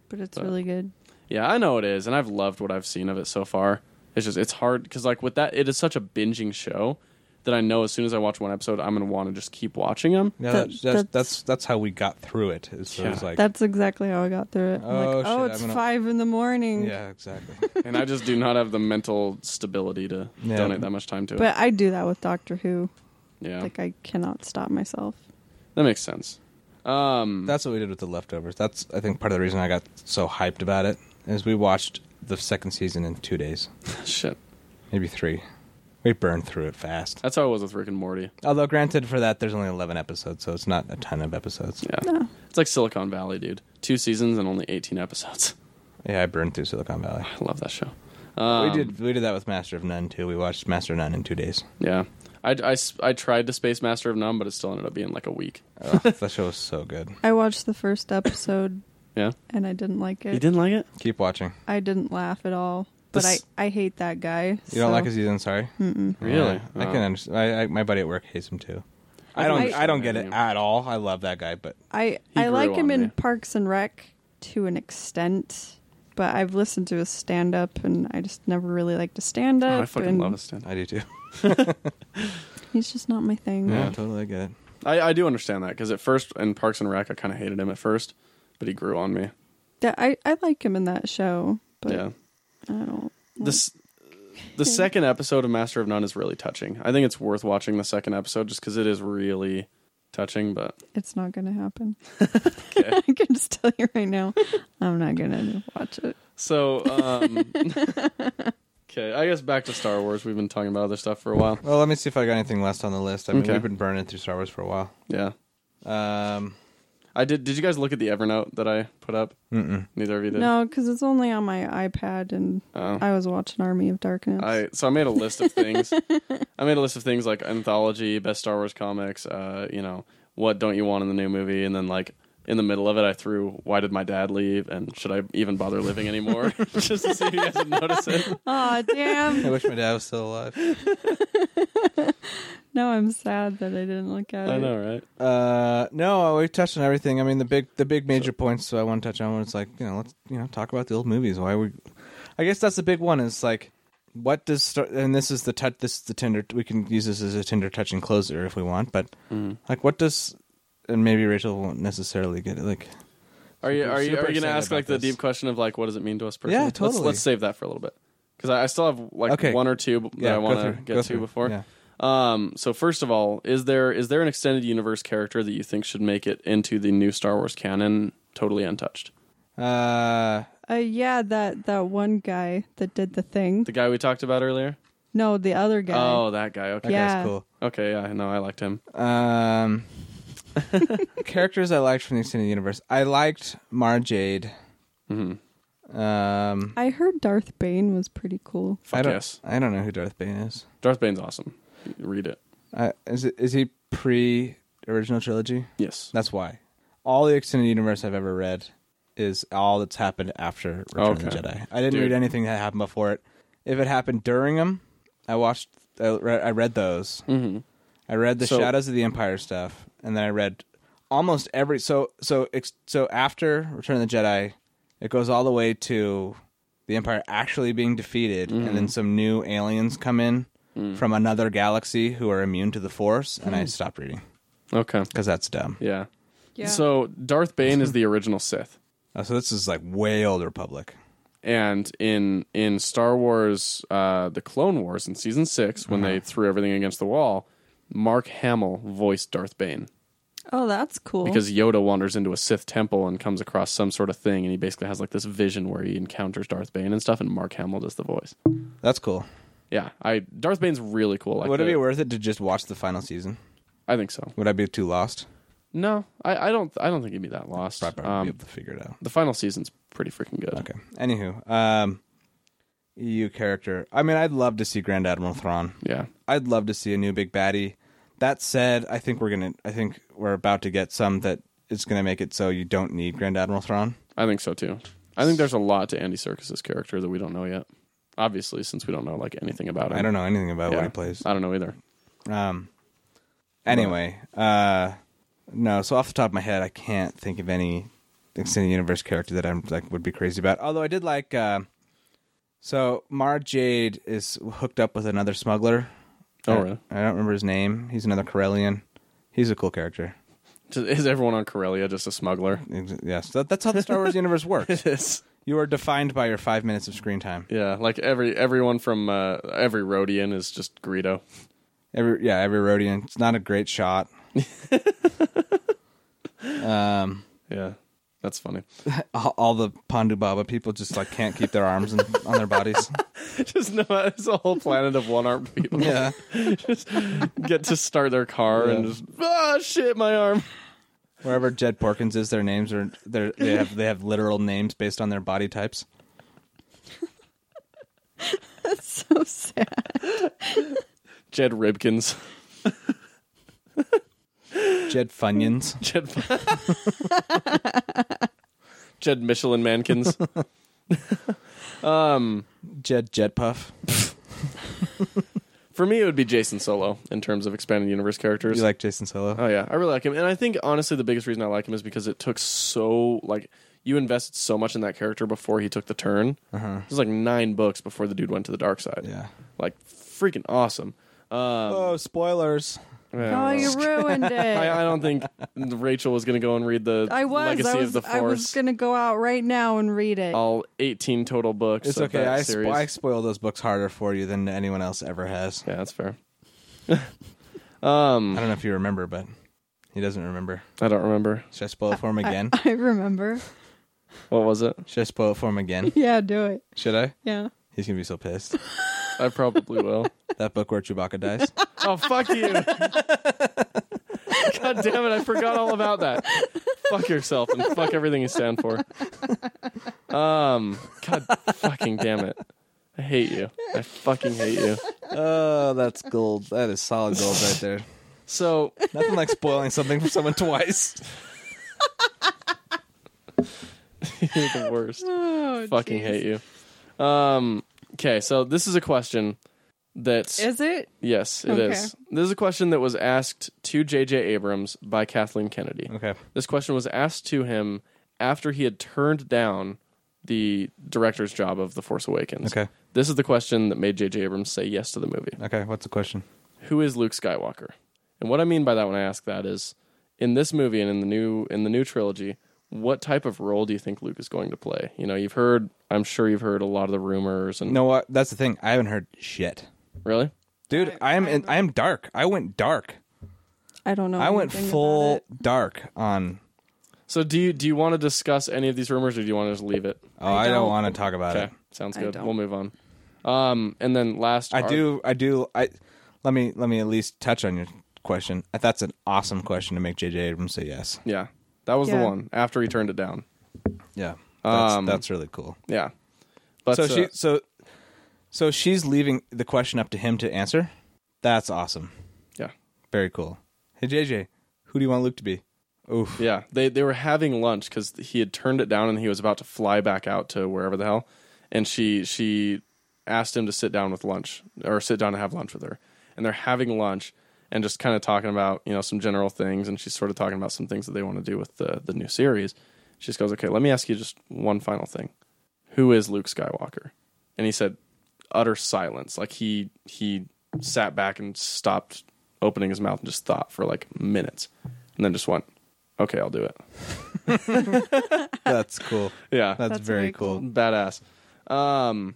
C: but it's
B: But-
C: really good.
B: Yeah, I know it is, and I've loved what I've seen of it so far. It's just it's hard because like with that, it is such a binging show that I know as soon as I watch one episode, I'm gonna want to just keep watching them.
A: Yeah,
C: That-
A: that's, that's
C: that's-
A: that's that's how we got through it. Is so it was
B: Yeah.
A: like
C: That's exactly how I got through it. I'm
A: Oh,
C: like, oh,
A: shit,
C: it's
A: I'm gonna-
C: five in the morning.
A: yeah, exactly.
B: and I just do not have the mental stability to
A: Yeah.
B: donate that much time to
C: But I do that with Doctor Who.
B: it. Yeah,
C: Like, I cannot stop myself.
B: that makes sense. Um,
A: that's what we did with the leftovers. That's I think part of the reason I got so hyped about it is we watched the second season in two days,
B: shit.
A: maybe three. We burned through it fast.
B: That's how it was with Rick and Morty.
A: Although, granted, for that there's only eleven episodes, so it's not a ton of episodes.
B: Yeah,
C: No.
B: it's like Silicon Valley, dude. Two seasons and only 18 episodes.
A: Yeah, I burned through Silicon Valley.
B: I love that show. Um,
A: we did we did that with Master of None too. We watched Master of None in two days.
B: Yeah, I, I s- I tried to Space Master of None, but it still ended up being like a week.
A: Oh, that show was so good.
C: I watched the first episode
B: Yeah,
C: and I didn't like it.
B: you didn't like it.
A: Keep watching.
C: I didn't laugh at all. But
B: This-
C: I, I hate that guy. You
A: You don't like his season? Sorry. Mm-mm.
B: Really?
A: I can
B: Oh.
A: understand. I, I, my buddy at work hates him too.
B: I
A: I
B: can
A: don't.
B: understand
A: I, don't get
B: that,
A: it
B: yeah.
A: at all. I love that guy, but
C: I
B: He
C: I
B: grew
C: like him
B: on
C: in
B: me.
C: Parks and Rec to an extent, but I've listened to his stand up and I just never really liked to stand
B: Oh,
C: up.
B: I fucking
C: and
B: love a stand.
A: I do too.
C: He's just not my thing.
A: Yeah, totally get it.
B: I, I do understand that because at first in Parks and Rec, I kind of hated him at first, but he grew on me.
C: Yeah, I, I like him in that show, but
B: yeah.
C: I don't.
B: this the second episode of Master of None is really touching. I think it's worth watching the second episode just because it is really touching. But
C: It's not going to happen. I can just tell you right now, I'm not going to watch it.
B: so, um, Okay, I guess back to Star Wars. We've been talking about other stuff for a while.
A: Well, let me see if I got anything left on the list. I mean,
B: Okay.
A: we've been burning through Star Wars for a while.
B: Yeah,
A: Um,
B: I did. Did you guys look at the Evernote that I put up? Mm-mm. Neither of you did.
C: No, because it's only on my iPad, and
B: Oh.
C: I was watching Army of Darkness.
B: I so I made a list of things. I made a list of things like anthology, best Star Wars comics. Uh, you know, what don't you want in the new movie? And then like in the middle of it, I threw why did my dad leave and should I even bother living anymore? Just to see if you guys would notice it.
C: Aw,
A: I
C: damn.
A: wish my dad was still alive.
C: now I'm sad that I didn't look at
B: I
C: it.
B: know, right?
A: Uh, no, we touched on everything. I mean, the big, the big major points. So I want to touch on was like, you know, let's you know talk about the old movies. Why we? I guess that's the big one. Is like, what does Star, and this is the touch. This is the Tinder. We can use this as a Tinder touch and closer if we want. But
B: Mm-hmm.
A: like, what does? And maybe Rachel won't necessarily get it. Like,
B: Are you are you
A: super
B: are you
A: excited
B: gonna ask
A: about
B: like the
A: this.
B: deep question of like what does it mean to us personally? Let's- Let's,
A: totally.
B: save that for a little bit because I, I still have like
A: Okay.
B: one or two b- that I
A: go
B: want
A: through,
B: to get
A: go
B: to
A: through.
B: before.
A: Yeah.
B: Um, so first of all, is there is there an extended universe character that you think should make it into the new Star Wars canon totally untouched?
A: Uh,
C: Uh, yeah, that that one guy that did the thing.
B: The guy we talked about earlier.
C: no, the other guy.
B: Oh, that guy. Okay.
A: that
C: Yeah.
A: guy's cool.
B: Okay. Yeah. No, I liked him.
A: Um, characters I liked from the extended universe. I liked Mara Jade. Mm-hmm. Um,
C: I heard Darth Bane was pretty cool.
B: Fuck
A: I don't,
B: yes.
A: I don't know who Darth Bane is.
B: Darth Bane's awesome. Read it.
A: Uh, is it is he pre original trilogy?
B: Yes.
A: That's why. All the extended universe I've ever read is all that's happened after Return of
B: Okay.
A: the Jedi. I didn't
B: Dude.
A: read anything that happened before it. If it happened during them, I watched. I read, I read those.
B: Mm-hmm.
A: I read the
B: So-
A: Shadows of the Empire stuff, and then I read almost every. So so ex, so after Return of the Jedi, it goes all the way to the Empire actually being defeated, and
B: Mm-hmm.
A: then some new aliens come in
B: Mm.
A: from another galaxy who are immune to the Force, and I
B: Hmm.
A: stopped reading
B: Okay.
A: because that's dumb.
B: Yeah.
C: Yeah.
B: So Darth Bane is the original Sith.
A: Uh, so this is like way old Republic.
B: and in in Star Wars, uh, the Clone Wars in season six,
C: Mm-hmm.
B: when they threw everything against the wall, Mark Hamill voiced Darth Bane
C: oh, that's cool.
B: because Yoda wanders into a Sith temple and comes across some sort of thing, and he basically has like this vision where he encounters Darth Bane and stuff, and Mark Hamill does the voice.
A: That's cool.
B: Yeah, I Darth Bane's really cool. Like
A: Would it
B: the-
A: be worth it to just watch the final season?
B: I think so.
A: Would I be too lost?
B: No, I, I don't. I don't think he'd be that lost.
A: Probably
B: Um,
A: be able to figure it out.
B: the final season's pretty freaking good.
A: Okay. Anywho, um, you character. I mean, I'd love to see Grand Admiral Thrawn.
B: Yeah.
A: I'd love to see a new big baddie. That said, I think we're gonna. I think we're about to get some that it's gonna make it so you don't need Grand Admiral Thrawn.
B: I think so too. I think there's a lot to Andy Circus's character that we don't know yet. Obviously, since we don't know like anything about him.
A: I don't know anything about what he plays.
B: I don't know either.
A: Um. Anyway, uh, no. So off the top of my head, I can't think of any extended universe character that I'm like would be crazy about. Although I did like. Uh, so Mara Jade is hooked up with another smuggler.
B: Oh,
A: I-
B: really?
A: I don't remember his name. He's another Corellian. He's a cool character.
B: Just- is everyone on Corellia just a smuggler?
A: Ex- Yes, that, that's how the Star Wars universe works.
B: Yes.
A: You are defined by your five minutes of screen time.
B: Yeah, like every everyone from uh, every Rodian is just Greedo.
A: Every yeah, every Rodian. It's not a great shot. um,
B: Yeah, that's funny.
A: all, all the Pandu Baba people just like can't keep their arms in, on their bodies.
B: just know it's a whole planet of one armed people.
A: Yeah,
B: just get to start their car and
A: Yeah.
B: just ah shit my arm.
A: wherever Jed Porkins is, their names are they're- they have they have literal names based on their body types.
C: so sad.
B: Jed Ribkins.
A: Jed Funyuns.
B: Jed. Jed Michelin Mankins. um.
A: Jed Jetpuff.
B: For me, it would be Jason Solo in terms of expanded universe characters.
A: You like Jason Solo?
B: oh yeah, I really like him, and I think honestly the biggest reason I like him is because it took so like you invested so much in that character before he took the turn. Uh-huh. It was like nine books before the dude went to the dark side.
A: Yeah.
B: like freaking awesome. Um,
A: Oh, spoilers.
B: yeah,
C: Oh,
B: well,
C: you ruined it.
B: I, I don't think Rachel was going to go and read the
C: I was.
B: Legacy
C: I
B: of
C: was.
B: the
C: I was
B: Force, Oh.
C: gonna go out right now and read it.
B: all eighteen total books.
A: It's
B: of
A: okay.
B: that
A: I,
B: series.
A: spo- I spoil those books harder for you than anyone else ever has.
B: yeah, that's fair. um,
A: I don't know if you remember, but he doesn't remember.
B: I don't remember
A: Should I spoil it for him again?
C: I remember.
B: what was it.
A: Should I spoil it for him again?
C: Yeah, do it.
A: Should I?
C: Yeah.
A: He's gonna be so pissed.
B: I probably will.
A: that book where Chewbacca dies.
B: Oh fuck you! God damn it! I forgot all about that. Fuck yourself and fuck everything you stand for. Um, God, fucking damn it! I hate you. I fucking hate you.
A: oh, that's gold. That is solid gold right there.
B: So
A: Nothing like spoiling something for someone twice.
B: you're the worst.
C: Oh,
B: fucking
C: jeez.
B: hate you. Um. Okay, so this is a question that's
C: Is it?
B: yes, it is.
C: Okay.
B: This is a question that was asked to J.J. Abrams by Kathleen Kennedy.
A: Okay.
B: This question was asked to him after he had turned down the director's job of The Force Awakens.
A: Okay.
B: This is the question that made J.J. Abrams say yes to the movie.
A: Okay. What's the question?
B: Who is Luke Skywalker? And what I mean by that when I ask that is in this movie and in the new in the new trilogy, what type of role do you think Luke is going to play? You know, you've heard I'm sure you've heard a lot of the rumors and
A: No, what? That's the thing. I haven't heard shit,
B: really?
A: dude. I, Oh, am. in, I am dark. I went dark.
C: I don't know.
A: I went
C: anything about
A: full
C: it.
A: dark on.
B: So do you do you want to discuss any of these rumors or do you want to just leave it?
A: Oh, I, don't
C: don't.
A: want to talk about it.
B: Okay. Sounds
C: I
B: good.
C: don't.
B: We'll move on. Um and then last
A: I
B: ar-
A: do. I do. I let me let me at least touch on your question. That's an awesome question to make J.J. Abrams say yes.
B: Yeah. That was the
C: Yeah.
B: one after he turned it down.
A: Yeah, that's,
B: Um,
A: that's really cool.
B: Yeah. But
A: so
B: uh,
A: she so so she's leaving the question up to him to answer. That's awesome.
B: yeah.
A: Very cool. Hey J.J., who do you want Luke to be? Oof.
B: Yeah, they they were having lunch because he had turned it down and he was about to fly back out to wherever the hell, and she she asked him to sit down with lunch or sit down to have lunch with her, and they're having lunch and just kind of talking about you know some general things, and she's sort of talking about some things that they want to do with the the new series. She just goes, okay, let me ask you just one final thing: Who is Luke Skywalker? And he said, utter silence. Like he he sat back and stopped opening his mouth and just thought for like minutes, and then just went, okay, I'll do it.
A: That's cool.
B: Yeah,
A: That's,
C: That's
A: very
C: very
A: cool.
B: badass. Um,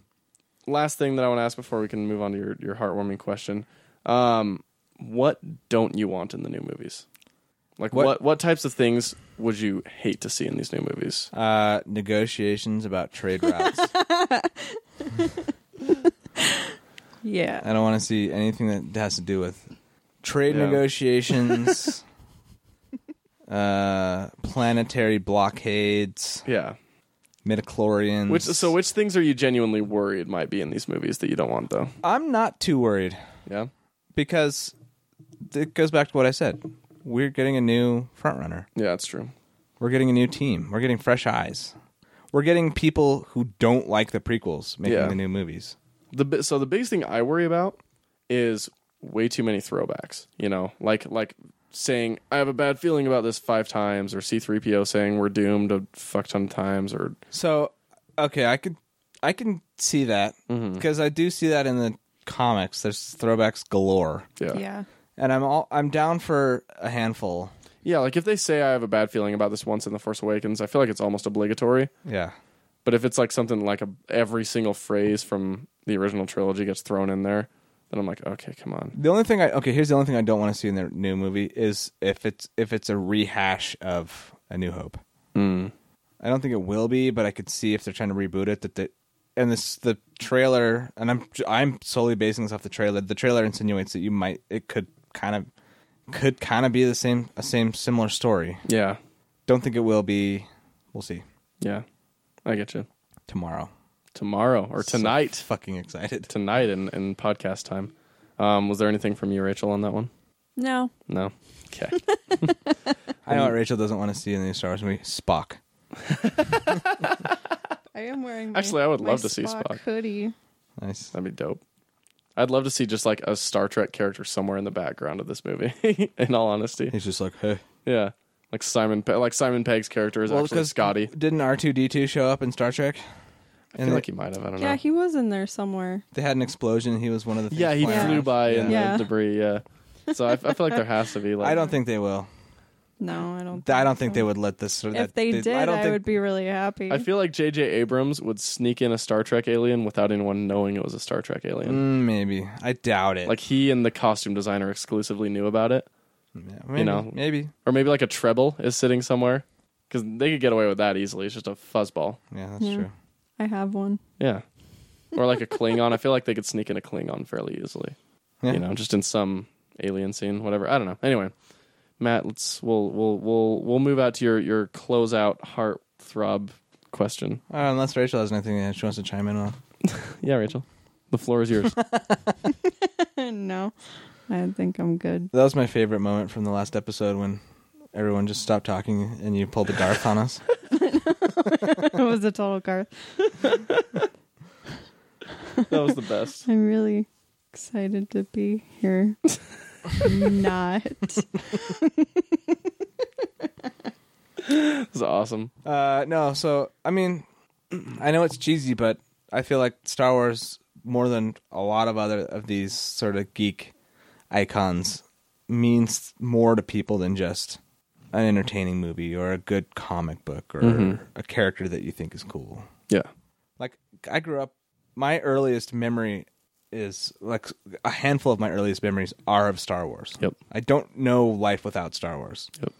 B: last thing that I want to ask before we can move on to your your heartwarming question: um, What don't you want in the new movies? Like what
A: What-
B: what, types of things would you hate to see in these new movies?
A: Uh, negotiations about trade routes.
C: Yeah.
A: I don't want to see anything that has to do with trade
B: Yeah.
A: negotiations, uh, planetary blockades,
B: Yeah.
A: midichlorians.
B: Which so which things are you genuinely worried might be in these movies that you don't want though?
A: I'm not too worried
B: Yeah.
A: because it goes back to what I said. We're getting a new front runner.
B: Yeah, that's true.
A: We're getting a new team. We're getting fresh eyes. We're getting people who don't like the prequels making
B: Yeah.
A: the new movies.
B: the bi- so the biggest thing I worry about is way too many throwbacks. You know, like like saying I have a bad feeling about this five times, or C three PO saying we're doomed a fuck ton of times, or
A: So, okay, I could I can see that because I do see that in the comics. There's throwbacks galore,
B: yeah. yeah,
C: Yeah.
A: and I'm all I'm down for a handful.
B: Like if they say I have a bad feeling about this once in the Force Awakens, I feel like it's almost obligatory.
A: Yeah,
B: But if it's like something like a, every single phrase from the original trilogy gets thrown in there, then I'm like, okay, come on.
A: the only thing I okay here's the only thing I don't want to see in the new movie is if it's if it's a rehash of A New Hope. I don't think it will be, but I could see if they're trying to reboot it that the and this the trailer and I'm I'm solely basing this off the trailer. The trailer insinuates that you might it could kind of could kind of be the same a same similar story.
B: Yeah,
A: Don't think it will be. We'll see
B: yeah, I get you.
A: tomorrow.
B: Tomorrow or tonight.
A: Fucking excited.
B: tonight in, in podcast time. Um, was there anything from you, Rachel, on that one?
C: No.
B: No. Okay.
A: I know what Rachel doesn't want to see in the new Star Wars movie. Spock.
C: I am wearing. My,
B: Actually, I would
C: my
B: love to see Spock.
C: hoodie.
A: Nice.
B: That'd be dope. I'd love to see just like a Star Trek character somewhere in the background of this movie. in all honesty,
A: He's just like, hey.
B: yeah, like Simon, Pe- like Simon Pegg's character is actually Scotty.
A: Didn't R two D two show up in Star Trek?
B: I
A: And
B: feel
A: they,
B: like he might have. I don't
C: Yeah,
B: know.
C: he was in there somewhere.
A: they had an explosion. He was one of the. Things
B: yeah, he
A: flying
B: flew
A: around.
B: by
A: Yeah.
B: in
C: Yeah.
B: the debris. Yeah. So I, I feel like there has to be like
A: I don't think they will.
C: No, I don't.
A: I don't
C: so.
A: think they would let this. Or
C: If they did, I,
A: don't think,
C: would be really happy.
B: I feel like J.J. Abrams would sneak in a Star Trek alien without anyone knowing it was a Star Trek alien.
A: Mm, maybe. I doubt it.
B: Like he and the costume designer exclusively knew about it.
A: Yeah, maybe,
B: know.
A: maybe.
B: or maybe like a treble is sitting somewhere because they could get away with that easily. It's just a fuzzball.
A: Yeah, that's
C: Yeah.
A: true.
C: I have one.
B: Yeah, or like a Klingon. I feel like they could sneak in a Klingon fairly easily. You know, just in some alien scene, whatever. I don't know. Anyway, Matt, let's we'll we'll we'll we'll move out to your your closeout heart throb question.
A: Uh, unless Rachel has anything that she wants to chime in on.
B: Yeah, Rachel, the floor is yours.
C: no, I think I'm good.
A: That was my favorite moment from the last episode when everyone just stopped talking and you pulled the Darth on us.
C: it was a total Garth.
B: that was the best.
C: I'm really excited to be here. Not.
B: That was awesome.
A: Uh, no, so I mean, I know it's cheesy, but I feel like Star Wars more than a lot of other of these sort of geek icons means more to people than just an entertaining movie or a good comic book or a character that you think is cool.
B: Yeah.
A: Like I grew up, my earliest memory is like a handful of my earliest memories are of Star Wars.
B: Yep.
A: I don't know life without Star Wars.
B: Yep.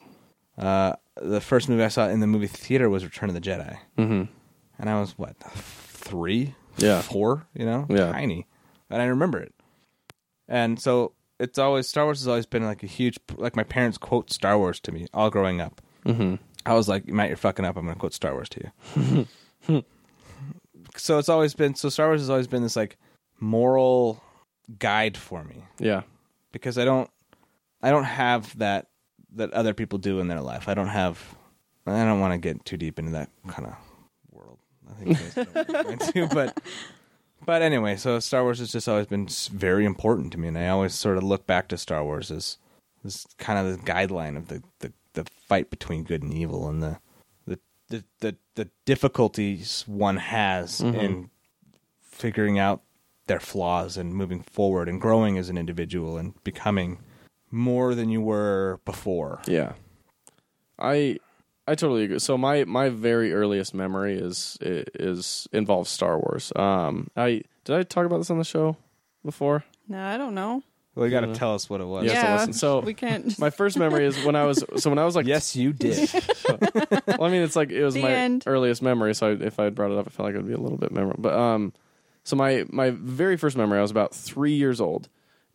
A: Uh, the first movie I saw in the movie theater was Return of the Jedi. Mm-hmm. And I was, what, three?
B: Yeah.
A: Four? You know?
B: Yeah.
A: Tiny. And I remember it. And so it's always, Star Wars has always been like a huge, like my parents quote Star Wars to me all growing up. Mm-hmm. I was like, Matt, you're fucking up. I'm going to quote Star Wars to you. so it's always been, so Star Wars has always been this like moral guide for me
B: Yeah.
A: because I don't I don't have that that other people do in their life. I don't have I don't want to get too deep into that kind of world. I think you guys know what I'm into, but but anyway, so Star Wars has just always been s- very important to me, and I always sort of look back to Star Wars as as kind of the guideline of the, the, the fight between good and evil and the the the the, the difficulties one has in figuring out their flaws and moving forward and growing as an individual and becoming more than you were before.
B: Yeah. I I totally agree. So my my very earliest memory is is involves Star Wars. Um I did I talk about this on the show before?
C: No, I don't know.
A: Well, you got to tell us what it was.
B: Yes, I listened. So-
C: we can't.
B: My first memory is when I was so when I was like
A: Yes, you did.
B: well, I mean, it's like it was
C: The
B: my
C: end.
B: earliest memory. So I, if I had brought it up, I felt like it would be a little bit memorable. But um, so my my very first memory, I was about three years old,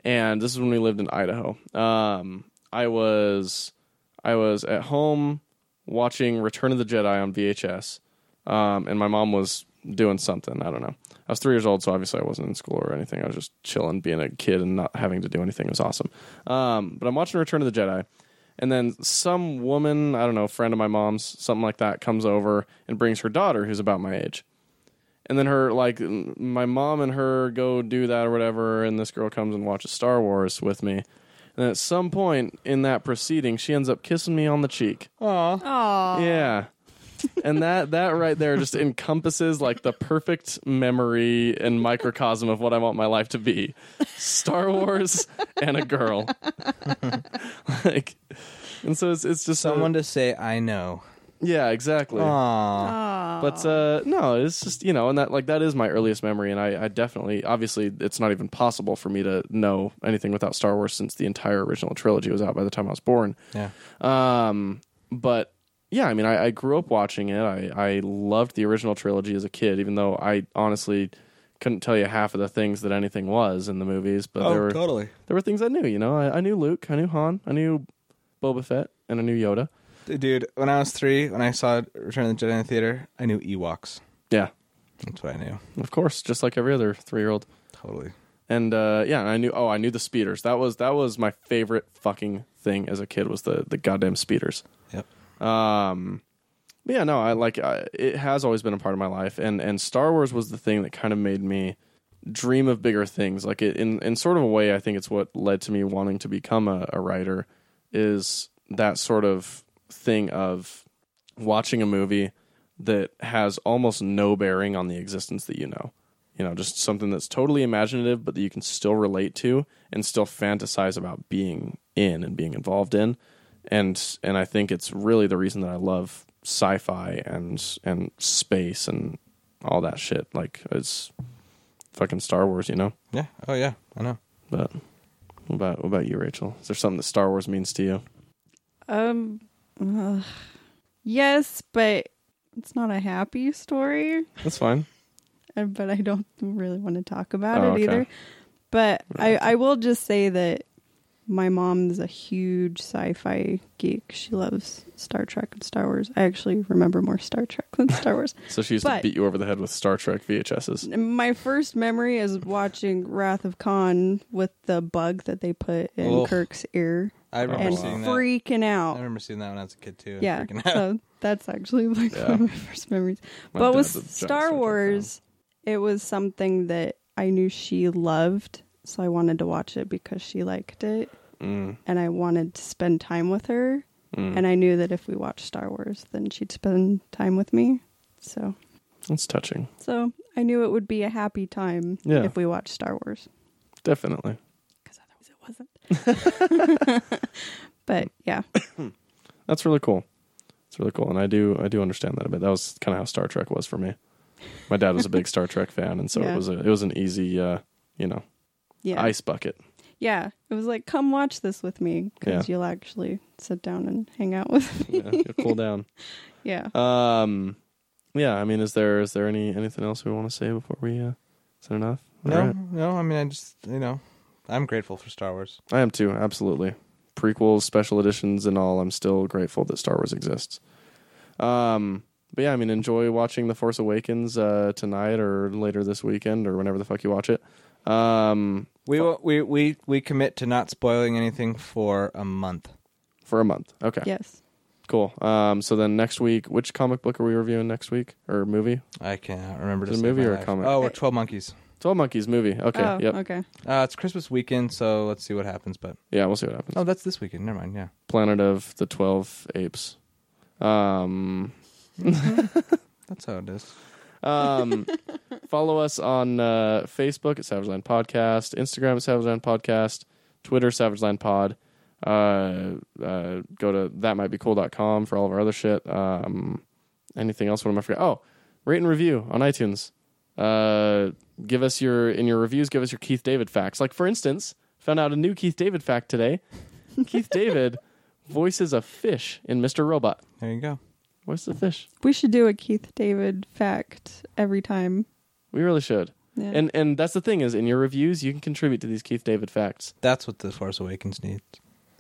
B: and this is when we lived in Idaho. Um, I was I was at home watching Return of the Jedi on VHS, um, and my mom was doing something. I don't know. I was three years old, so obviously I wasn't in school or anything. I was just chilling, being a kid and not having to do anything. It was awesome. Um, but I'm watching Return of the Jedi, and then some woman, I don't know, friend of my mom's, something like that, comes over and brings her daughter, who's about my age. And then her, like, m- my mom and her go do that or whatever, and this girl comes and watches Star Wars with me. And then at some point in that proceeding, she ends up kissing me on the cheek.
C: Aw.
B: Yeah. and that that right there just encompasses like the perfect memory and microcosm of what I want my life to be. Star Wars and a girl. like and so it's it's just a-
A: Someone to say I know.
B: Yeah, exactly.
A: Aw.
B: But uh no, it's just, you know, and that like that is my earliest memory and I I definitely obviously it's not even possible for me to know anything without Star Wars since the entire original trilogy was out by the time I was born.
A: Yeah.
B: Um, but yeah, I mean, I, I grew up watching it. I, I loved the original trilogy as a kid, even though I honestly couldn't tell you half of the things that anything was in the movies.
A: Oh,
B: But there were
A: totally.
B: there were things I knew. You know, I, I knew Luke, I knew Han, I knew Boba Fett, and I knew Yoda.
A: Dude, when I was 3, when I saw Return of the Jedi in the theater, I knew Ewoks.
B: Yeah,
A: That's what I knew.
B: of course, just like every other three year old.
A: Totally.
B: And uh, yeah, and I knew. Oh, I knew the speeders. That was that was my favorite fucking thing as a kid was the the goddamn speeders.
A: Yep.
B: Um, but yeah, no, I like I, it has always been a part of my life, and and Star Wars was the thing that kind of made me dream of bigger things. Like it, in in sort of a way, I think it's what led to me wanting to become a, a writer. Is that sort of thing of watching a movie that has almost no bearing on the existence that you know. You know, just something that's totally imaginative, but that you can still relate to and still fantasize about being in and being involved in. And and I think it's really the reason that I love sci-fi and and space and all that shit. Like it's fucking Star Wars, you know.
A: Yeah. Oh yeah, I know.
B: But what about what about you, Rachel? Is there something that Star Wars means to you?
C: Um. ugh. Yes, but it's not a happy story.
B: That's fine.
C: uh, but I don't really want to talk about
B: Oh,
C: it
B: okay.
C: either. But I, I will just say that my mom's a huge sci-fi geek. She loves Star Trek and Star Wars. I actually remember more Star Trek than Star Wars.
B: So she used to
C: But-
B: beat you over the head with Star Trek VHSs.
C: my first memory is watching Wrath of Khan with the bug that they put in
F: Oof.
C: Kirk's ear
F: I remember
C: and
F: seeing that.
C: freaking
F: I
C: out.
F: remember seeing that when I was a kid too. and
C: Yeah,
F: freaking out.
C: so that's actually like
B: Yeah.
C: one of my first memories.
B: My
C: but with
B: dad's a giant Star
C: Star
B: Trek
C: Wars, it was something that I knew she loved, so I wanted to watch it because she liked it,
B: Mm.
C: and I wanted to spend time with her.
B: Hmm.
C: And I knew that if we watched Star Wars, then she'd spend time with me. So,
B: That's touching.
C: so I knew it would be a happy time
B: Yeah.
C: if we watched Star Wars.
B: Definitely.
C: because otherwise it wasn't. but yeah,
B: That's really cool. It's really cool, and I do I do understand that a bit. That was kind of how Star Trek was for me. My dad was a big Star Trek fan, and so
C: Yeah.
B: it was a, it was an easy uh, you know
C: yeah,
B: ice bucket.
C: yeah. It was like, come watch this with me because
B: Yeah.
C: you'll actually sit down and hang out with me.
B: Yeah, it'll cool down.
C: yeah.
B: Um, yeah. I mean, is there is there any anything else we want to say before we? Uh, is that enough? All
F: No,
B: right.
F: no. I mean, I just you know, I'm grateful for Star Wars.
B: I am too. Absolutely. Prequels, special editions, and all. I'm still grateful that Star Wars exists. Um, but yeah, I mean, enjoy watching The Force Awakens uh, tonight or later this weekend or whenever the fuck you watch it. Um,
F: We will, we we we commit to not spoiling anything for a month.
B: for a month. Okay.
C: Yes.
B: Cool. Um, so then next week, which comic book are we reviewing next week or movie?
F: I cannot remember. to
B: Is it a
F: save
B: movie
F: my
B: or a
F: life.
B: comic?
F: Oh, we're Twelve Monkeys.
B: Twelve Monkeys movie. Okay.
C: oh,
B: yep.
C: okay.
F: Uh, it's Christmas weekend, so let's see what happens. But
B: Yeah, we'll see what happens.
F: oh, that's this weekend. Never mind. Yeah.
B: Planet of the Twelve Apes. Um,
F: That's how it is.
B: Um, follow us on uh, Facebook at Savage Land Podcast, Instagram at Savage Land Podcast, Twitter Savage Land Pod. Uh, uh, go to thatmightbecool.com for all of our other shit. Um, anything else? What am I forgetting? Oh, rate and review on iTunes. Uh, give us your in your reviews. Give us your Keith David facts. Like for instance, found out a new Keith David fact today. Keith David voices a fish in Mr. Robot.
F: There you go.
B: Where's the fish?
C: We should do a Keith David fact every time.
B: We really should.
C: Yeah.
B: And and that's the thing is in your reviews you can contribute to these Keith David facts.
F: That's what the Force Awakens needs.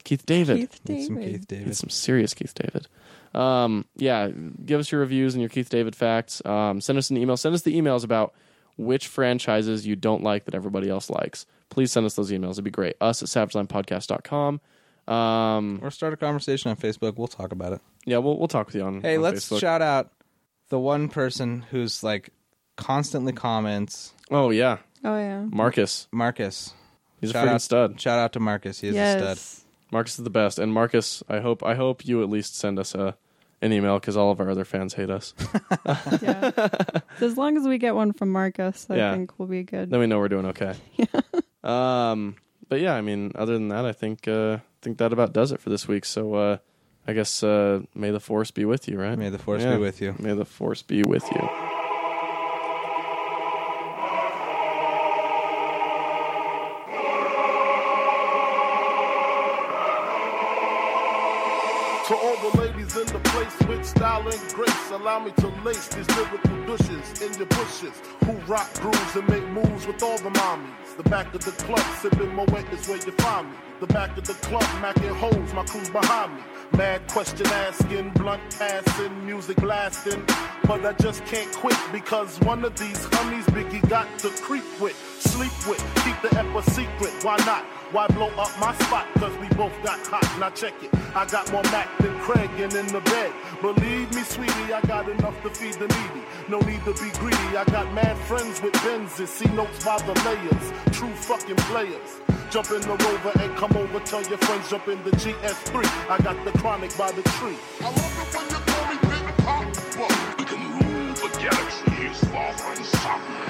B: Keith David.
C: Keith David.
F: Needs some Keith David.
B: It's some serious Keith David. Um, yeah, give us your reviews and your Keith David facts. Um, send us an email. Send us the emails about which franchises you don't like that everybody else likes. Please send us those emails. It'd be great. Us at savagelandpodcast.com. Um,
F: Or start a conversation on Facebook. We'll talk about it.
B: yeah, we'll we'll talk with you on.
F: Hey,
B: on
F: let's
B: Facebook.
F: shout out the one person who's like constantly comments.
B: Oh yeah,
C: Oh yeah.
B: Marcus.
F: Marcus.
B: He's
F: Shout
B: a freaking
F: out-
B: stud.
F: Shout out to Marcus. He is a stud.
C: Yes.
B: Marcus is the best. And Marcus, I hope I hope you at least send us a an email because all of our other fans hate us.
C: yeah. So as long as we get one from Marcus, I
B: Yeah.
C: think we'll be good.
B: then we know we're doing okay. Um, but yeah, I mean, other than that, I think uh, I think that about does it for this week. So uh, I guess uh, may the force be with you, right?
F: May the force
B: Yeah.
F: be with you.
B: May the force be with you.
E: To all the ladies in the place with style and grace, allow me to lace these lyrical douches in your bushes. Who rock grooves and make moves with all the mommies. The back of the club, sipping my wet is where you find me. The back of the club, macking hoes, my crew behind me. Mad question asking, blunt passing, music blasting. But I just can't quit because one of these homies Biggie got to creep with, sleep with, keep the epic secret. Why not? Why blow up my spot? Cause we both got hot. Now check it. I got more Mac than Craig and in the bed. Believe me, sweetie, I got enough to feed the needy. No need to be greedy. I got mad friends with Benzes. See notes by the layers. True fucking players. Jump in the rover and come over. Tell your friends, jump in the GS3. I got the chronic by the tree.
D: I love it when you call me Big Pop. Look, We can rule the galaxy, here's father and son.